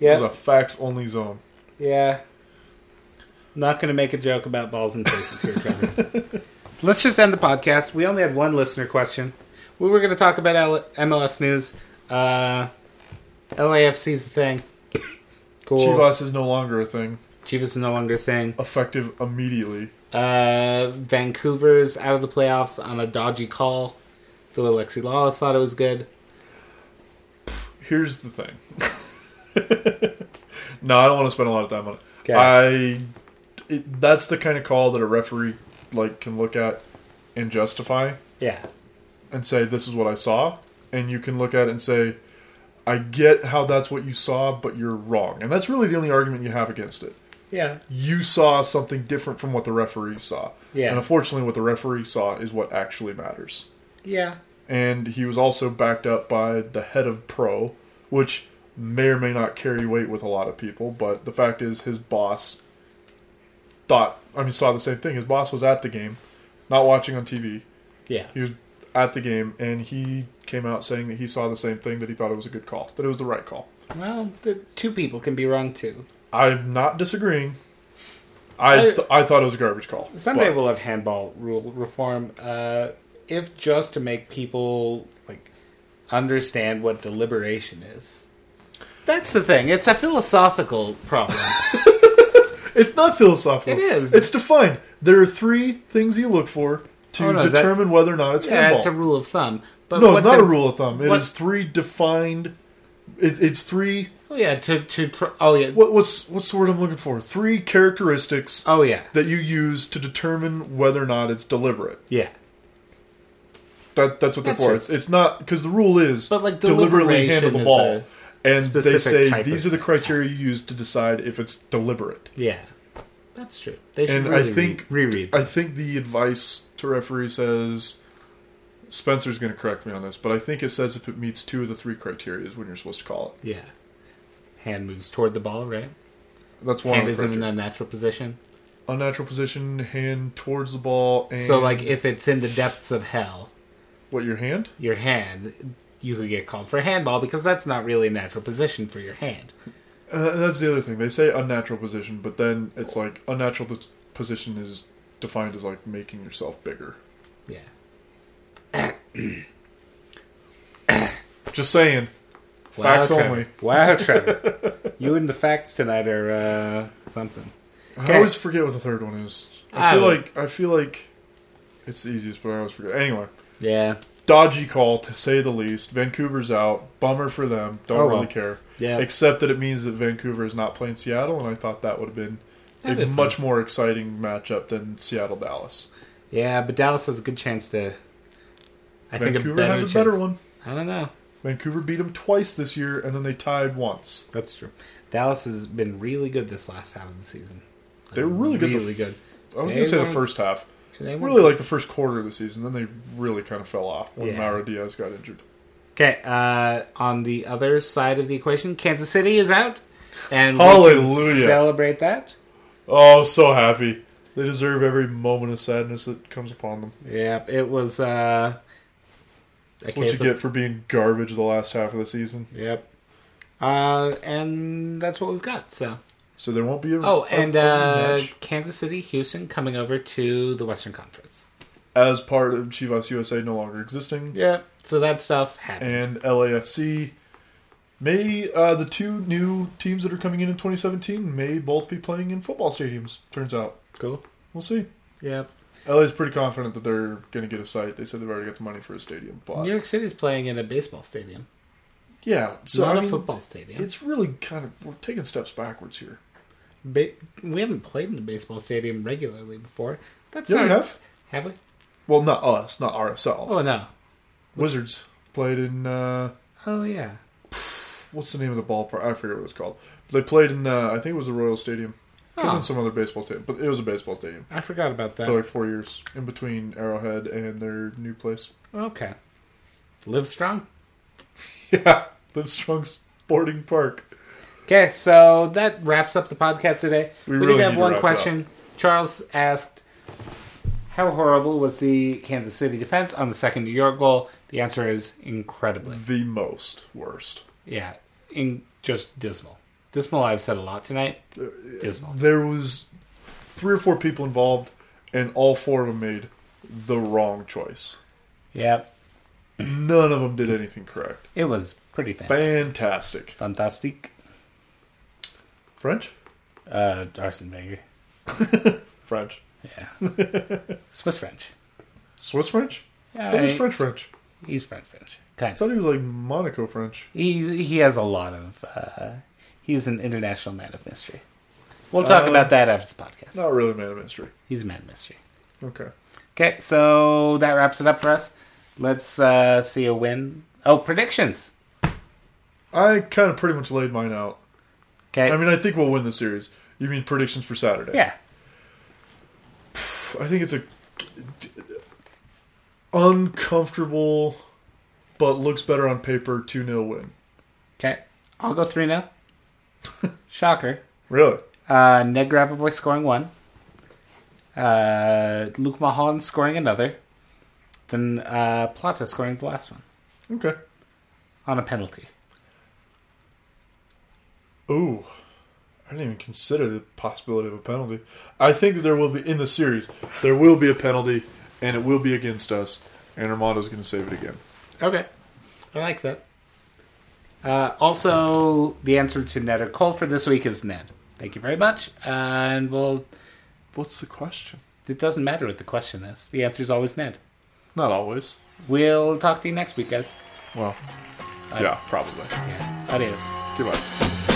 It's a facts only zone.
Yeah. Not going to make a joke about balls and faces here, Trevor. Let's just end the podcast. We only had one listener question. We were going to talk about L- MLS news. Uh, LAFC's a thing. Cool. Chivas,
Chivas is no longer a thing.
is no longer a thing.
Effective immediately.
Uh, Vancouver's out of the playoffs on a dodgy call. The Alexi Lawless thought it was good.
Here's the thing. no, I don't want to spend a lot of time on it.
'Kay.
I it, that's the kind of call that a referee like can look at and justify
Yeah.
and say this is what I saw, and you can look at it and say I get how that's what you saw, but you're wrong. And that's really the only argument you have against it.
Yeah.
You saw something different from what the referee saw.
Yeah.
And unfortunately what the referee saw is what actually matters.
Yeah.
and he was also backed up by the head of pro, which may or may not carry weight with a lot of people. But the fact is, his boss thought, I mean, saw the same thing. His boss was at the game, not watching on TV.
Yeah.
He was at the game, and he came out saying that he saw the same thing, that he thought it was a good call, that it was the right call.
Well, the two people can be wrong too.
I'm not disagreeing. I
I-
th- I thought it was a garbage call.
Someday
but-
we'll have handball rule reform, uh, if just to make people like understand what deliberation is. That's the thing. It's a philosophical problem.
It's not philosophical.
It is.
It's defined. There are three things you look for to
Oh, no, that-
determine whether or not it's
yeah,
handball.
it's a rule of thumb. But
No,
what's
it's not
in-
a rule of thumb. It is
what-
three defined. It, it's three.
Oh yeah, to to pr- oh yeah
What, what's what's the word I'm looking for? Three characteristics
oh yeah
that you use to determine whether or not it's deliberate.
yeah.
That that's what they're
That's
for.
right.
It's, it's not because the rule is
But, like,
deliberately handle
deliberation
the
is
ball, and they
specific
say
type
these
of-
are the criteria you use to decide if it's deliberate.
Yeah, that's true. They should
And I
really
think
re- reread.
I
this.
think the advice to referee says Spencer's going to correct me on this, but I think it says if it meets two of the three criteria is when you're supposed to call it.
yeah, hand moves toward the ball, right?
That's one.
hand
of
is
the
in an
criteria.
unnatural position.
unnatural position, hand towards the ball, and
So like if it's in the depths of hell,
what your hand?
your hand, you could get called for handball because that's not really a natural position for your hand.
Uh, that's the other thing. They say unnatural position, but then it's like unnatural dis- position is defined as like making yourself bigger.
Yeah.
Just saying, facts
Trevor.
only.
Wow, Trevor. you and the facts tonight are uh, something.
I
Okay.
always forget what the third one is. I
I
feel
don't-
like I feel like it's the easiest, but I always forget. Anyway,
Yeah.
dodgy call to say the least. Vancouver's out. Bummer for them. Don't
Oh,
really
well.
care.
Yeah.
Except that it means that Vancouver is not playing Seattle, and I thought that would have been
That'd
a
be fun.
much more exciting matchup than Seattle Dallas.
Yeah, but Dallas has a good chance to. I think a
Vancouver
better
has a better
chance.
one.
I don't know.
Vancouver beat them twice this year, and then they tied once.
That's true. Dallas has been really good this last half of the season.
They were really good the
Really good.
I was
They
going to say the
were-
first half.
They were
Really like the first quarter of the season. Then they really kind of fell off when
Yeah.
Mauro Diaz got injured.
Okay, uh, on the other side of the equation, Kansas City is out, and we
Hallelujah.
can celebrate that.
Oh, so happy. They deserve every moment of sadness that comes upon them.
Yep, it was uh, a
What you
case of-
get for being garbage the last half of the season.
Yep, uh, and that's what we've got. So,
So there won't be Mm. a
oh,
a-
and
a
uh,
rematch
Kansas City, Houston coming over to the Western Conference.
as part of Chivas USA no longer existing,
Yep, so that stuff happened.
and LAFC may uh, the two new teams that are coming in in 2017 may both be playing in football stadiums. Turns out,
Cool.
we'll see.
Yep,
LA's pretty confident that they're going to get a site. They said they've already got the money for a stadium, but
New York City's playing in a baseball stadium,
yeah, so
not
I
a
mean,
football stadium.
It's really kind of we're taking steps backwards here.
Ba- we haven't played in a baseball stadium regularly before. That's
Yeah, we
not-
have.
Have we?
Well, not us, not RSL.
Oh no.
Wizards played in uh,
Oh yeah.
what's the name of the ballpark? I forget what it's called. But they played in uh, I think it was the Royal Stadium. Could have
Oh.
been some other baseball stadium, but it was a baseball stadium
I forgot about that.
for like four years in between Arrowhead and their new place.
Okay. Live strong.
Yeah, Livestrong Sporting Park.
Okay, so that wraps up the podcast today.
We
We,
really
did
need
have
to
one
wrap it
question. Charles asked, "How horrible was the Kansas City defense on the second New York goal?" The answer is incredibly.
The most worst.
Yeah, in just dismal. Dismal. I've said a lot tonight.
Uh,
Dismal.
There was three or four people involved, and all four of them made the wrong choice.
Yep.
None of them did anything correct.
It was pretty fantastic.
Fantastic.
Fantastic.
French?
Uh, Arsene Wenger.
French.
Yeah. Swiss French.
Swiss French?
Yeah,
I thought he was
I-
French French.
He's French French.
I
Kind of.
thought he was like Monaco French.
He he has a lot of. Uh, he's an international man of mystery. We'll talk about that after the podcast.
Not really man of mystery.
He's a man of mystery.
Okay.
Okay, so that wraps it up for us. Let's uh, see a win. Oh, predictions.
I kind of pretty much laid mine out.
Okay.
I mean, I think we'll win the series. You mean predictions for Saturday?
yeah.
I think it's a uncomfortable, but looks better on paper 2 0 win.
Okay. I'll go three now. Shocker.
Really?
Uh, Ned Grabavoy scoring one. Uh, Luke Mahan scoring another. Then uh, Plata scoring the last one
Okay.
on a penalty.
Ooh. I didn't even consider the possibility of a penalty. I think that there will be, in the series, there will be a penalty, and it will be against us, and Armando's going to save it again.
Okay. I like that. Uh, also, the answer to Ned or Cole for this week is Ned. Thank you very much. And well,
What's the question?
it doesn't matter what the question is. The answer is always Ned.
Not always.
We'll talk to you next week, guys.
Well, yeah, probably.
Yeah. Adios.
Goodbye.